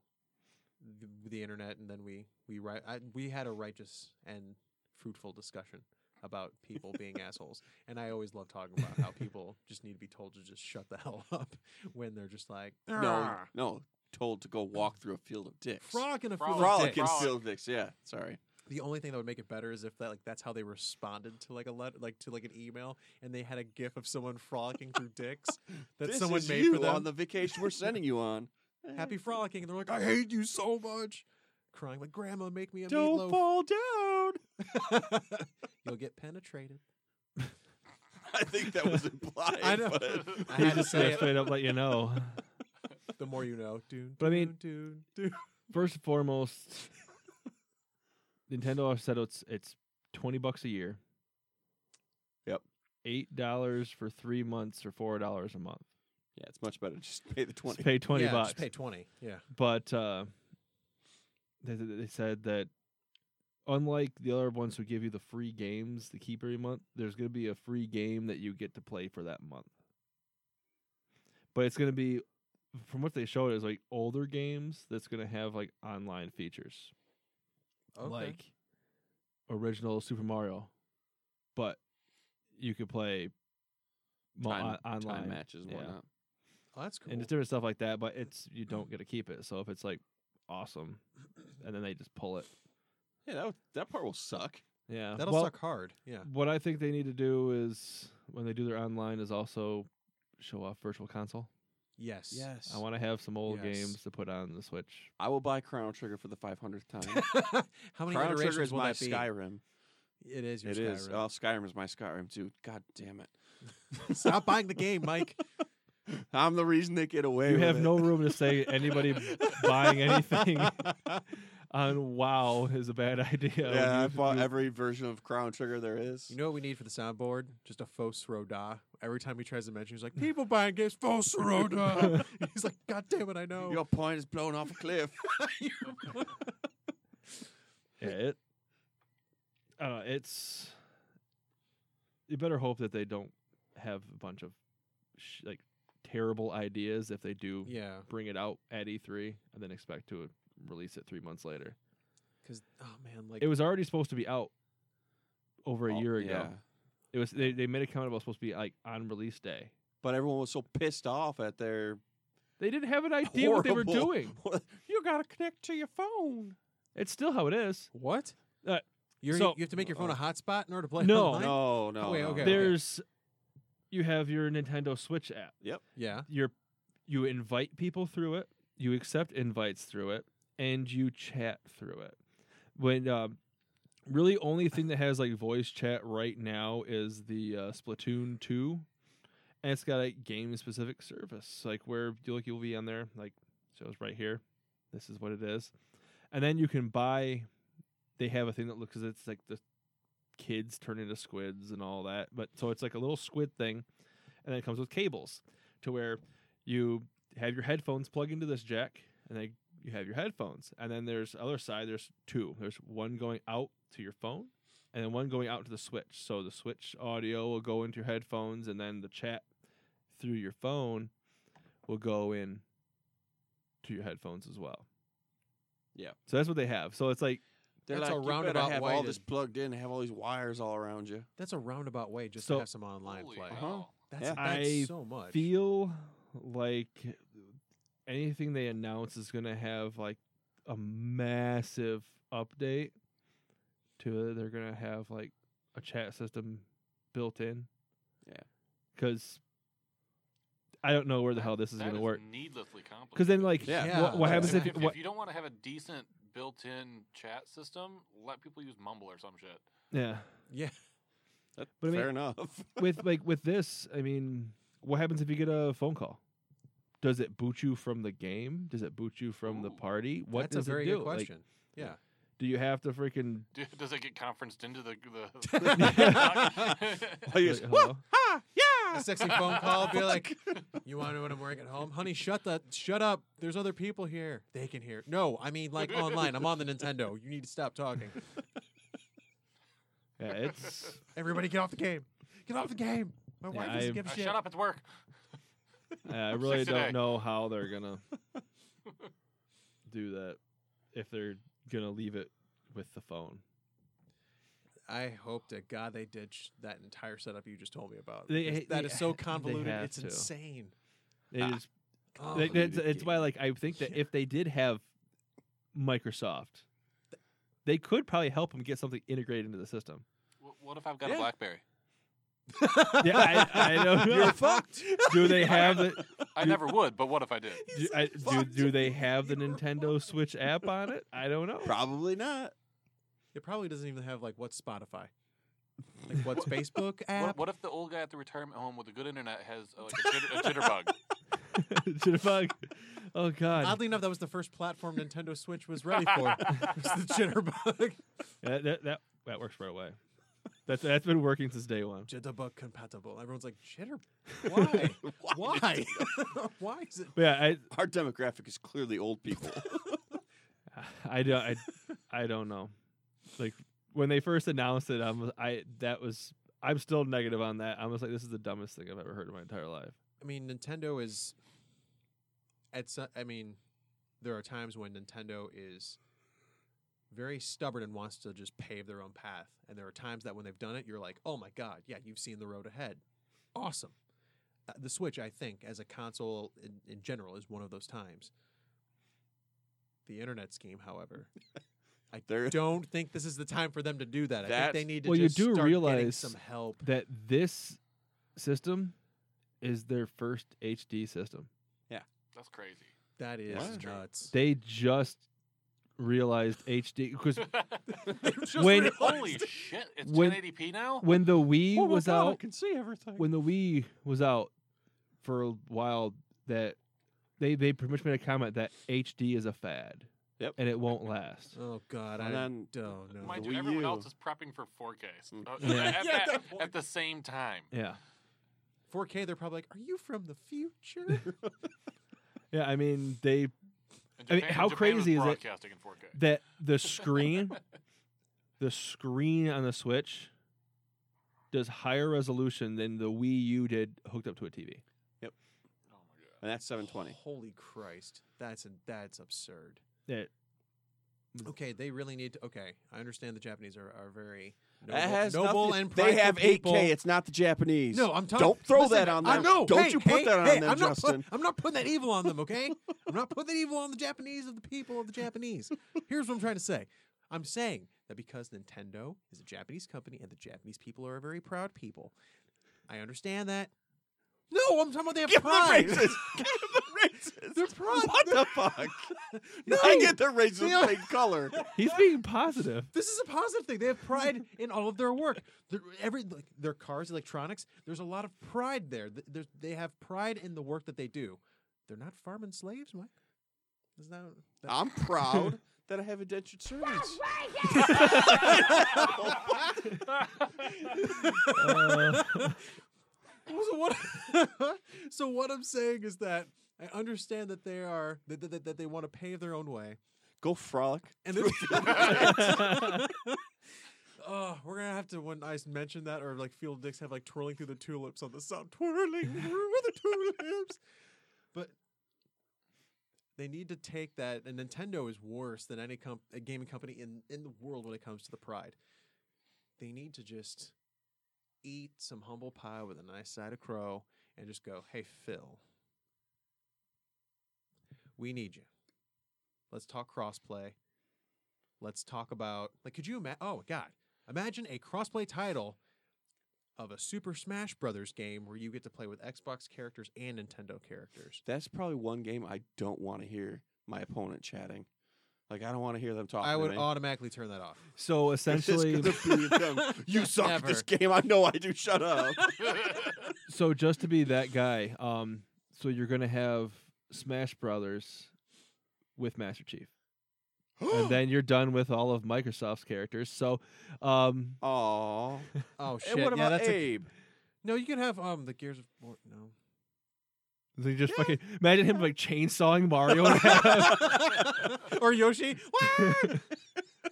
C: th- the internet, and then we we ri- I, we had a righteous and fruitful discussion about people being assholes. And I always love talking about how people just need to be told to just shut the hell up when they're just like
B: No, no. Told to go walk through a field of dicks.
C: Ah. frolic in a field of
E: Frolic.
B: Frolic in
C: dicks."
B: a
E: Frolic.
B: field of dicks. Yeah, sorry.
C: The only thing that would make it better is if that like that's how they responded to like a letter, like to like an email, and they had a gif of someone frolicking through dicks that
B: This
C: someone
B: is
C: made
B: you
C: for them.
B: on the vacation we're sending you on. Eh,
C: Happy frolicking, and they're like, "I hate you so much," crying like, "Grandma, make me a
B: Don't
C: meatloaf."
B: fall down.
C: You'll get penetrated.
B: I think that was implied.
C: I know.
B: But
C: I
A: He's
C: had to
A: just gonna
C: say it.
A: straight up let you know.
C: The more you know, dude.
A: But I mean-
C: dude, dude.
A: First and foremost, Nintendo has said it's it's twenty bucks a year.
B: Yep.
A: Eight dollars for three months or four dollars a month.
B: yeah, it's much better. to Just pay the
A: Just
B: twenty.
A: pay twenty
C: yeah,
A: bucks.
C: Just pay twenty. Yeah.
A: but uh, they, they they said that unlike the other ones who give you the free games to keep every month, there's going to be a free game that you get to play for that month. But it's going to be, from what they showed, is like older games that's going to have like online features,
C: Okay.
A: like original Super Mario, but you could play mo-
B: Time-
A: on- online
B: time matches and
A: Yeah.
B: whatnot.
C: oh, that's cool.
A: and it's different stuff like that. But it's you don't get to keep it. So if it's like awesome, and then they just pull it,
B: Yeah, that, would- that part will suck.
A: yeah,
C: That'll
A: well,
C: suck hard. Yeah.
A: What I think they need to do is when they do their online is also show off Virtual Console.
C: Yes.
A: I want to have some old
C: Yes.
A: games to put on the Switch.
B: I will buy Chrono Trigger for the 500th time.
C: how many
B: Chrono Trigger
C: iterations
B: is
C: will
B: my
C: that be?
B: Skyrim.
C: It is. Your
B: It is.
C: Skyrim.
B: Oh, Skyrim is my Skyrim too. God damn it! Oh.
C: Stop buying the game, Mike.
B: I'm the reason they get away.
A: You
B: with
A: have
B: it.
A: no room to say anybody buying anything on WoW is a bad idea.
B: Yeah, I
A: You-
B: bought
A: you-
B: every version of Chrono Trigger there is.
C: You know what we need for the soundboard? Just a faux roda. Every time he tries to mention, he's like, "People buying games, faux roda." he's like, "God damn it, I know."
B: Your point is blown off a cliff.
A: Yeah, it. I don't know. It's. You better hope that they don't have a bunch of sh- like terrible ideas if they do
C: Yeah,
A: bring it out at E3 and then expect to release it three months later.
C: because oh man, like
A: It was already supposed to be out over a
B: Oh,
A: year ago.
B: yeah.
A: It was they, they made a comment about supposed to be like on release day.
B: But everyone was so pissed off at their.
A: They didn't have an idea what they were
B: Horrible.
A: doing.
B: you gotta connect to your phone.
A: It's still how it is.
C: what?
A: Uh,
C: You're,
A: so- Oh.
C: you have to make your phone a hotspot in order to play.
A: No.
C: online?
B: No, no.
C: wait,
B: no.
C: okay.
A: There's you have your Nintendo Switch app.
C: Yeah.
A: you're you invite people through it you accept invites through it and you chat through it when um, really only thing that has like voice chat right now is the uh, splatoon 2 and it's got a game specific service like where you like you'll be on there like shows right here this is what it is and then you can buy they have a thing that looks it's like the kids turn into squids and all that but so it's like a little squid thing and then it comes with cables to where you have your headphones plug into this jack and then you have your headphones and then there's other side there's two there's one going out to your phone and then one going out to the switch so the switch audio will go into your headphones and then the chat through your phone will go in to your headphones as well
B: Yeah.
A: so that's what they have so it's like
B: They're
C: That's
B: like, you
C: a
B: better
C: roundabout
B: have
C: way
B: all
C: to-
B: this plugged in, have all these wires all around you.
C: That's a roundabout way just
A: So-
C: to have some online
E: Holy
C: play.
B: Uh-huh.
E: hell.
C: That's,
B: Yeah.
C: that's
A: I
C: so much.
A: feel like anything they announce is going to have like a massive update to it. They're going to have like a chat system built in.
B: Yeah.
A: Because I don't know where the
E: That-
A: hell this is
E: that
A: going to work.
E: Needlessly complicated.
A: Because then, like,
B: Yeah.
A: wha- what,
C: Yeah.
A: happens if,
E: if,
A: what,
E: if you don't want to have a decent built-in chat system, let people use Mumble or some shit.
A: yeah,
C: yeah.
B: That-
A: But I mean-
B: fair enough.
A: with like with this, I mean, what happens if you get a phone call? Does it boot you from the game? Does it boot you from the
E: Ooh,
A: party? What
C: that's
A: does
C: a very
A: it do?
C: good
A: Like,
C: question. yeah.
A: do you have to freaking
E: Do, does it get conferenced into the
B: Why
E: Uh, the?
B: you
A: Like,
B: just-
A: hello?
C: A sexy phone call. Be like, you want to know what I'm wearing at home? Honey, shut the shut up. There's other people here. They can hear. No, I mean like online. I'm on the Nintendo. You need to stop talking.
A: Yeah, it's
C: Everybody get off the game. Get off the game. My
A: Yeah,
C: wife doesn't
A: I-
C: give a
E: Uh,
C: shit.
E: shut up! It's work.
A: I
E: Six
A: really
E: today.
A: don't know how they're gonna do that. if they're gonna leave it with the phone.
C: I hope to God they ditch that entire setup you just told me about.
A: They-
C: because
A: they-
C: that is so
A: they
C: convoluted.
A: have
C: It's
A: to.
C: insane. Oh,
A: They
B: Ah,
A: just- they- that's,
B: convoluted
A: that's why,
B: game.
A: like, I think that
C: Yeah.
A: if they did have Microsoft, they could probably help them get something integrated into the system.
E: Wh- What if I've got
C: Yeah.
E: a BlackBerry?
A: Yeah, I, I don't know.
C: You're fucked.
A: Do they have the?
E: I
A: Dude.
E: never would, but what if I did?
A: Do, I, do, do they have the Nintendo Switch app on it? I don't know.
B: Probably not.
C: It probably doesn't even have like what's Spotify, like what's Facebook
E: What,
C: app.
E: what if the old guy at the retirement home with the good internet has uh, like a, jitter, a jitterbug?
A: Jitterbug. Oh God.
C: Oddly enough, that was the first platform Nintendo Switch was ready for. was the Jitterbug,
A: that, that, that that works right away. That's that's been working since day one.
C: Jitterbug compatible. Everyone's like Jitter. Why? Why? Why is it?
A: But yeah,
B: Our demographic is clearly old people.
A: I I don't I, I don't know. Like when they first announced it, I'm I that was I'm still negative on that. I was like, this is the dumbest thing I've ever heard in my entire life.
C: I mean, Nintendo is. At so, I mean, there are times when Nintendo is very stubborn and wants to just pave their own path, and there are times that when they've done it, you're like, "Oh my god, yeah, you've seen the road ahead, awesome." Uh, the Switch, I think, as a console in, in general, is one of those times. The internet scheme, however, I
B: There-
C: don't think this is the time for them to do that. I think
B: That's-
C: they need to
A: Well, you
C: just
A: do
C: start getting
A: realize
C: some help.
A: That this system is their first HD system.
E: That's crazy.
C: That is
B: That's true.
C: nuts.
A: They just realized HD because
C: Just
A: When-
C: realized.
E: Holy shit! It's
A: When-
E: 1080p now.
A: when the Wii
B: Oh my
A: was
B: God, I
A: out,
B: can see everything.
A: when the Wii was out for a while, that they they pretty much made a comment that HD is a fad.
B: Yep.
A: And it won't last.
C: Oh God,
B: And
C: I
B: then-
C: don't know.
E: Mind
B: The
E: you,
B: Wii
E: everyone
B: U.
E: else is prepping for 4K
B: Mm.
E: uh,
A: Yeah.
E: at,
C: Yeah,
E: at-
C: that point.
E: at the same time.
A: Yeah.
C: 4K, they're probably like, "Are you from the future?"
A: Yeah, I mean they
E: And
A: I mean, how
E: was
A: crazy is it-
E: broadcasting in 4K?
A: that the screen the screen on the Switch does higher resolution than the Wii U did hooked up to a TV.
E: Oh my god!
B: and that's 720.
C: Holy Christ, that's that's absurd.
A: Yeah.
C: Okay, they really need to. Okay, I understand the Japanese are, are very noble,
B: That has
C: noble
B: nothing-
C: and
B: they
C: prideful
B: have 8K.
C: people.
B: It's not the Japanese.
C: no, I'm talking.
B: Don't throw
C: listen,
B: that on
C: I
B: them.
C: know.
B: Don't
C: hey,
B: you put
C: hey,
B: that on
C: hey,
B: them,
C: I'm not put-
B: Justin.
C: I'm not putting that evil on them. Okay, I'm not putting that evil on the Japanese of the people of the Japanese. Here's what I'm trying to say. I'm saying that because Nintendo is a Japanese company and the Japanese people are a very proud people. I understand that. No, I'm talking about they have
B: Give them
C: pride.
B: the raises. Give them raises.
C: They're pride.
B: What the fuck?
C: No.
B: I get the raises
C: They are-
B: the same color.
A: He's being positive.
C: This is a positive thing. They have pride in all of their work. Their, every like, their cars, electronics. There's a lot of pride there. Th- there's- they have pride in the work that they do. They're not farming slaves, Mike. Is that, that-
B: I'm proud that I have indentured servants.
A: Uh,
C: so what? so what I'm saying is that I understand that they are that, that- that, that they want to pave their own way.
B: Go frolic.
C: And then, oh, we're gonna have to when I mention that or like Field Dicks have like twirling through the tulips on the sound, twirling through the tulips. But they need to take that, and Nintendo is worse than any comp- a gaming company in in the world when it comes to the pride. They need to just eat some humble pie with a nice side of crow and just go, hey Phil, we need you. Let's talk crossplay. Let's talk about like could you imagine oh god. Imagine a crossplay title of a Super Smash Brothers game where you get to play with Xbox characters and Nintendo characters.
B: That's probably one game I don't want to hear my opponent chatting. Like I don't want to hear them talking.
C: I
B: to
C: would
B: me.
C: automatically turn that off.
A: so
B: It's just
A: essentially
B: gonna be them, You suck at this game. I know I do. Shut up.
E: Oh
A: so just to be that guy, um, so you're gonna have Smash Brothers with Master Chief, and then you're done with all of Microsoft's characters. So, um,
B: Aw.
C: Oh shit.
B: And what
C: yeah,
B: about
C: that's a,
B: Abe?
C: No, you can have um the Gears of War no.
A: they just fucking imagine him like chainsawing Mario. in half.
C: or Yoshi. Wah!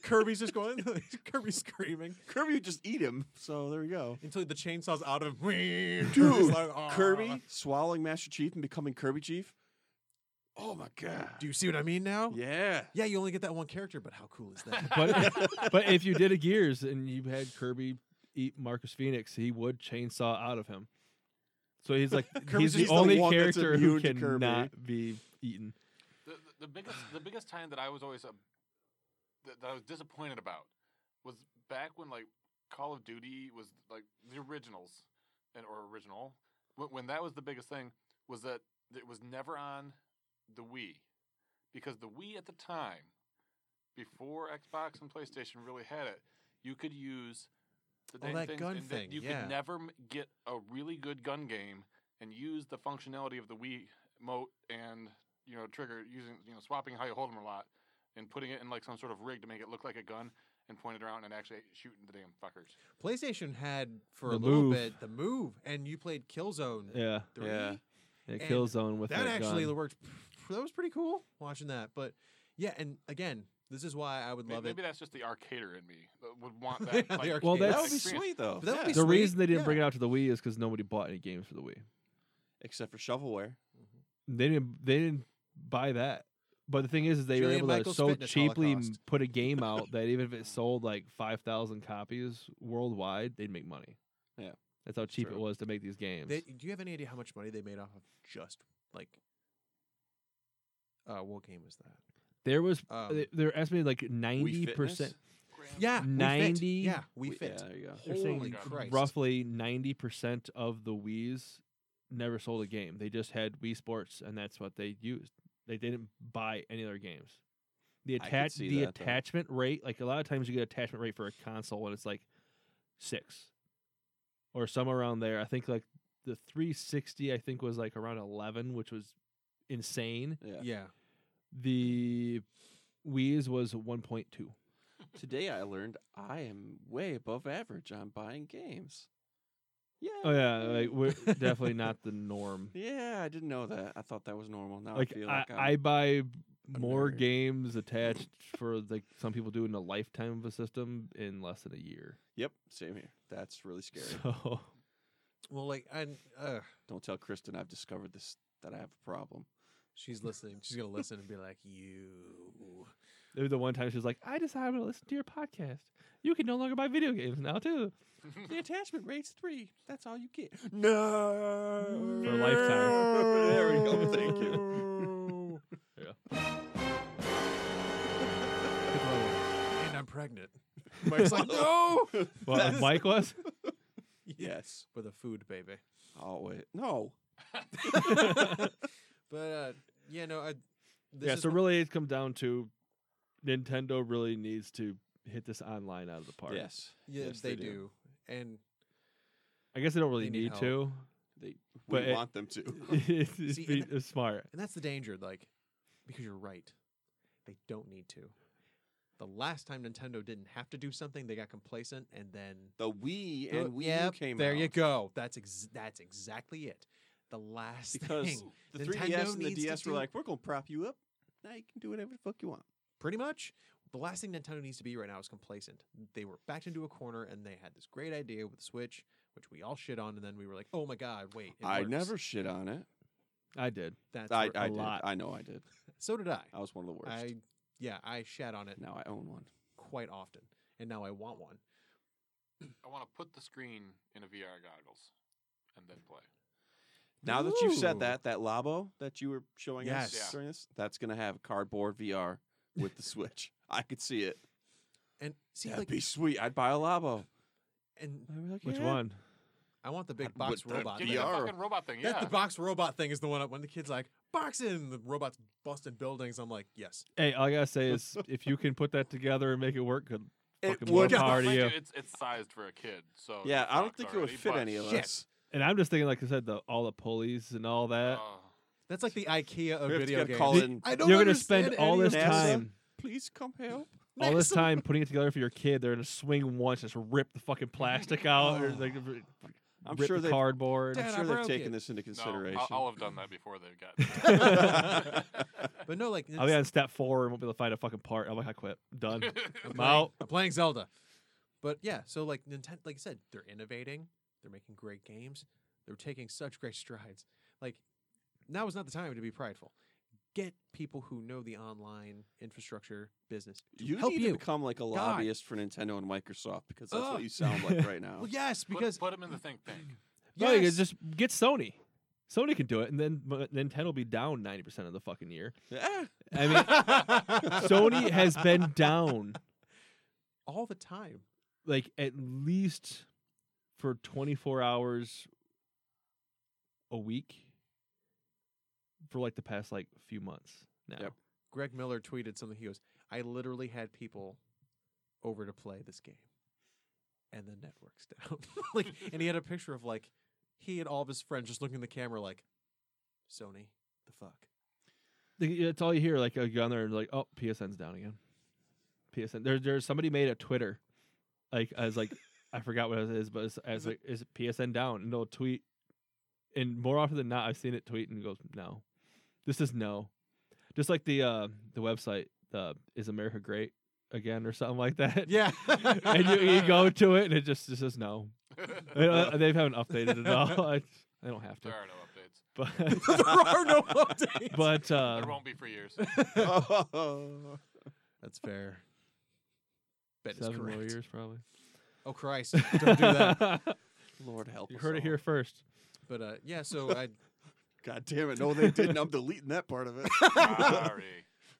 C: Kirby's just going Kirby's screaming.
B: Kirby would just eat him. So there you go.
C: Until the chainsaw's out of him.
B: Dude, Kirby swallowing Master Chief and becoming Kirby Chief. Oh my god.
C: Do you see what I mean now?
B: Yeah.
C: Yeah, you only get that one character, but how cool is that?
A: But- But if you did a Gears and you had Kirby eat Marcus Phoenix, he would chainsaw out of him. So he's like he's
B: Kirby's
A: the
B: just the
A: only
B: one that's
A: character who
B: immune to Kirby.
A: cannot be eaten.
E: The, the, the biggest the biggest time that I was always uh, that, that I was disappointed about was back when like Call of Duty was like the originals and or original when, when that was the biggest thing was that it was never on the Wii because the Wii at the time before Xbox and PlayStation really had it you could use the
C: Oh,
E: dang
C: that
E: things
C: gun
E: and that
C: thing,
E: you
C: yeah.
E: could never m- get a really good gun game and use the functionality of the Wii mote and you know trigger using you know swapping how you hold them a lot and putting it in like some sort of rig to make it look like a gun and point it around and actually shooting the damn fuckers.
C: PlayStation had for
A: The
C: a little
A: Move.
C: bit the move, and you played Killzone
A: Yeah,
C: Three.
B: Yeah.
A: it
C: And
A: kills zone with
C: that actually
A: gun.
C: worked. That was pretty cool watching that. But yeah, and again, this is why I would
E: May-
C: love it.
E: Maybe that's just the arcader in me that would want that.
C: Yeah, the
E: like,
A: Well,
B: That
A: that's-
B: would be
E: experience.
B: sweet though.
C: But that would be
A: The
C: sweet,
A: reason they didn't
C: yeah.
A: bring it out to the Wii is because nobody bought any games for the Wii.
B: Except for shovelware.
A: They didn't. They didn't buy that. But the thing is, is they
C: Jillian
A: were able
C: Michaels
A: to so
C: Fitness
A: cheaply m-
C: Holocaust.
A: put a game out that even if it sold like five thousand copies worldwide, they'd make money.
B: Yeah.
A: that's how cheap it
B: True.
A: was to make these games.
C: They, do you have any idea how much money they made off of just like? Uh, what game was that?
A: there was
C: Um,
A: they- they're estimated like
B: Wii
A: ninety
B: Fitness?
A: percent.
E: Grand-
C: Yeah,
A: 90
C: We fit. Yeah, we
B: Wii-
C: fit.
B: Yeah, there you go.
A: They're saying
C: Holy Christ!
A: roughly ninety percent of the Wii's never sold a game. They just had Wii Sports, and that's what they used. They didn't buy any other games. The
B: could
A: attach
B: see
A: the
B: that, though.
A: attachment rate, like a lot of times you get attachment rate for a console, and it's like six or somewhere around there. I think like the 360, I think was like around eleven, which was insane.
B: Yeah.
C: Yeah,
A: The Wii's was one point two.
B: Today I learned I am way above average on buying games. Yeah.
A: Oh yeah, like we're definitely not the norm.
B: Yeah, I didn't know that. I thought that was normal. Now
A: like
B: I feel
A: I,
B: like I'm,
A: I buy
B: a
A: more
B: nerd.
A: games attached for like some people do in a lifetime of a system in less than a year.
B: Yep, same here. That's really scary.
A: So
C: well, like, and uh,
B: Don't tell Kristen I've discovered this that I have a problem.
C: she's listening. She's gonna listen and be like, "You."
A: maybe the one time she was like, "I decided to listen to your podcast. You can no longer buy video games now too."
B: The attachment rate's three. That's all you get. No.
A: For a lifetime.
B: there we go. Thank you.
C: and I'm pregnant. Mike's like, "No."
A: Well, uh,
B: That's-
A: Mike was.
B: Yes.
C: For the food, baby.
B: Oh wait. No.
C: but uh, yeah, no, I. This
A: yeah.
C: is
A: So
C: one-
A: really, it's come down to Nintendo really needs to hit this online out of the park.
B: Yes.
C: yeah,
B: Yes,
C: they, do. and
A: I guess they don't really
C: They need
A: need,
C: help.
A: to.
B: They
A: But
B: we
A: it-
B: want them to.
A: it's, it's
C: See,
A: be-
C: and
A: it's smart.
C: and that's the danger, like, because you're right, they don't need to. The last time Nintendo didn't have to do something, they got complacent, and then
B: The Wii
C: Oh,
B: and Wii U
C: yep,
B: came
C: there
B: out.
C: you go. That's ex- that's exactly it. The last
B: Because
C: thing,
B: the
C: Nintendo
B: 3DS and the
C: needs to
B: DS were
C: do-
B: like, we're gonna prop you up. Now you can do whatever the fuck you want.
C: pretty much. The last thing Nintendo needs to be right now is complacent. They were backed into a corner, and they had this great idea with Switch, which we all shit on, and then we were like, "Oh my god, wait!" it
B: I
C: works.
B: never shit on it.
A: I did.
C: That's
B: I,
C: where-
B: I
A: a
B: did.
A: lot.
B: I know I did.
C: So did I.
B: I was one of the worst.
C: I yeah, I shat on it
B: now I own one.
C: quite often, and now I want one.
E: I want to put the screen in a VR goggles and then play.
B: Now that you've
C: Ooh.
B: said that, that Labo that you were showing us
C: Yes. Yeah.
B: during this, that's gonna have cardboard VR with the Switch. I could see it.
C: And see,
B: That'd
C: like,
B: be sweet. I'd buy a Labo.
C: and
A: Which one?
C: I want the
B: I'd
C: big box
B: put the
C: robot.
E: Give
C: thing.
E: me the
B: VR.
E: fucking robot thing.
C: That
E: Yeah.
C: the box robot thing is the one up when the kid's like boxing, the robot's busting buildings. I'm like, yes,
A: Hey, all I gotta say is if you can put that together and make it work, good
B: It
A: fucking more
B: would-
A: power to
E: Mind you,
A: you.
E: it's it's sized for a kid, so
B: Yeah,
E: it's
B: I don't
E: locked
B: think it would
E: already,
B: fit
E: but-
B: any of
C: shit.
B: us.
A: And I'm just thinking, like I said, the all the pulleys and all that.
E: Oh.
C: that's like the IKEA of
B: We have to
C: video
B: get
C: games.
B: call in.
C: I don't.
A: You're gonna spend
C: understand
A: all
C: any
A: this
C: of
B: this.
A: time,
B: Please come help.
A: all this
C: NASA.
A: time putting it together for your kid. They're gonna swing once, just rip the fucking plastic out, or
B: Oh.
A: like r-
B: I'm
A: rip
B: sure
A: the
B: they.
A: cardboard.
C: Dad,
B: I'm
C: I
B: sure they've
C: broke it.
B: taken this into consideration.
E: No, I'll, I'll have done that before they got.
C: But no, like
A: I'll be
C: it's-
A: on step four and won't be able to find a fucking part. I'm like, I quit. Done.
C: I'm
A: I'm
C: playing,
A: out.
C: I'm playing Zelda. But yeah, so like Nintendo, like I said, they're innovating. They're making great games. They're taking such great strides. Like now is not the time to be prideful. get people who know the online infrastructure business to
B: You
C: help
B: need
C: you.
B: to become like a lobbyist for Nintendo and Microsoft because that's
C: Ugh.
B: what you sound like right now.
C: well, yes,
E: Put-
C: because
E: put, them in the think tank.
A: No, you
C: yes,
A: could just get Sony. Sony can do it, and then but Nintendo will be down ninety percent of the fucking year.
B: Yeah.
A: I mean, Sony has been down
C: all the time.
A: like at least for twenty four hours a week for like the past like few months now.
B: Yep.
C: Greg Miller tweeted something. He goes, "I literally had people over to play this game, and the network's down." like, and he had a picture of like he and all of his friends just looking in the camera, like Sony, the fuck.
A: Like, That's all you hear. Like uh, you go on there and like, oh, PSN's down again. PSN. There, there's somebody made a Twitter. Like I was like, I forgot what it is, but it's, I was
C: Is it-
A: like, is it PSN down? And they'll tweet. And more often than not, I've seen it tweet and it goes, no, this is no. Just like the uh, the website, uh, is America great again or something like that.
C: Yeah,
A: and you, you go to it and it just it says no. They
C: Uh-huh.
A: don't- they haven't updated it at all. I, they don't have to.
E: there are no updates.
A: But
C: there are no updates.
A: but uh,
E: there won't be for years.
C: That's fair. Bet is
A: seven
C: correct.
A: more years probably.
C: Oh Christ! Don't do that.
B: Lord help
A: You
B: us
A: heard it
B: all.
A: here first.
C: But uh, yeah, so I.
B: God damn it. No, they didn't. I'm deleting that part of it.
E: Sorry.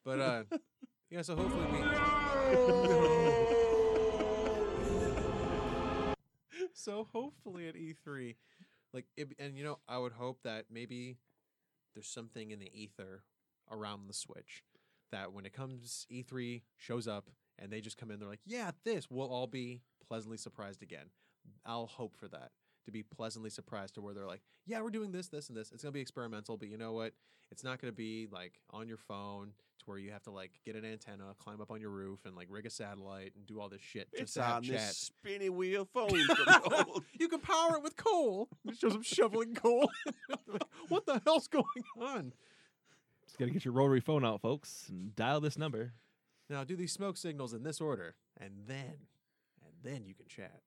C: But uh, yeah, so hopefully we. so hopefully at E3, like, it, and you know, I would hope that maybe there's something in the ether around the Switch that when it comes E3 shows up and they just come in, they're like, yeah, this we'll all be pleasantly surprised again. I'll hope for that to be pleasantly surprised to where they're like, yeah, we're doing this, this, and this. It's gonna be experimental, but you know what? It's not gonna be like on your phone to where you have to like get an antenna, climb up on your roof, and like rig a satellite and do all this shit just
B: it's
C: to have
B: on
C: chat.
B: this spinny wheel phone. control.
C: you can power it with coal. It shows them shoveling coal. Like, what the hell's going on?
A: Just gotta get your rotary phone out, folks, and dial this number.
C: Now do these smoke signals in this order, and then, and then you can chat.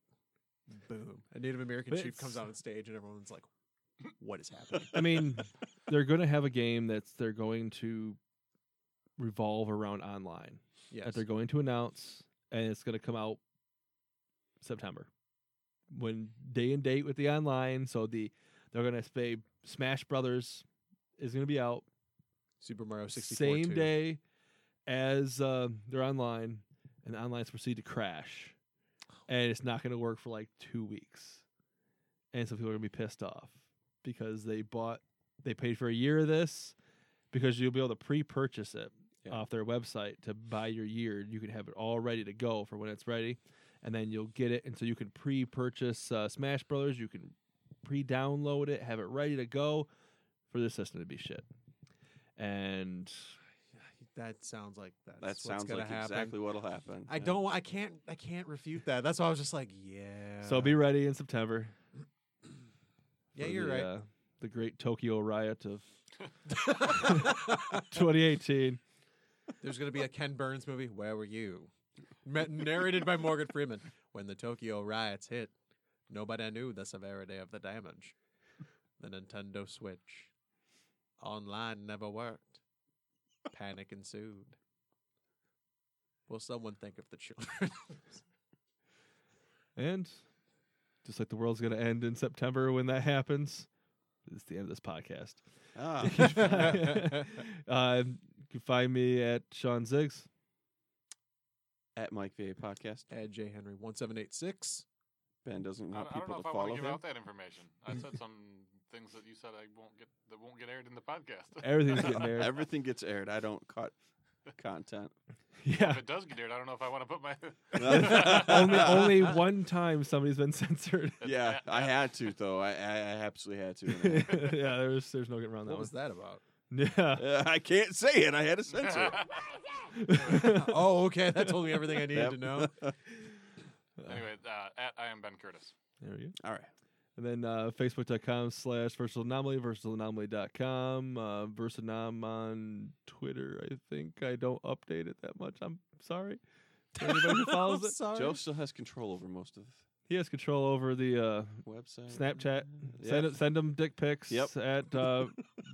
C: Boom! A Native American
A: But
C: chief comes
A: it's-
C: out on stage, and everyone's like, "What is happening?"
A: I mean, they're gonna have a game that's they're going to revolve around online
C: Yes.
A: that they're going to announce, and it's gonna come out September when day and date with the online. So the they're gonna say Smash Brothers is gonna be out
C: Super Mario 64.
A: same
C: too.
A: day as uh, they're online, and the online's proceed to crash, and it's not going to work for like two weeks, and so people are going to be pissed off because they bought, they paid for a year of this, because you'll be able to pre-purchase it
B: Yeah.
A: off their website to buy your year. You can have it all ready to go for when it's ready, and then you'll get it, and so you can pre-purchase uh, Smash Brothers. You can pre-download it, have it ready to go for this system to be shit. And
C: That sounds like that's
B: that
C: what's
B: sounds
C: gonna
B: like
C: happen.
B: exactly what'll happen.
C: I don't. I can't. I can't refute that. That's why I was just like, yeah.
A: so be ready in September.
C: Uh, Yeah,
A: for
C: you're
A: the,
C: right.
A: uh, the great Tokyo riot of 2018.
C: There's going to be a Ken Burns movie. Where were you? Ma- narrated by Morgan Freeman. When the Tokyo riots hit, nobody knew the severity of the damage. The Nintendo Switch online never worked. Panic ensued. Will someone think of the children?
A: And just like the world's going to end in September when that happens, it's the end of this podcast.
B: Ah.
A: uh, you can find me at Sean Ziggs.
B: At Mike VA Podcast.
C: Add J Henry one seven eight six.
B: Ben doesn't
E: I,
B: want
E: I don't
B: people
E: know if
B: to
E: I want
B: follow
E: to give
B: him.
E: out that information. I said some things that you said I won't get that won't get aired in the podcast.
A: Everything's getting aired.
B: Everything gets aired. I don't cut content.
A: Yeah.
E: if it does get aired, I don't know if I want to put my.
A: only only one time somebody's been censored.
B: Yeah, I had to though. I I, I absolutely had to. in
A: yeah,
B: that.
A: there's there's no getting around that
C: What was that about?
A: one. Yeah.
B: Uh, I can't say it. I had to censor. it.
C: oh, okay. That told me everything I needed
B: Yep.
C: to know.
E: anyway, uh, at I am Ben Curtis.
A: There we go.
B: All right.
A: And then uh, Facebook.com slash Versatile Anomaly, VersatilEnomaly.com, uh, Versanom on Twitter, I think. I don't update it that much. I'm sorry. For Anybody who follows
C: I'm
A: it.
C: sorry.
B: Joe still has control over most of
A: He has control over the uh,
C: Oh,
B: Website.
A: Snapchat.
B: Yeah.
A: Send it, send them dick pics
B: Yep.
A: at uh,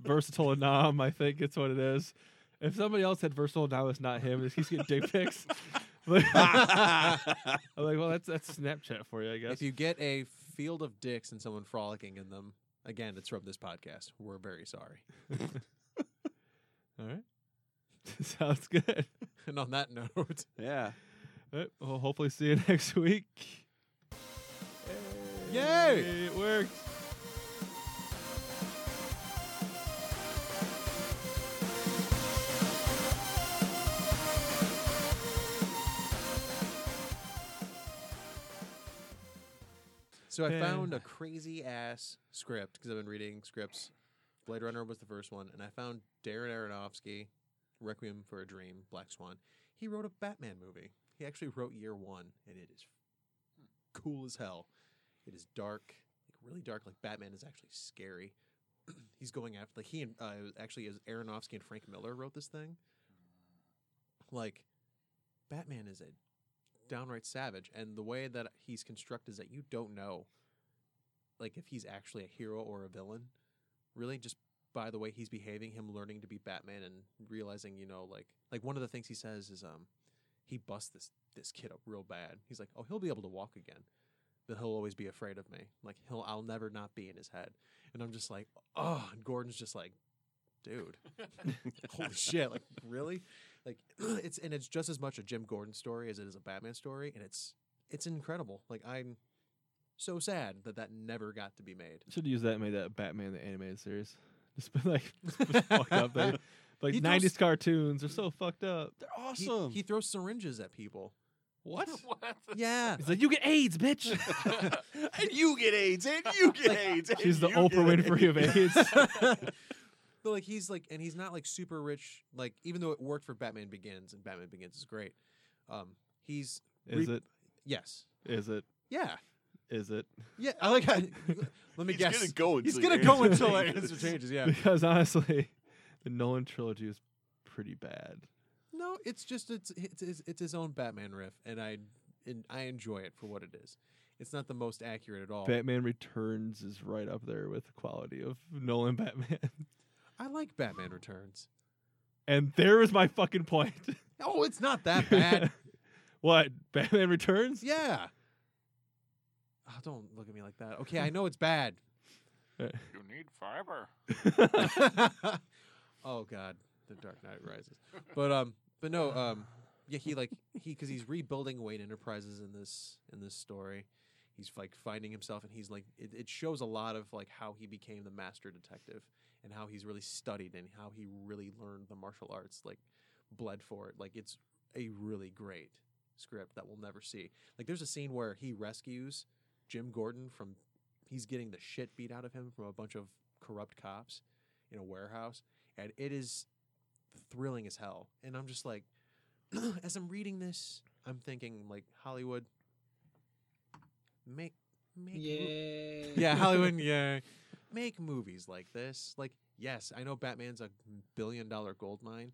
A: versatile nom. I think it's what it is. If somebody else had versatile nom, it's not him. He's getting dick pics. Like- I'm like, well, that's that's Snapchat for you, I guess.
C: If you get a field of dicks and someone frolicking in them, again, it's from this podcast. We're very sorry.
A: All right, sounds good.
C: And on that note,
B: yeah.
A: All right, we'll hopefully see you next week.
C: Yay!
A: Hey, It worked.
C: So I
A: Yeah.
C: found a crazy ass script because I've been reading scripts. Blade Runner was the first one, and I found Darren Aronofsky, Requiem for a Dream, Black Swan. He wrote a Batman movie. He actually wrote Year One, and it is cool as hell. It is dark, like really dark. Like Batman is actually scary. He's going after like he and uh, it was actually is Aronofsky and Frank Miller wrote this thing. Like Batman is a downright savage. And the way that he's constructed is that you don't know, like, if he's actually a hero or a villain. Really, just by the way he's behaving, him learning to be Batman and realizing, you know, like, like one of the things he says is, um, he busts this this kid up real bad. He's like, oh, he'll be able to walk again, but he'll always be afraid of me. Like, he'll, I'll never not be in his head. And I'm just like, oh, and Gordon's just like, dude holy shit like really like it's and it's just as much a jim gordon story as it is a batman story and it's it's incredible like i'm so sad that that never got to be made
A: Should have used that and made that Batman the animated series. Just been like just fucked up. They, like
C: He throws-
A: 90s cartoons are so fucked up.
B: They're
C: He-
B: awesome.
C: he, throws syringes at people
A: What?
E: what?
C: yeah
A: He's like, you get AIDS, bitch.
B: and you get AIDS, and you get AIDS. and
A: She's the
B: you
A: Oprah
B: get
A: Winfrey of AIDS.
C: but like he's like and he's not like super rich like even though it worked for batman begins and batman begins is great um he's
A: Is
C: Re-
A: it?
C: yes
A: Is it?
C: yeah
A: Is it?
C: yeah i like I, let me
B: He's
C: guess
B: gonna go.
C: he's
B: until
C: gonna
B: your
C: go
B: answer
C: until my
B: changes.
C: answer changes yeah
A: Because honestly, the Nolan trilogy is pretty bad.
C: No, it's just it's it's it's, it's his own Batman riff, and I and I enjoy it for what it is. It's not the most accurate at all.
A: Batman Returns is right up there with the quality of Nolan Batman.
C: I like Batman Returns.
A: And there is my fucking point.
C: Oh, it's not that bad.
A: what? Batman Returns?
C: yeah. Oh, don't look at me like that. Okay, I know it's bad.
E: You need fiber.
C: oh God, The Dark Knight Rises. But um, but no um, yeah, he like he because he's rebuilding Wayne Enterprises in this in this story. He's like finding himself, and he's like it, it shows a lot of like how he became the master detective and how he's really studied and how he really learned the martial arts, like bled for it. Like it's a really great script that we'll never see. Like there's a scene where he rescues Jim Gordon from he's getting the shit beat out of him from a bunch of corrupt cops in a warehouse and it is thrilling as hell. And I'm just like, as I'm reading this, I'm thinking like Hollywood, make make mo-
D: Yay.
C: yeah Hollywood yeah make movies like this. Like yes, I know Batman's a billion dollar gold mine.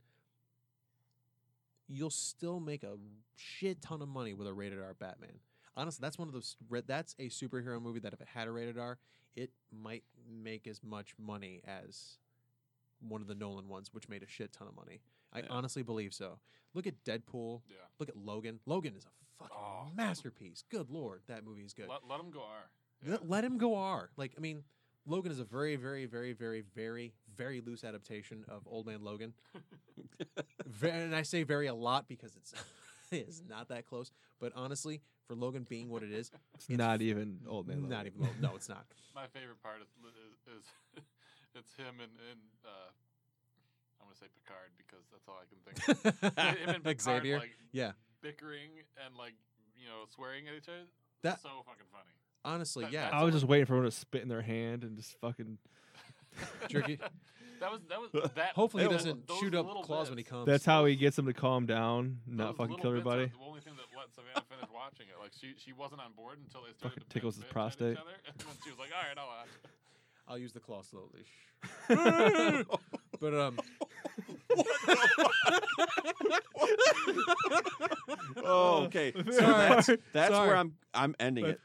C: You'll still make a shit ton of money with a rated R Batman. Honestly, that's one of those. re- That's a superhero movie that if it had a rated R, it might make as much money as one of the Nolan ones, which made a shit ton of money. I
B: Yeah.
C: honestly believe so. Look at Deadpool.
E: Yeah.
C: Look at Logan. Logan is a fucking
E: Oh.
C: masterpiece. Good lord, that movie is good.
E: Let, let 'em go R.
C: Let- Let him go R. Like, I mean, Logan is a very, very, very, very, very, very loose adaptation of Old Man Logan. Ve- and I say very a lot because it's it's not that close. But honestly, for Logan being what it is,
A: It's not even Old Man Logan.
C: not even Logan. No, it's not.
E: My favorite part is is, is it's him and and uh, I'm gonna say Picard because that's all I can think. of. him and Picard
C: Xavier.
E: like
C: yeah.
E: bickering and like you know swearing at each other.
C: That-
E: so fucking funny.
C: Honestly,
E: That-
C: yeah.
E: that's-
A: I was just waiting for everyone to spit in their hand and just fucking.
C: Jerky.
E: that was that was that.
C: Hopefully, he
E: those-
C: doesn't
E: those
C: shoot up
E: little
C: claws when he
E: bits-
C: comes.
A: That's how he gets them to calm down, not
E: those
A: fucking
E: little
A: kill
E: bits are
A: everybody.
E: The only thing that let Savannah finish watching it, like she she wasn't on board until they started
A: Fucking
E: to bitch-
A: tickles his
E: bitch at each
A: prostate.
E: other, and then she was like, "All right, I'll watch."
C: I'll use the claw slowly. but um,
B: Oh, okay. So
A: Sorry.
B: that's that's
C: Sorry.
B: Oh, where I'm I'm ending
A: But
B: it.